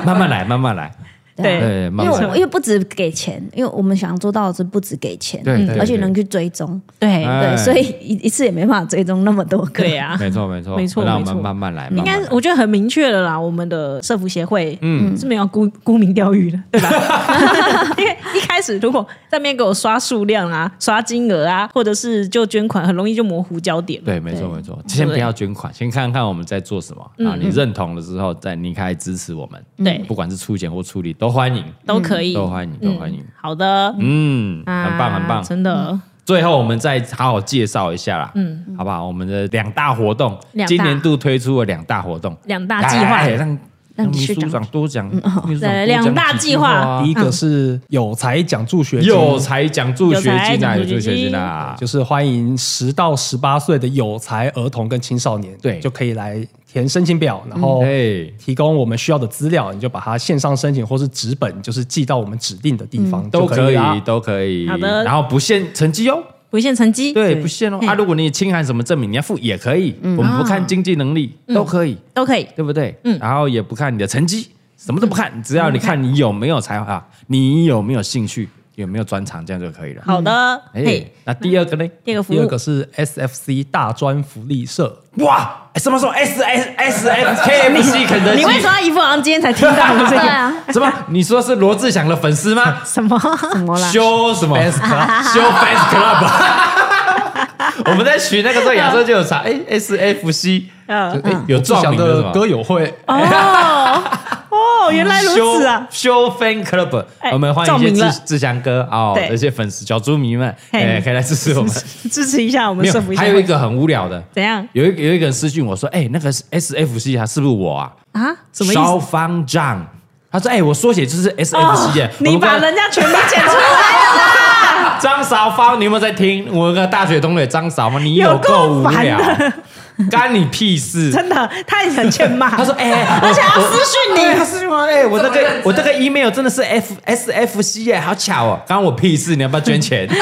S1: 慢慢来，慢慢来，
S3: 对，
S1: 对，
S2: 啊因
S1: 慢
S2: 为
S1: 慢
S2: 我
S1: 来。
S2: 因为不止给钱，因为我们想做到的是不止给钱，
S1: 对对
S2: 而且
S1: 对
S2: 能去追踪，
S3: 对
S1: 哎
S2: 对，所以一一次也没办法追踪那么多个，
S3: 对啊呀，
S1: 没错，没错，
S3: 没错
S1: 那我
S3: 没
S1: 们
S3: 错
S1: 慢慢来，
S3: 应该
S1: 慢慢来
S3: 我觉得很明确了啦，我们的社服协会嗯是没有沽沽名钓誉的，对吧？ 因为一开始如果在那边给我刷数量啊、刷金额啊，或者是就捐款，很容易就模糊焦点。
S1: 对，没错，没错。先不要捐款，先看看我们在做什么。然后你认同了之后，再你开始支持我们。
S3: 对
S1: 不管是出钱或出力，都欢迎，
S3: 都可以，
S1: 都欢迎，嗯都欢迎。
S3: 嗯好的，嗯
S1: 嗯，
S3: 啊
S1: 很棒，很棒。
S3: 真的。
S1: 最后，我们再好好介绍一下啦，嗯，好不好？我们的两大活动，
S2: 两大
S1: 今年度推出了两大活动，
S3: 两大计划
S1: 来来来让让
S2: 让
S1: 秘
S2: 秘
S1: 书
S2: 书
S1: 长
S2: 长
S1: 多讲，秘书长多
S3: 来
S1: 讲
S3: 两大
S1: 几
S3: 计划
S1: 句啊
S5: 第一个是有才奖助学金，
S1: 有才奖助学金啊，有
S3: 有才奖
S1: 助学
S3: 助
S1: 金
S3: 学金
S1: 啊，
S5: 就是欢迎十到十八岁的有才儿童跟青少年，
S1: 对
S5: 就可以来填申请表，然后
S1: 哎，
S5: 提供我们需要的资料，你就把它线上申请或是纸本，就是寄到我们指定的地方
S1: 嗯都
S5: 就
S1: 可
S5: 可啦
S1: 以，。都可以。
S3: 好的
S1: 然后不限成绩哦，
S3: 不限成绩，
S1: 对，不限哦。啊，如果你清函什么证明，你要付也可以，我们不看经济能力，都可以。
S3: 都可以。
S1: 对不对？嗯，然后也不看你的成绩，什么都不
S3: 嗯
S1: 看，只要你看你有没有才华，你有没有兴趣，有没有专长，这样就可以了。
S3: 好的，
S1: 哎
S3: 嘿，，
S1: 那第二个呢？
S3: 第二个服
S5: 第二
S3: 务
S5: 个是 SFC 大专福利社，
S1: 哇，什么时候 S S S F K M C 肯德基
S3: 你？为什么要一副好像今天才听到我们这
S2: 对
S3: 个
S2: 啊，
S1: 什么？你说是罗志祥的粉丝吗？
S3: 什么？
S2: 怎么啦？
S1: 修什么？ 修 Fans Club。我 们在取那个时候，亚洲就有查，哎，S F C，
S3: 嗯
S1: 有
S5: 志
S1: 撞
S5: 祥
S1: 名的是吗
S5: 歌友会，
S3: 哦 哦，原来如此啊！
S1: 修 Fan Club，、
S3: 哎
S1: 我们欢迎一
S3: 照明
S1: 些
S3: 了
S1: 志志祥哥哦，
S3: 对
S1: 这些粉丝小猪迷们，
S3: 嘿
S1: 哎、可以来支持我们。
S3: 支持一下我们
S1: 没有
S3: 社服，协会，
S1: 还有一个很无聊的，
S3: 怎样
S1: 有一有一个人私讯我说，哎、那个 S F C 啊，是不是我啊？
S3: 啊？什么意
S1: 烧
S3: 思？
S1: 方丈，他说，哎、我缩写就是 S F
S3: 哦
S1: C 耶、
S3: 你把人家全部剪出 来，
S1: 张韶芳，你有没有在听？我有个大学同学张韶芳，你
S3: 有
S1: 够
S3: 够
S1: 无
S3: 烦
S1: 聊
S3: 的，
S1: 干你屁事！
S3: 真的，他也很欠骂。
S1: 他说：“哎、而且
S3: 他私讯你
S1: 他私讯我，哎、我这个我这个 email 真的是 F S F C 耶、好巧哦，关我屁事，你要不要捐钱？
S2: 你的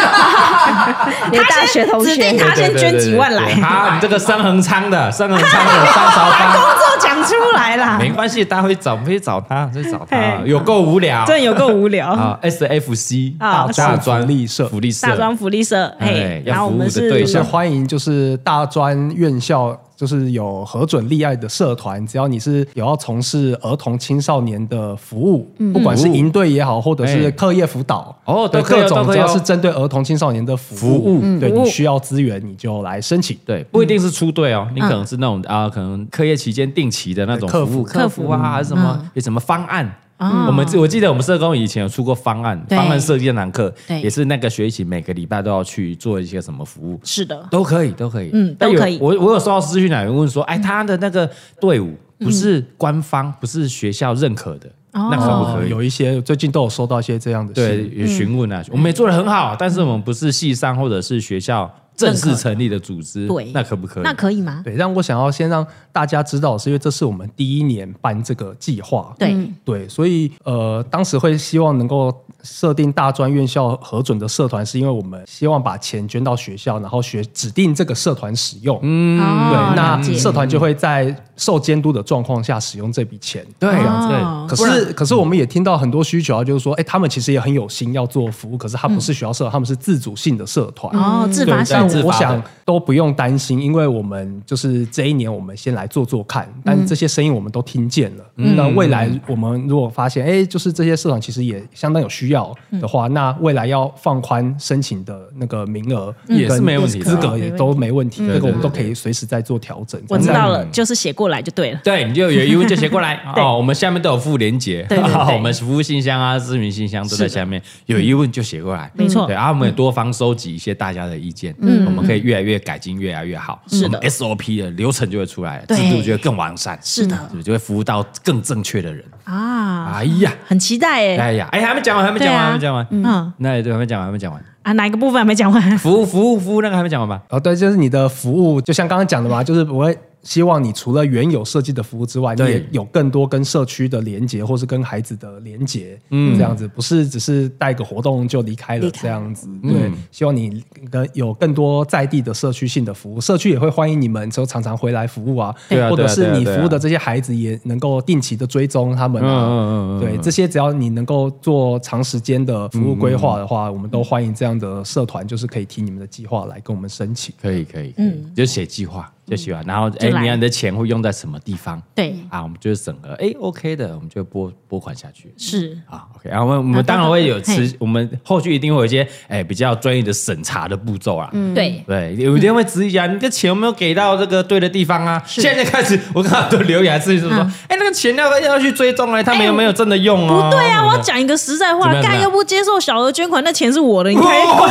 S2: 大学同
S3: 指定
S2: 学，
S3: 他先捐几万来，
S1: 好，你这个深恒昌的，深恒昌 的张韶
S3: 工
S1: 芳，
S3: 作讲出来啦，
S1: 没关系，大家会找，我们可以找他，去找他，
S3: 啊嘿
S1: 有够无聊
S3: 真的有够无聊。
S1: 啊！S F C
S3: 啊
S1: 大专
S5: 福利社
S1: 福利社
S3: 大专福利社，
S1: 哎
S3: 嘿，
S1: 要
S3: 然后我们
S1: 服务的对
S5: 就是
S1: 象
S3: 是
S5: 欢迎就是大专院校。就是有核准立案的社团，只要你是有要从事儿童青少年的服务，不管是营队也好，或者
S1: 嗯哎
S5: 是课业辅导，
S1: 哦
S5: 对
S1: 都可以哦
S5: 各种
S1: 都可以
S5: 只
S1: 哦
S5: 要是针对儿童青少年的服
S1: 服务
S5: 对
S3: 服务
S5: 你需要资源，你就来申请。
S1: 对，不一定是出队
S3: 嗯
S1: 哦，你可能是那种啊，可能课业期间定期的那种
S5: 客
S1: 服务，
S3: 嗯
S5: 服
S1: 客服啊，还是什么有什么方案，我们我记得我们社工以前有出过方案，
S6: 对
S1: 方案设计那堂课
S6: 对
S1: 也是那个学期每个礼拜都要去做一些什么服务，
S3: 是的，
S1: 都可以，都可以，
S3: 嗯
S1: 但
S3: 都
S1: 有
S3: 可以嗯
S1: 我我有收到资讯来源问说，哎，他的那个队伍不是官方，不是学校认可的，
S3: 哦
S1: 那可不可以？
S5: 啊有一些最近都有收到一些这样的
S1: 对，
S5: 信，
S1: 有询问啊，
S3: 嗯
S1: 我们也做的很好，但是我们不是系上或者是学校正式成立的组织，
S3: 对
S1: 那可不可以？
S3: 那可以吗？
S5: 对，让我想要先让大家知道，是因为这是我们第一年办这个计划，
S3: 对，
S5: 对，所以呃，当时会希望能够设定大专院校核准的社团，是因为我们希望把钱捐到学校，然后学指定这个社团使用。嗯，对，
S2: 哦
S5: 那
S2: 了解
S5: 社团就会在受监督的状况下使用这笔钱。
S1: 对
S5: 这样子。
S1: 对，
S3: 哦啊
S5: 可是，可是我们也听到很多需求啊，就是说，哎，他们其实也很有心要做服务，可是他不是学校社，他们是自主性的社团。
S3: 哦，自
S5: 对
S3: 发
S1: 性
S5: 但
S1: 自
S5: 我
S1: 发
S5: 我
S1: 的
S5: 想都不用担心，因为我们就是这一年，我们先来做做看。但这些声音我们都听见了。
S3: 嗯
S5: 那未来我们如果发现，哎，就是这些社团其实也相当有需要的
S3: 嗯
S5: 话，那未来要放宽申请的那个名额
S1: 嗯也是
S5: 跟
S1: 没问题的
S5: 资格也都没问题，
S1: 对
S5: 这个我们都
S1: 对
S5: 可以随时再做调整。
S3: 嗯我知
S5: 这样
S3: 道了，就是写过来就对了。
S1: 对，你就有疑问就写 过来哦，我们下面都有附连结， 哦
S3: 对对对
S1: 好我们服务信箱啊、咨询信箱都在下面，有疑问就写过来，
S3: 嗯没错
S1: 对，啊，我们也多方收集一些大家的意见，嗯，我们可以越来越改进，越来越好，
S3: 是的
S1: 我们 SOP 的流程就会出来了，制
S6: 对
S1: 度就会更完善，
S3: 是的
S1: 是不是就会服务到更正确的人。
S3: 啊，
S1: 哎呀，
S3: 很期待哎。
S1: 哎呀，哎，还没讲完，还没
S3: 对
S1: 讲完，
S3: 啊
S1: 还没讲完，
S3: 嗯
S1: 那对，还没讲完，还没讲完，
S3: 啊，哪一个部分还没讲完？
S1: 服务服务服务那个还没讲完吧？
S5: 哦，对，就是你的服务，就像刚刚讲的嘛，就是我会希望你除了原有设计的服务之外，你
S1: 对
S5: 也有更多跟社区的连接，或是跟孩子的连接，嗯，这样子不是只是带个活动就离开了这样子，
S1: 嗯
S5: 对，希望你跟有更多在地的社区性的服务，社区也会欢迎你们，就常常回来服务啊，
S1: 对啊
S5: 或者
S1: 对啊对
S5: 是
S1: 啊
S5: 你
S1: 对啊
S5: 服务的这些孩子也能够定期的追踪他们啊，
S1: 嗯嗯嗯嗯嗯
S5: 对，这些只要你能够做长时间的服务规划的话，我们都欢迎这样的社团，就是可以提你们的计划来跟我们申请。
S1: 可以可以，嗯，就写计划，就写完，然后哎
S3: 就，来
S1: 你看你的钱会用在什么地方？
S3: 对，
S1: 啊，我们就是审核，哎，OK 的，我们就拨拨款下去。
S3: 是
S1: 啊，OK，然后我们我们当然会有持，我们后续一定会有一些哎比较专业的审查的步骤啦。嗯，
S3: 对，
S1: 对，有一天会质疑啊，你的钱有没有给到这个对的地方啊？现在开始，我看到很多留言还是说，哎，那个钱要要去追踪哎，他们有没有真的用哦？
S3: 嗯不对啊？
S1: 什么
S3: 我
S1: 的
S3: 要讲一个实在
S1: 怎
S3: 话
S1: 么，样
S3: 干
S1: 怎么样
S3: 又不接受小额捐款，那钱是我的，你可以
S1: 管我，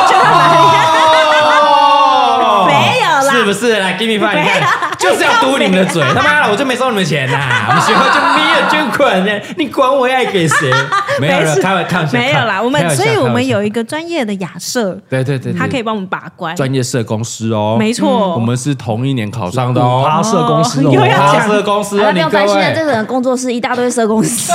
S1: 要捐哪里？
S3: 没有啦
S1: 是不是？来，give me five，你看，就是要堵你们的嘴。他妈的，我就没收你们钱呐！我们学校就没有捐款呢，你管我爱给谁？没有
S3: 没
S1: 了，
S3: 事
S1: 开玩开玩笑，
S3: 没有啦。我
S1: 开
S3: 们
S1: 玩笑
S3: 所以我们，有
S1: 开玩笑
S3: 一个专业的亚社，
S1: 对对对，对
S3: 他可以帮我们把关。
S1: 专业社公司哦，
S3: 没错
S1: 我们是同一年考上的
S5: 五
S1: 哦
S5: 趴。社公司
S3: 哦
S5: 哦，
S3: 又要
S1: 他社公司
S2: 好
S1: 哦，
S2: 了，不
S1: 你
S2: 用
S1: 各
S2: 担心了，啊这
S1: 位
S2: 整个工作室一大堆社公 司，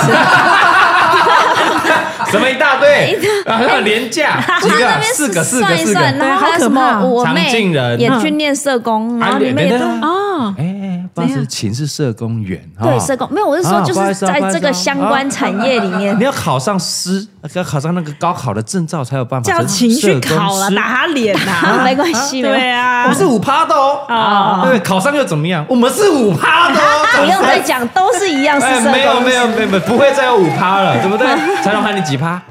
S1: 什么一大堆，然后廉价几
S2: 他那
S1: 个，
S2: 边
S1: 四个四
S2: 算
S1: 个
S2: 一
S1: 四个，
S2: 算，然后还有什么我
S1: 常进
S2: 妹
S1: 人
S2: 也去念社工，然后你们也都
S1: 啊，
S3: 哦，
S1: 哎哎，不好意思，秦是社工员，
S2: 对
S1: 哦
S2: 社工没有，我是
S1: 啊
S2: 说就
S1: 不好意
S2: 是
S1: 思啊
S2: 在
S1: 不好意思
S2: 这
S1: 啊
S2: 个相关产业里 面
S1: 你，要考上师，要考上那个高考的证照才有办法
S3: 叫
S1: 成
S3: 情绪考
S1: 社
S3: 了，
S1: 工师
S3: 打他脸 呐。
S2: 没关系，没关系
S3: 对啊，
S1: 我是五趴的哦，对，考上又怎么样？我们是五趴的哦，
S2: 不用再
S1: 哎
S2: 讲，都是一样是社
S1: 没有
S2: 工
S1: 没有没有，不会再有五趴了，对不 对？才能喊你几趴？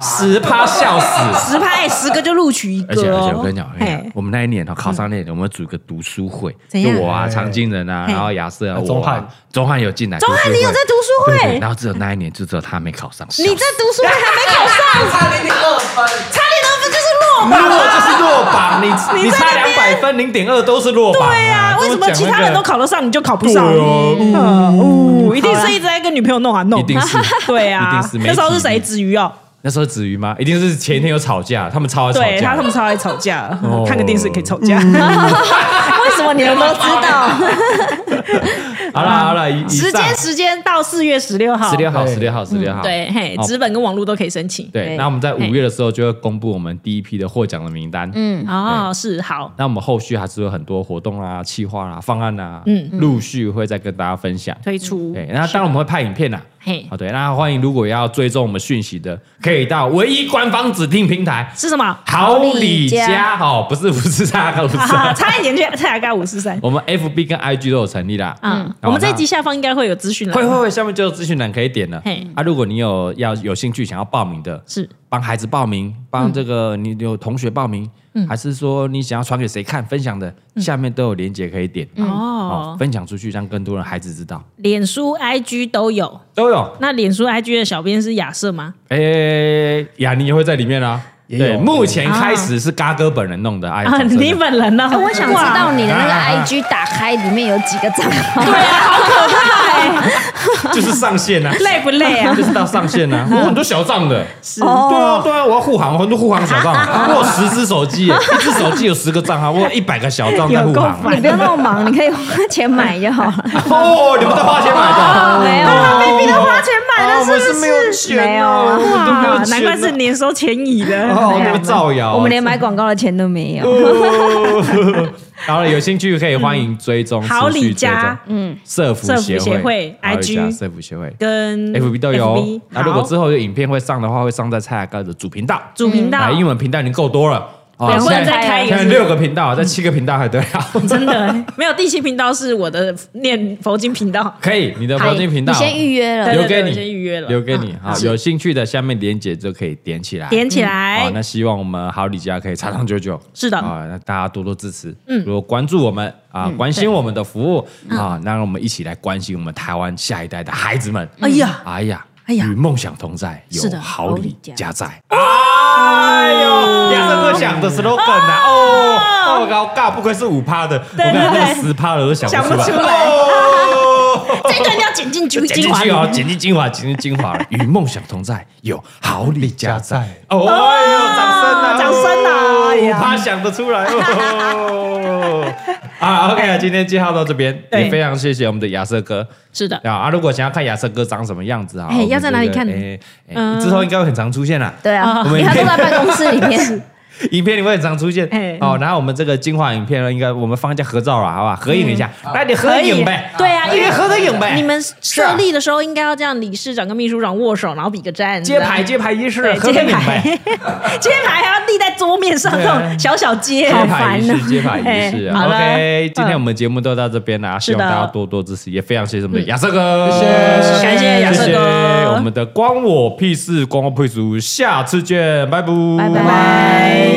S1: 十趴，笑 死！
S3: 十拍十个就录取一个
S1: 而且而
S3: 哦。
S1: 且，我跟你讲，我跟你讲
S3: 嘿
S1: 我们那一年哦，考上那一年，我们组一个读书会，
S3: 怎
S1: 就
S3: 样
S1: 我啊，
S5: 哎
S1: 常进人啊，
S3: 嘿
S1: 然后亚瑟啊，
S5: 啊
S1: 我啊
S5: 钟汉，
S1: 钟汉有进来，
S3: 钟汉，你有在读书
S1: 对对
S3: 会？
S1: 然后只有那一年，就只有他没考上。
S3: 你在读书会还没考上，
S4: 差零点二分，
S3: 差点得分就是落
S1: 落
S3: 榜了。
S1: 就是落榜，你你差两百分零点二都是落榜、啊
S3: 对呀、为什么其他人都？考得上，你就考不上？
S1: 对嗯
S3: 哦，一定是一直在跟女朋友弄啊弄，
S1: 一定是
S3: 对呀、
S1: 一定是没
S3: 那时候是谁？
S1: 体力
S3: 子瑜哦，
S1: 那时候子瑜吗？一定是前一天有吵架，他们超爱吵
S3: 嗯对
S1: 架。
S3: 他他们超爱吵架，
S1: 哦 嗯
S3: 看个电视也可以吵架。
S2: 为什么你们都知道？
S1: 好了好 了，以以
S3: 嗯时
S1: 上
S3: 间时间到四月十六号，
S1: 十六号
S5: 对
S1: 十六号十六号
S3: 对，嘿，
S1: 哦
S3: 纸本跟网络都可以申请。
S1: 对。那我们在五月的时候就会公布我们第一批的获奖的名单。嗯。
S3: 哦，是好，
S1: 那我们后续还是有很多活动啊、企划啊、方案啊，嗯，陆续会再跟大家分享。
S3: 推出
S1: 对，那当然我们会拍影片啦。
S3: 嘿
S1: 好对，那欢迎如果要追踪我们讯息的，可以到唯一官方指定平台
S3: 是什么？
S1: 好
S2: 李
S1: 李
S2: 家
S1: 家哦，不是不是大家不 是
S3: 啊， 差一点去蔡雅五十三。
S1: 我们 FB 跟 IG 都有成立啦。
S3: 嗯
S1: 好，
S3: 我们这一
S1: 那
S3: 集下方应该会有 资讯栏
S1: 会会会，下面就有资讯栏可以点了
S3: 嘿。
S1: 啊，如果你有要有兴趣想要报名的，
S3: 是
S1: 帮孩子报名，帮这个你有同学报名，
S3: 嗯
S1: 还是说你想要传给谁看分享的，下面都有连接可以点。哦，
S3: 哦，
S1: 分享出去，让更多人孩子知道
S3: 脸书、IG 都有。
S1: 都有。
S3: 那脸书、IG 的小编是亚瑟吗？
S1: 诶，雅尼也会在里面啊。
S5: 也有
S1: 对，目前开始是嘎哥本人弄的。哎，
S3: 啊，
S1: 讲真的
S3: 你本人呢？
S2: 哎我想知
S3: 哇
S2: 道你的那个
S1: 啊啊啊
S2: IG 打开里面有几个账号，
S3: 哎
S1: 就是上线 啊，
S3: 累不累 啊
S1: 就？是到上线 啊。我很多小账的，
S3: 是哦
S1: 对啊，对啊，我要护航，我很多护航小账，啊 我有十只手机耶，一只手机有十个账号，我有一百个小账在护
S3: 有够
S1: 航
S3: 烦。
S2: 你不要那么忙，你可以花钱买就好了。
S1: 哦，你们都花钱买的，
S2: 没有
S1: 哦
S2: ，baby 都花钱
S3: 啊
S2: 买
S1: 哦
S2: 了，
S1: 我
S2: 是
S1: 们是
S2: 不是？
S1: 没有钱
S2: 没
S1: 哦，
S2: 有
S1: 我 们都没有
S3: 哇
S1: 钱啊
S3: 难怪是年收前乙的。
S1: 哦，
S2: 没有
S1: 那么造谣，
S2: 我 们连买广告的钱都没有。
S1: 哦。当然，有兴趣可以欢迎追 踪
S3: 好礼家，
S1: 嗯，社服
S3: 社服协会
S1: 好礼家
S3: IG
S1: 社服协会
S3: 跟
S1: FB 都有哦
S3: FB。
S1: 那如果
S3: 好
S1: 之后有影片会上的话，会上在蔡雅哥的主频道，
S3: 主频道
S1: 啊，因为我们频道已经够多了，哦
S3: 两
S2: 个
S1: 现在
S2: 人再开一
S3: 个
S1: 现在六个频道，在七个频道还得了？
S3: 真的没有第七频道是我的念佛经频道，
S1: 可以，你的佛经频道
S2: 你先预约了
S3: 对，
S1: 留给
S3: 对
S1: 你，
S3: 我先预约了
S1: 留给你。
S3: 嗯
S1: 好，有兴趣的下面连结就可以点起来，
S3: 点起
S1: 好，
S3: 来
S1: 那希望我们好礼家可以长长久久。
S3: 是的嗯
S1: 啊，那大家多多支持。嗯，如果关注我们啊，关心我们的服务啊，那让我们一起来关心我们台湾下一代的孩子们。
S3: 哎呀
S1: 哎呀，
S3: 哎呀
S1: 与梦想同在，
S3: 是
S1: 有
S3: 的
S1: 好礼
S2: 好礼
S1: 加在。哎呦，亚瑟哥想的 slogan 啊，哦，哦，高尬，不愧是五趴的，我
S3: 对
S1: 刚才
S3: 对
S1: 那个
S3: 对
S1: 十趴的我都想
S3: 想
S1: 不
S3: 不
S1: 出
S3: 出
S1: 来。
S3: 来，
S1: 哦
S3: 这段要剪进去
S1: 剪
S3: 精
S1: 进
S3: 华
S1: 去
S3: 里
S1: 哦，
S3: 面。
S1: 剪进精华，剪进精 华了。与梦想同在，有好礼加在
S5: 好礼。
S1: 哦哎呦，掌声啊！
S3: 掌声啊哎
S1: 我
S3: 呀
S1: 怕想得出来 哦。啊，OK 啊，今天介绍到这边，
S3: 对
S1: 也非常谢谢我们的亚瑟哥
S3: 是的，
S1: 啊啊！如果想要看亚瑟哥长什么样子啊，
S2: 哎
S1: 我们
S2: 要在哪里看
S1: 这个哎哎之后应该会很常出现啦。
S3: 嗯
S2: 对啊，
S1: 我们
S2: 因为他都在办公室里面。
S1: 影片里会很常出现
S3: 哎
S1: 哦，然后我们这个精华影片呢，应该我们放一下合照了，好不好？合影一下，
S3: 嗯
S1: 来你合
S3: 可以
S1: 影呗，
S3: 对啊，因
S1: 因为
S3: 为
S1: 合个影呗，
S3: 你们
S1: 啊
S3: 设立的时候应该要这样，理事长跟秘书长握手，然后比个赞，
S1: 揭牌揭牌仪式，
S3: 对
S1: 合个
S3: 揭
S1: 影呗
S3: 牌。，揭牌还要立在桌面上，
S1: 对
S3: 这
S1: 啊
S3: 种小小揭，
S1: 揭
S3: 好
S1: 牌
S3: 烦
S1: 仪
S3: 呢
S1: 式，。揭牌仪式。啊
S3: 哎好了
S1: OK，今天我
S3: 嗯
S1: 们节目都到这边啊了，希
S3: 是
S1: 望
S3: 的
S1: 大家多多支持，也非常谢谢我们的亚瑟哥，
S5: 谢谢
S3: 嗯感谢亚瑟
S1: 谢谢
S3: 哥
S1: 我们的关我屁事，关我屁事，下次见，拜拜，
S2: 拜拜。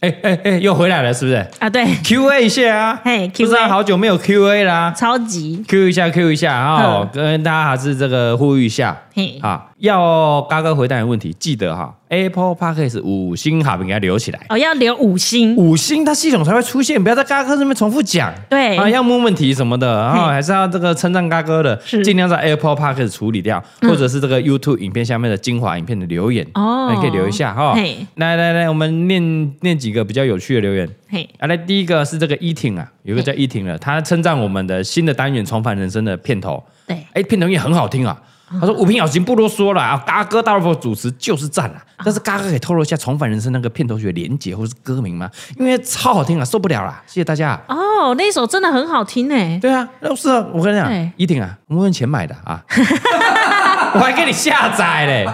S1: 哎哎哎，又回来了，是不是
S3: 啊，对，
S1: ？Q A 一下啊，
S3: 嘿
S1: 不知道
S3: Q&A
S1: 好久没有 Q A 啦。
S3: 超级
S1: Q 一下，Q 一下啊
S3: 嗯！
S1: 跟大家还是这个呼吁一下
S3: 嘿
S1: 啊，要嘎哥回答你的问题，记得哈，Apple Podcast 五星好评给它留起来，
S3: 哦，要留五星，
S1: 五星它系统才会出现，不要在嘎哥这边重复讲。
S3: 对
S1: 啊，要问问题什么的，然后
S3: 嘿
S1: 还是要这个称赞嘎哥的，
S3: 是嗯
S1: 尽量在 Apple Park 处理掉，或者是这个 YouTube 影片下面的精华影片的留言，哎
S3: 哦
S1: 那你可以留一下哈
S3: 嘿。
S1: 来来来，我们念念几个比较有趣的留言。
S3: 嘿，
S1: 啊，那第一个是这个依婷啊，有一个叫依婷的，她称赞我们的新的单元《重返人生》的片头，
S3: 对，
S1: 哎，片头也很好听啊。他说：“五平咬金不啰嗦了啊，嘎哥大萝卜主持就是赞啊！但是嘎哥可以透露一下《重返人生》那个片头曲的连结或是歌名吗？因为超好听啊，受不了啦！谢谢大家、啊。
S3: 哦，那首真的很好听欸诶，
S1: 对啊，那是啊，我跟你
S3: 对
S1: 讲，一定啊，我们用钱买的 啊，我还给你下载嘞，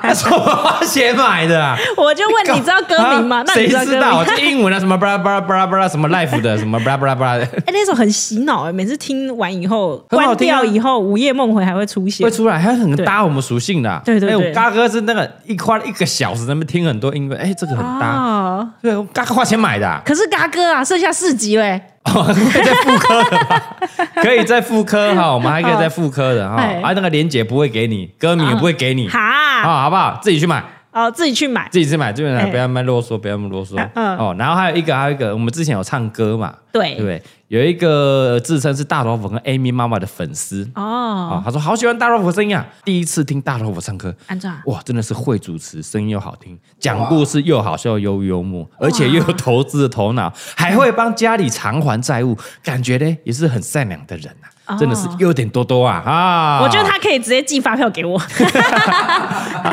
S1: 他说我花钱买的啊。
S3: 我就问你知道 歌名吗？
S1: 啊
S3: 那
S1: 谁
S3: 你知道
S1: 知
S3: 歌
S1: 道？
S3: 名？
S1: 这英文啊，什么巴拉巴拉巴拉巴拉，什么 life 的，什么巴拉巴拉巴拉的，
S3: 哎、那首很洗脑哎、每次听完以后，
S1: 很好
S3: 关
S1: 听啊
S3: 掉以后，午夜梦回还会出现
S1: 会。出来，还很
S3: 对
S1: 搭我们属性的啊。
S3: 对对
S1: 哎
S3: 对
S1: 我嘎哥是那个一花一个小时在那边听很多音乐，哎，这个很搭。
S3: 哦，
S1: 对，我嘎哥花钱买的 啊，
S3: 可是嘎哥啊，剩下四集欸嘞、
S1: 可以再复刻哈，我们还可以再复刻的哈。
S3: 哎
S1: 啊，那个连姐不会给你，歌名也不会给你，
S3: 哈，
S1: 啊，好不好？自己去买。
S3: 哦，自己去买。
S1: 自己去买，自己去买，
S3: 哎
S1: 不要那么啰嗦，不要那么啰嗦。
S3: 嗯哎
S1: 哦，然后还有一个，还有一个，我们之前有唱歌嘛，
S3: 对
S1: 对不对？有一个自称是大萝卜跟 Amy 妈妈的粉丝啊、
S3: 哦，
S1: 他说好喜欢大萝卜声音啊，第一次听大萝卜唱歌，
S3: 安照啊
S1: 哇，真的是会主持，声音又好听，讲故事又好笑又幽默，而且又有投资的头脑，还会帮家里偿还债务，感觉呢也是很善良的人啊，
S3: 哦
S1: 真的是优点多多啊啊！
S3: 我觉得他可以直接寄发票给我。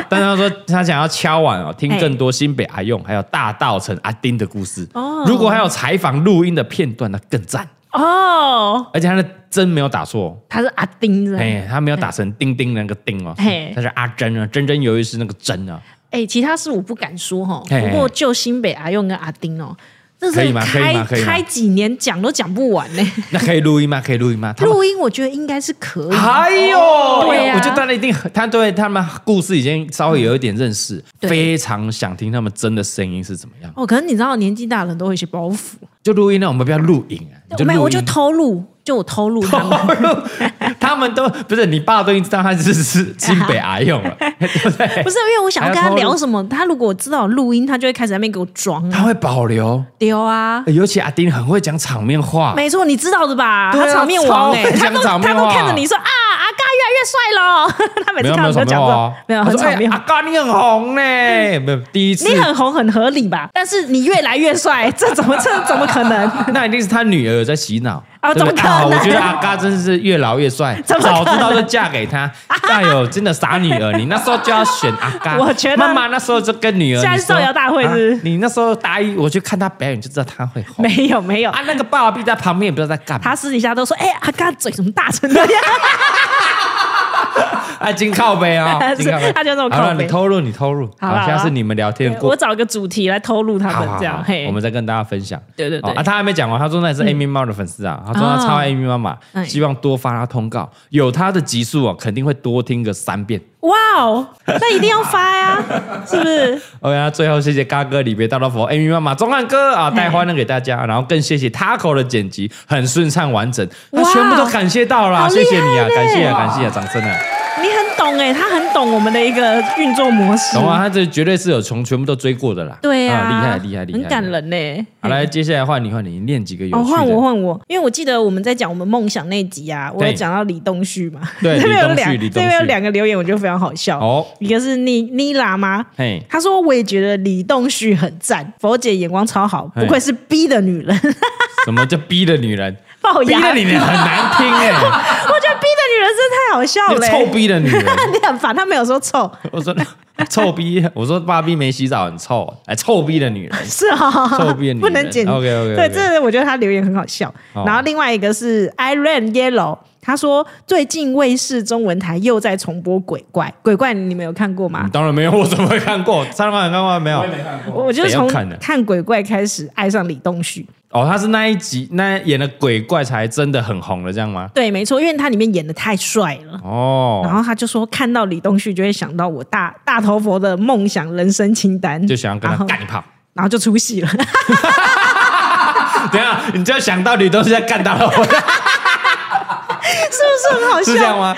S1: 但他说他想要敲碗哦，听
S3: 哎
S1: 更多新北阿用还有大稻城阿丁的故事。
S3: 哦
S1: 如果还有采访录音的片段，那更赞。
S3: 哦，
S1: 而且他的真没有打错哦，
S3: 他是阿丁是吧？
S1: 哎，他没有打成丁丁那个丁哦
S3: 嘿，
S1: 他是阿珍啊，真真由于是那个真啊，
S3: 哎、其他事我不敢说哈，
S1: 嘿
S3: 不过就新北阿用跟阿丁哦，这
S1: 可以
S3: 是
S1: 吗可以
S3: 开
S1: 吗可以吗
S3: 开几年讲都讲不完呢、
S1: 那可以录音吗？可以录音吗？他们
S3: 录音我觉得应该是可以，
S1: 哎呦，
S2: 对啊
S1: 我觉得大家一定很，他对他们故事已经稍微有一点认识，
S2: 对
S1: 非常想听他们真的声音是怎么样。
S3: 哦，可能你知道年纪大的人都会有一些包袱，
S1: 就录音那我们不要录影啊，你就
S3: 没有，
S1: 录
S3: 我
S1: 音
S3: 就。偷录，就我偷录他们。
S1: 他们都不是你爸都已经知道他是是金北阿用 了，
S3: 不是因为我想要跟
S1: 还要偷
S3: 他
S1: 录
S3: 聊什么，他如果知道我录音，他就会开始在那边给我 装
S1: 他
S3: 啊
S1: 会保留。
S3: 丢啊。
S1: 尤其阿丁很会讲场面话，
S3: 没错，你知道的吧？
S1: 对啊
S3: 他场面王哎、
S1: 超会
S3: 他
S1: 讲
S3: 都
S1: 场面
S3: 他
S1: 话
S3: 都看着你说啊，阿嘎越来越帅 了。他每
S1: 没
S3: 次
S1: 有
S3: 看
S1: 没有
S3: 到你
S1: 场
S3: 都
S1: 面
S3: 讲
S1: 话
S3: 过
S1: 哦，，
S3: 没有
S1: 他
S3: 很
S1: 说
S3: 场
S1: 哎
S3: 面
S1: 阿。嘎你很红 呢，没有第一次
S3: 你很红很合理吧？但是你越来越帅， 这怎么这怎么可能？
S1: 那一定是他女儿有在洗脑
S3: 啊
S1: 对不对
S3: 怎么可能
S1: 啊我觉得阿嘎真是越老越帅，
S3: 怎么可
S1: 早
S3: 能
S1: 知道就嫁给 他。哎呦，真的傻女儿，你那时候就要选阿嘎。
S3: 我觉得
S1: 妈妈那时候就跟女儿，
S3: 现在
S1: 你
S3: 是
S1: 说
S3: 造谣大会是不是
S1: 啊你那时候大一，我去看他表演就知道他会红。
S3: 没有没有，
S1: 啊，那个爸爸在旁边也不知道在干嘛
S3: 他，私底下都说，哎、阿嘎嘴怎么 大成那样？
S1: 啊，金靠背啊，
S3: 是
S1: 金靠背，
S3: 他就这种靠
S1: 好了，
S3: 背
S1: 你透露，你透露，
S3: 好啦
S1: 好，下
S3: 好
S1: 次
S3: 啦
S1: 你们聊天过
S3: 我。找个主题来偷录他
S1: 好
S3: 们
S1: 好
S3: 这样，
S1: 好
S3: 嘿，
S1: 我们再跟大家分享。
S3: 对对对
S1: 哦啊，他还没讲完，他说那是 Amy 猫的粉丝啊，他说他超爱 Amy 妈妈，
S3: 嗯
S1: 希望多发他通告，有他的集数哦，肯定会多听个三遍。
S3: 哇哦，那一定要发呀、 是不是？
S1: OK，那哦最后谢谢嘎哥、李别大老佛、Amy 妈妈、钟汉哥啊，带欢乐给大家，然后更谢谢 Taco 的剪辑很顺畅完整，他
S3: 哇
S1: 全部都感谢到啦，
S3: 好
S1: 谢谢你啊，
S3: 厉害
S1: 感谢啊，
S3: 嘞
S1: 感谢啊，掌声啊！
S3: 你很懂哎、他很懂我们的一个运作模式，
S1: 懂吗？他这绝对是有从全部都追过的啦，啊
S3: 对呀、
S1: 厉害厉害厉害，
S3: 很感。人呢、
S1: 好，来，接下来换你换你，你念几个有
S3: 哦，
S1: 趣的。
S3: 换我换我，因为我记得我们在讲我们梦想那集啊，我有
S1: 对
S3: 讲到李东旭嘛，
S1: 对
S3: 这边有
S1: 李东旭
S3: 两
S1: 李
S3: 这
S1: 东旭
S3: 边有两个留言，我觉得非常好笑。
S1: 哦
S3: 一个是妮妮拉吗？
S1: 嘿
S3: 他说我也觉得李东旭很赞，佛姐眼光超好，
S1: 嘿
S3: 不愧是逼的女人，
S1: 什么叫逼的女人？
S3: 龅
S1: 逼
S3: 牙
S1: 的，女人很难听哎、
S3: 我觉得逼的女人真的太好笑
S1: 那
S3: 了、欸
S1: 个臭逼的女人。
S3: 你很烦，他没有说臭，
S1: 我说臭逼，我说爸逼没洗澡很臭，哎，臭逼的女人。
S3: 是哈、哦，
S1: 臭逼的女人
S3: 不能剪。
S1: OK，OK，OK
S3: 对，这我觉得他留言很好笑。
S1: 哦
S3: 然后另外一个是 Iron Yellow，他说最近卫视中文台又在重播《鬼怪》，《鬼怪》你们有看过吗
S1: 你？嗯当然没有，我怎么会看过？三万看过没有？
S3: 我我
S1: 嗯
S3: 就
S1: 谁要
S3: 从
S1: 看的
S3: 看《鬼怪》开始爱上李东旭。
S1: 哦，他是那一集那演的鬼怪才真的很红了，这样吗？
S3: 对，没错，因为他里面演的太帅了。然
S1: 哦，
S3: 后他就说，看到李东旭就会想到我大大头佛的梦想人生清单，
S1: 就想要跟
S3: 嗯然
S1: 他
S3: 后
S1: 干一炮。
S3: 然后就出 戏了。
S1: 等一下，你就想到你都是在干他了，
S3: 是不是很好笑？
S1: 是这样吗？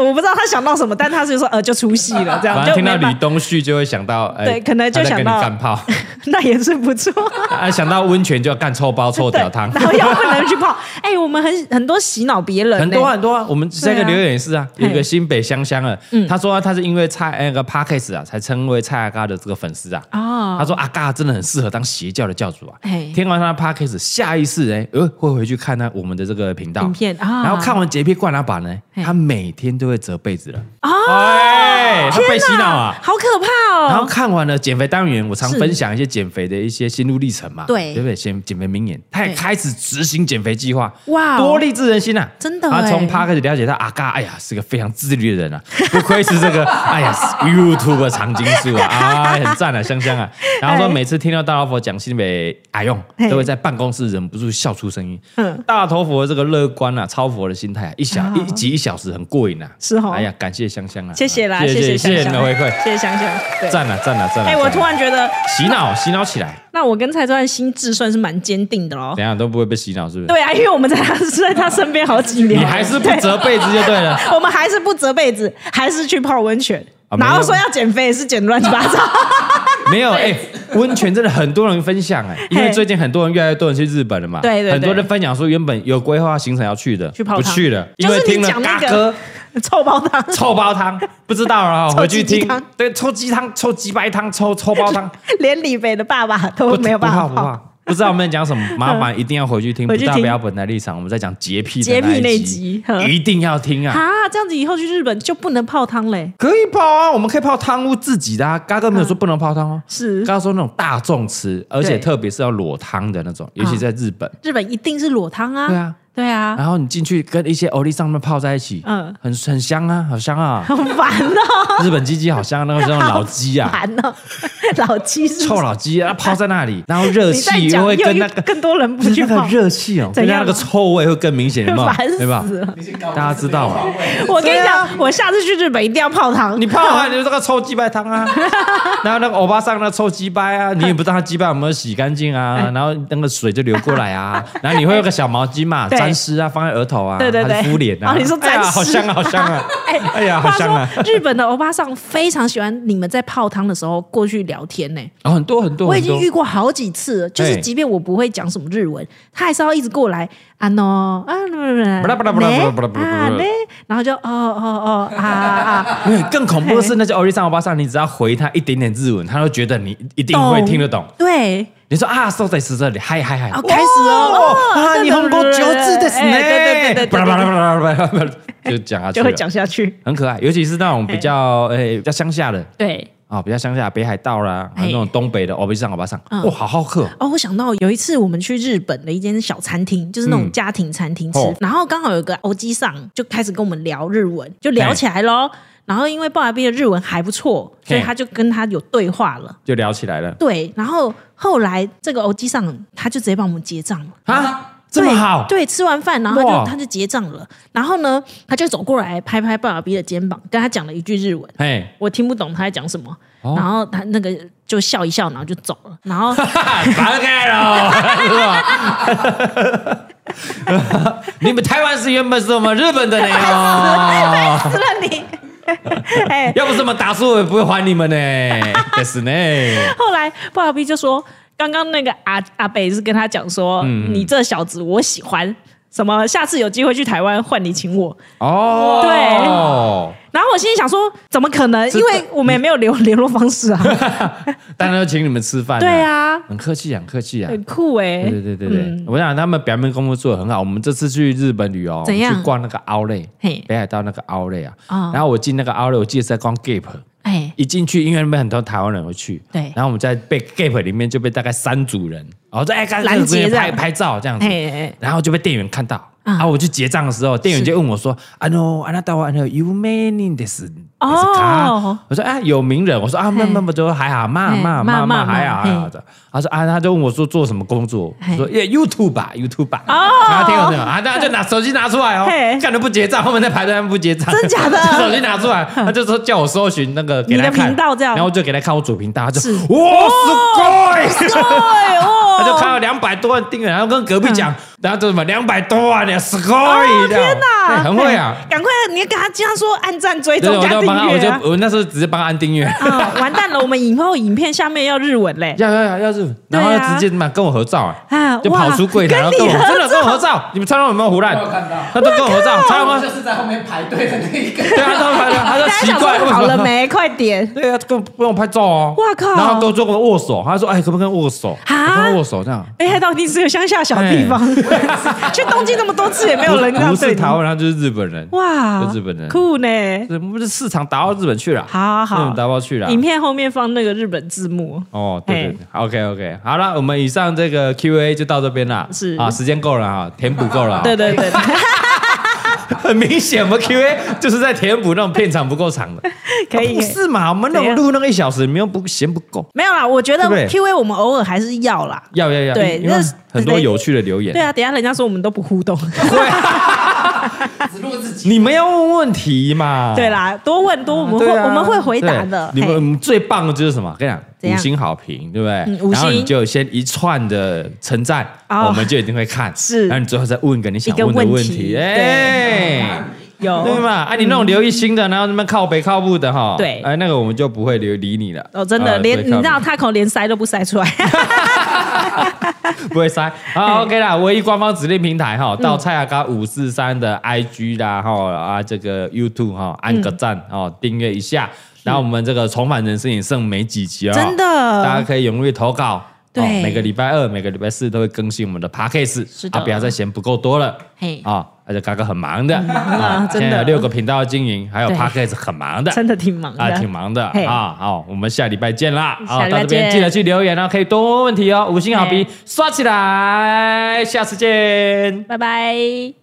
S3: 我不知道他想到什么，但他是说呃就出戏了，这样
S1: 反
S3: 就
S1: 正听到
S3: 没办
S1: 李东旭就会想到，哎，
S3: 对可能就
S1: 他在跟
S3: 想到
S1: 你干炮，
S3: 那也是不错。
S1: 啊，想到温泉就要干臭包臭
S3: 对，
S1: 屌汤，
S3: 然后要不能去泡。哎、我们很很多洗脑别人、
S1: 很多啊很多啊，我们下一个
S3: 对啊嗯
S1: 留言也是啊，有
S3: 嘿
S1: 一个新北香香的，他说啊他是因为蔡那个 Parkes 啊，才成为蔡阿嘎的这个粉丝啊。
S3: 哦
S1: 他说阿嘎真的很适合当邪教的教主啊
S3: 嘿。
S1: 听完他的 Parkes，下一次哎，呃会回去看他我们的这个频道
S3: 影片啊
S1: 然后看完洁癖灌篮版呢，
S3: 嘿
S1: 他每天都会折被子了。
S3: 啊，
S1: 哎，他
S3: 天
S1: 被洗脑啊
S3: 哪，。好可怕
S1: 然后
S3: 哦！
S1: 看完了减肥单元，我常
S3: 是
S1: 分享一些减肥的一些心路历程嘛，
S2: 对
S1: 对不对？减减肥名言，他也
S2: 对
S1: 开始执行减肥计划，
S3: 哇哦
S1: 多励志人心啊！
S2: 真的
S1: 啊，
S2: 欸
S1: 从他开始了解到阿嘎，哎呀，是个非常自律的人啊，不愧是这个，哎呀，YouTube 长青树 啊，啊，很赞啊，香香啊。然后说
S3: 哎
S1: 每次听到大老佛讲新北阿用，
S3: 嘿
S1: 哎都会在办公室忍不住笑出声音。
S3: 嗯
S1: 大头佛这个乐观啊，超佛的心态啊，一小一集一小时很过瘾啊，
S3: 是哦
S1: 哎呀，感谢香香啊，
S3: 谢谢啦，
S1: 谢谢
S3: 谢
S1: 谢你
S3: 香
S1: 的
S3: 香
S1: 回馈。
S3: 谢谢香香。对，
S1: 赞了赞了赞了！
S3: 哎、我
S1: 赞了
S3: 突然觉得，
S1: 洗脑洗脑起来，
S3: 那我跟蔡卓的心智算是蛮坚定的咯。
S1: 怎样都不会被洗脑，是不是？
S3: 对啊，因为我们在他是在他身边好几年，
S1: 你还是不
S3: 对
S1: 折被子就对 了。
S3: 我们还是不折被子，还是去泡温泉。
S1: 啊没有
S3: 然后说要减肥，也是减乱七八糟。
S1: 没有哎，温泉真的很多人分享哎，因为最近很多人越来越多人去日本了嘛，
S3: 对对对
S1: 很多人分享说原本有规划行程要去的，
S3: 去泡
S1: 不
S3: 汤
S1: 去了，因
S3: 就
S1: 为
S3: 是
S1: 听
S3: 你
S1: 了
S3: 讲那
S1: 嘎
S3: 个
S1: 哥
S3: 臭包汤，
S1: 臭煲 汤，不知道了哦，
S3: 臭
S1: 回去
S3: 鸡鸡
S1: 听
S3: 汤
S1: 对臭鸡汤、臭鸡白汤、臭臭煲 汤，
S3: 连李北的爸爸都没有办法
S1: 不怕不怕。不知道我们在讲什么，麻烦一定要回去听。不
S3: 回去
S1: 大
S3: 听
S1: 不要本来立场，我们在讲洁癖的
S3: 洁癖
S1: 那
S3: 那
S1: 一集
S3: 一集呵，
S1: 一定要听啊！
S3: 啊，这样子以后去日本就不能泡汤嘞。
S1: 可以泡啊，我们可以泡汤屋自己的啊。嘎哥没有说不能泡汤哦，
S3: 是
S1: 刚刚说那种大众吃，而且
S3: 嗯对啊
S1: 特别是要裸汤的那种，尤其在日本。
S3: 日本一定是裸汤啊，
S1: 对啊，
S3: 对啊，
S1: 然后你进去跟一些欧丽上面泡在一起，嗯
S3: 嗯，
S1: 很很香啊，好香啊
S3: ，好烦哦，
S1: 日本鸡鸡好香啊，那个是那种老鸡啊，
S3: 烦哦，老鸡是不
S1: 臭
S3: 是
S1: 老鸡啊，泡在那里，然后热
S3: 你再
S1: 气
S3: 讲
S1: 又会
S3: 又
S1: 跟
S3: 又
S1: 那个
S3: 更多人不
S1: 不是
S3: 去
S1: 那
S3: 泡
S1: 个，热气哦，
S3: 怎
S1: 跟
S3: 样啊
S1: 那个臭味会更明显，有没有？
S3: 烦死
S1: 对吧？
S3: 了。
S1: 大家知道啊，
S3: 我跟你讲，我下次去日本一定要泡汤。
S1: 你泡啊，你就这个臭鸡掰汤 啊，然后那个欧巴桑那臭鸡掰啊，你也不知道他鸡掰有没有洗干净
S3: 哎
S1: 啊，然后那个水就流过来 啊，然后你会有个小毛巾嘛，
S3: 对
S1: 沾湿啊，放在额头啊，
S3: 对对对
S1: 还是敷脸啊，
S3: 哦你说
S1: 哎
S3: 沾湿
S1: 呀好香啊，好香 啊，哎呀，好
S3: 话
S1: 香啊，
S3: 说，日本的欧巴桑非常喜欢你们在泡汤的时候过去聊天呢、
S1: 哦，很多很多，
S3: 我已
S1: 很多
S3: 经遇过好几次了，就是
S1: 对
S3: 即便我不会讲什么日文，他还是要一直过来啊 no 啊不
S1: 不啦不啦不啦不啦不啦不啦
S3: 啊嘞，然后就哦哦哦啊啊，
S1: 没有哎更恐怖的是，那些欧丽桑欧巴桑，你只要回他一点点日文，他都觉得你一定会听得懂。
S3: 对，
S1: 你说啊，so 在是这里，嗨嗨嗨，
S3: 哦开始哦哦
S1: 啊，你红过九字的是呢，
S3: 哎对对对对对对
S1: 巴拉巴拉巴拉巴拉巴拉，就讲下去，
S3: 就会讲，下去，
S1: 很可爱，尤其是那种比较诶比较乡下的
S3: 对。
S1: 啊，比较乡下北海道啦，啊
S3: 哎
S1: 那种东北的哦欧丽桑欧巴桑，
S3: 嗯
S1: 哇，好好客，
S3: 哦，我想到有一次我们去日本的一间小餐厅，就是那种
S1: 嗯
S3: 家庭餐厅吃，
S1: 哦
S3: 然后刚好有个欧基上就开始跟我们聊日文，就聊起来喽。然后因为鲍亚斌的日文还不错，所以
S1: 嘿
S3: 他就跟他有对话了。
S1: 就聊起来了
S3: 对，然后后来这个欧基上他就直接帮我们结账了。
S1: 啊，这么
S3: 对
S1: 好，
S3: 嗯对，吃完饭然后他就
S1: 哇
S3: 他就结账了，然后呢，他就走过来拍拍鲍亚斌的肩膀，跟他讲了一句日文，
S1: 嘿，
S3: 我听不懂他在讲什么，
S1: 哦
S3: 然后他那个就笑一笑，然后就走了，然后。
S1: 打开了，是吧？你们台湾是原本是我们日本的呢哦，
S3: 死了你！哎，
S1: 要不是我们打输，我也不会还你 们呢，但是呢，
S3: 后来鲍小 B 就说，刚刚那个阿阿北是跟他讲说，
S1: 嗯
S3: 你这小子我喜欢，什么下次有机会去台湾换你请我。
S1: 哦，对，
S3: 然后我心里想说，怎么可能？
S1: 是
S3: 因
S1: 的
S3: 为我们也没有留联络 方式啊。
S1: 当然要请你们吃饭，
S3: 对，啊，
S1: 很客气啊，很客气啊。
S3: 很酷哎、
S1: 对对对对对，
S3: 嗯
S1: 我想他们表面功夫做的很好。我们这次去日本旅游，
S3: 怎样
S1: 我们去逛那个奥莱，
S3: 嘿
S1: 北海道那个奥莱啊。
S3: 哦
S1: 然后我进那个奥莱，我记得是在逛 Gap，
S3: 哎，
S1: 一进去，因为那边很多台湾人会去，
S3: 对
S1: 然后我们在被 Gap 里面就被大概三组人，然后在哎，刚
S3: 拦截这样
S1: 拍拍照这样子
S3: 嘿嘿嘿，
S1: 然后就被店员看到。
S3: 嗯
S1: 啊！我去结账的时候，店员就问我说：“啊 no，啊那到啊 no you meaning this？”
S3: 哦
S1: 我说：“啊，有名人。”我说：“啊，
S3: 嘿
S1: 慢慢慢都还好，嘛
S3: 嘿
S1: 嘛嘛
S3: 嘛
S1: 嘛
S3: 嘛
S1: 还好还
S3: 嘿
S1: 好的。”他说：“啊，他就问我说做什么工作？”
S3: 嘿哦
S1: 我说：“耶，YouTube 吧，YouTube 吧。”然后听我听我啊，那就拿手机拿出来哦
S3: 嘿，
S1: 干都不结账，后面在排队他们不结账，
S3: 真假的
S1: 手机拿出来，他就说叫我搜寻那个给
S3: 你的
S1: 他看
S3: 频道这样哦
S1: 然后我就给他看我主频道，他就是哇，すごい。
S3: 对
S1: 他就看
S3: 哦，
S1: 到两百多万订阅，然后跟隔壁
S3: 嗯
S1: 讲，然后就什么两百多万呢，是可以的，天
S3: 哦哪哎
S1: 很会啊！
S3: 赶快你跟他经常说按赞、追
S1: 对，
S3: 踪、
S1: 我
S3: 加
S1: 就
S3: 订
S1: 帮他，我
S3: 阅
S1: 就
S3: 啊。
S1: 我那时候只是帮他按订阅，
S3: 啊，完蛋了！我们以后影片下面要日文嘞。
S1: 要要要要是，然后
S3: 对啊
S1: 他直接嘛跟我合照啊。
S3: 啊，
S1: 就跑
S3: 哇
S1: 出柜台，然后
S3: 跟
S1: 跟
S3: 你
S1: 我
S3: 合
S1: 真的跟我合照，你们穿到有没有胡乱
S4: 我有看到？
S1: 他都跟我合照，穿
S4: 我
S1: 吗？
S4: 就是在后面排队的那一 个。
S1: 对啊，他拍的，他说
S3: 大家
S1: 奇
S3: 想
S1: 怪，
S3: 说
S1: 为
S3: 好
S1: 什
S3: 了
S1: 么？
S3: 没？快点！
S1: 对啊，跟不用拍照哦。
S3: 哇靠
S1: 然后跟我做过握手，他说哎，可不可以握手？
S3: 啊
S1: 我跟他握手这样。
S3: 北海道一定哎是个乡下小地方， 去东京那么多次也没有人这样
S1: 哎不
S3: 对
S1: 是
S3: 你
S1: 台湾人，他就是日本人。
S3: 哇，
S1: 就日本人
S3: 酷呢。
S1: 是不是市场打到日本去了？
S3: 好
S1: 日
S3: 好
S1: 本打到去了。
S3: 影片后面放那个日本字幕，
S1: 哦，对对对，OK OK，好了，我们以上这个 Q&A 就到这边了，
S3: 是
S1: 啊，时间够了啊，填补够了啊，
S3: 对对对，对
S1: 很明显我们 Q&A 就是在填补那种片长不够 长的，
S3: 可
S1: 啊
S3: 以
S1: 不。是嘛？我们那
S3: 怎
S1: 种
S3: 样
S1: 录那个一小时，没有不嫌不够，
S3: 没有啦，我觉得
S1: 对不对
S3: Q A 我们偶尔还是要啦。
S1: 要要要，
S3: 对
S1: 因因为
S3: 那是
S1: 很多有趣的留言，
S3: 对啊，等一下人家说我们都不互动。
S1: 哦
S4: 只录自己。
S1: 你们要问问题嘛，
S3: 对啦，多问多，我们会
S1: 对啊
S3: 我们会回答的。
S1: 对你
S3: 嘿
S1: 们最棒的就是什么？跟
S3: 怎
S1: 你讲，
S3: 样
S1: 五星好评，对不对？
S3: 嗯五星
S1: 然后你就先一串的称赞，
S3: 哦
S1: 我们就一定会看。
S3: 是
S1: 然后你最后再问个你想
S3: 一个
S1: 问的
S3: 问
S1: 问
S3: 题
S1: 题，
S3: 对
S1: 哎。对
S3: 有
S1: 嘛？啊，你那种留一星的，然后那边靠北靠步的哈，
S3: 对
S1: 哎，那个我们就不会留理你了。
S3: 哦，真的
S1: 啊
S3: 连
S1: 对
S3: 你知道
S1: 靠
S3: Taco 连塞都不塞出来。
S1: 北 不会塞。 好，OK 啦，唯一官方指令平台
S3: 嗯
S1: 哈，到蔡阿嘎五四三的 IG 啦哈啊，这个 YouTube 哈，按个赞
S3: 嗯
S1: 哦，订阅一下。然后我们这个重返人生也剩没几集了，
S3: 真的
S1: 大家可以踊跃投稿。
S3: 对
S1: 哦每个礼拜二、每个礼拜四都会更新我们的 podcast，
S3: 是的
S1: 啊，不要再嫌不够多了，
S3: 嘿
S1: 啊，而且嘎哥很忙的， 哦
S3: 啊真的
S1: 现在有六个频道要经营，还有
S3: 对
S1: podcast 很忙的，
S3: 真的挺忙的，
S1: 啊，挺忙的
S3: 嘿嗯
S1: 啊，好，我们下礼拜见啦，
S3: 下
S1: 啊，
S3: 礼拜
S1: 到这边
S3: 见
S1: 记得去留言哦，可以多问问题哦，五星好评
S3: 嘿
S1: 刷起来，下次见。
S3: 拜拜。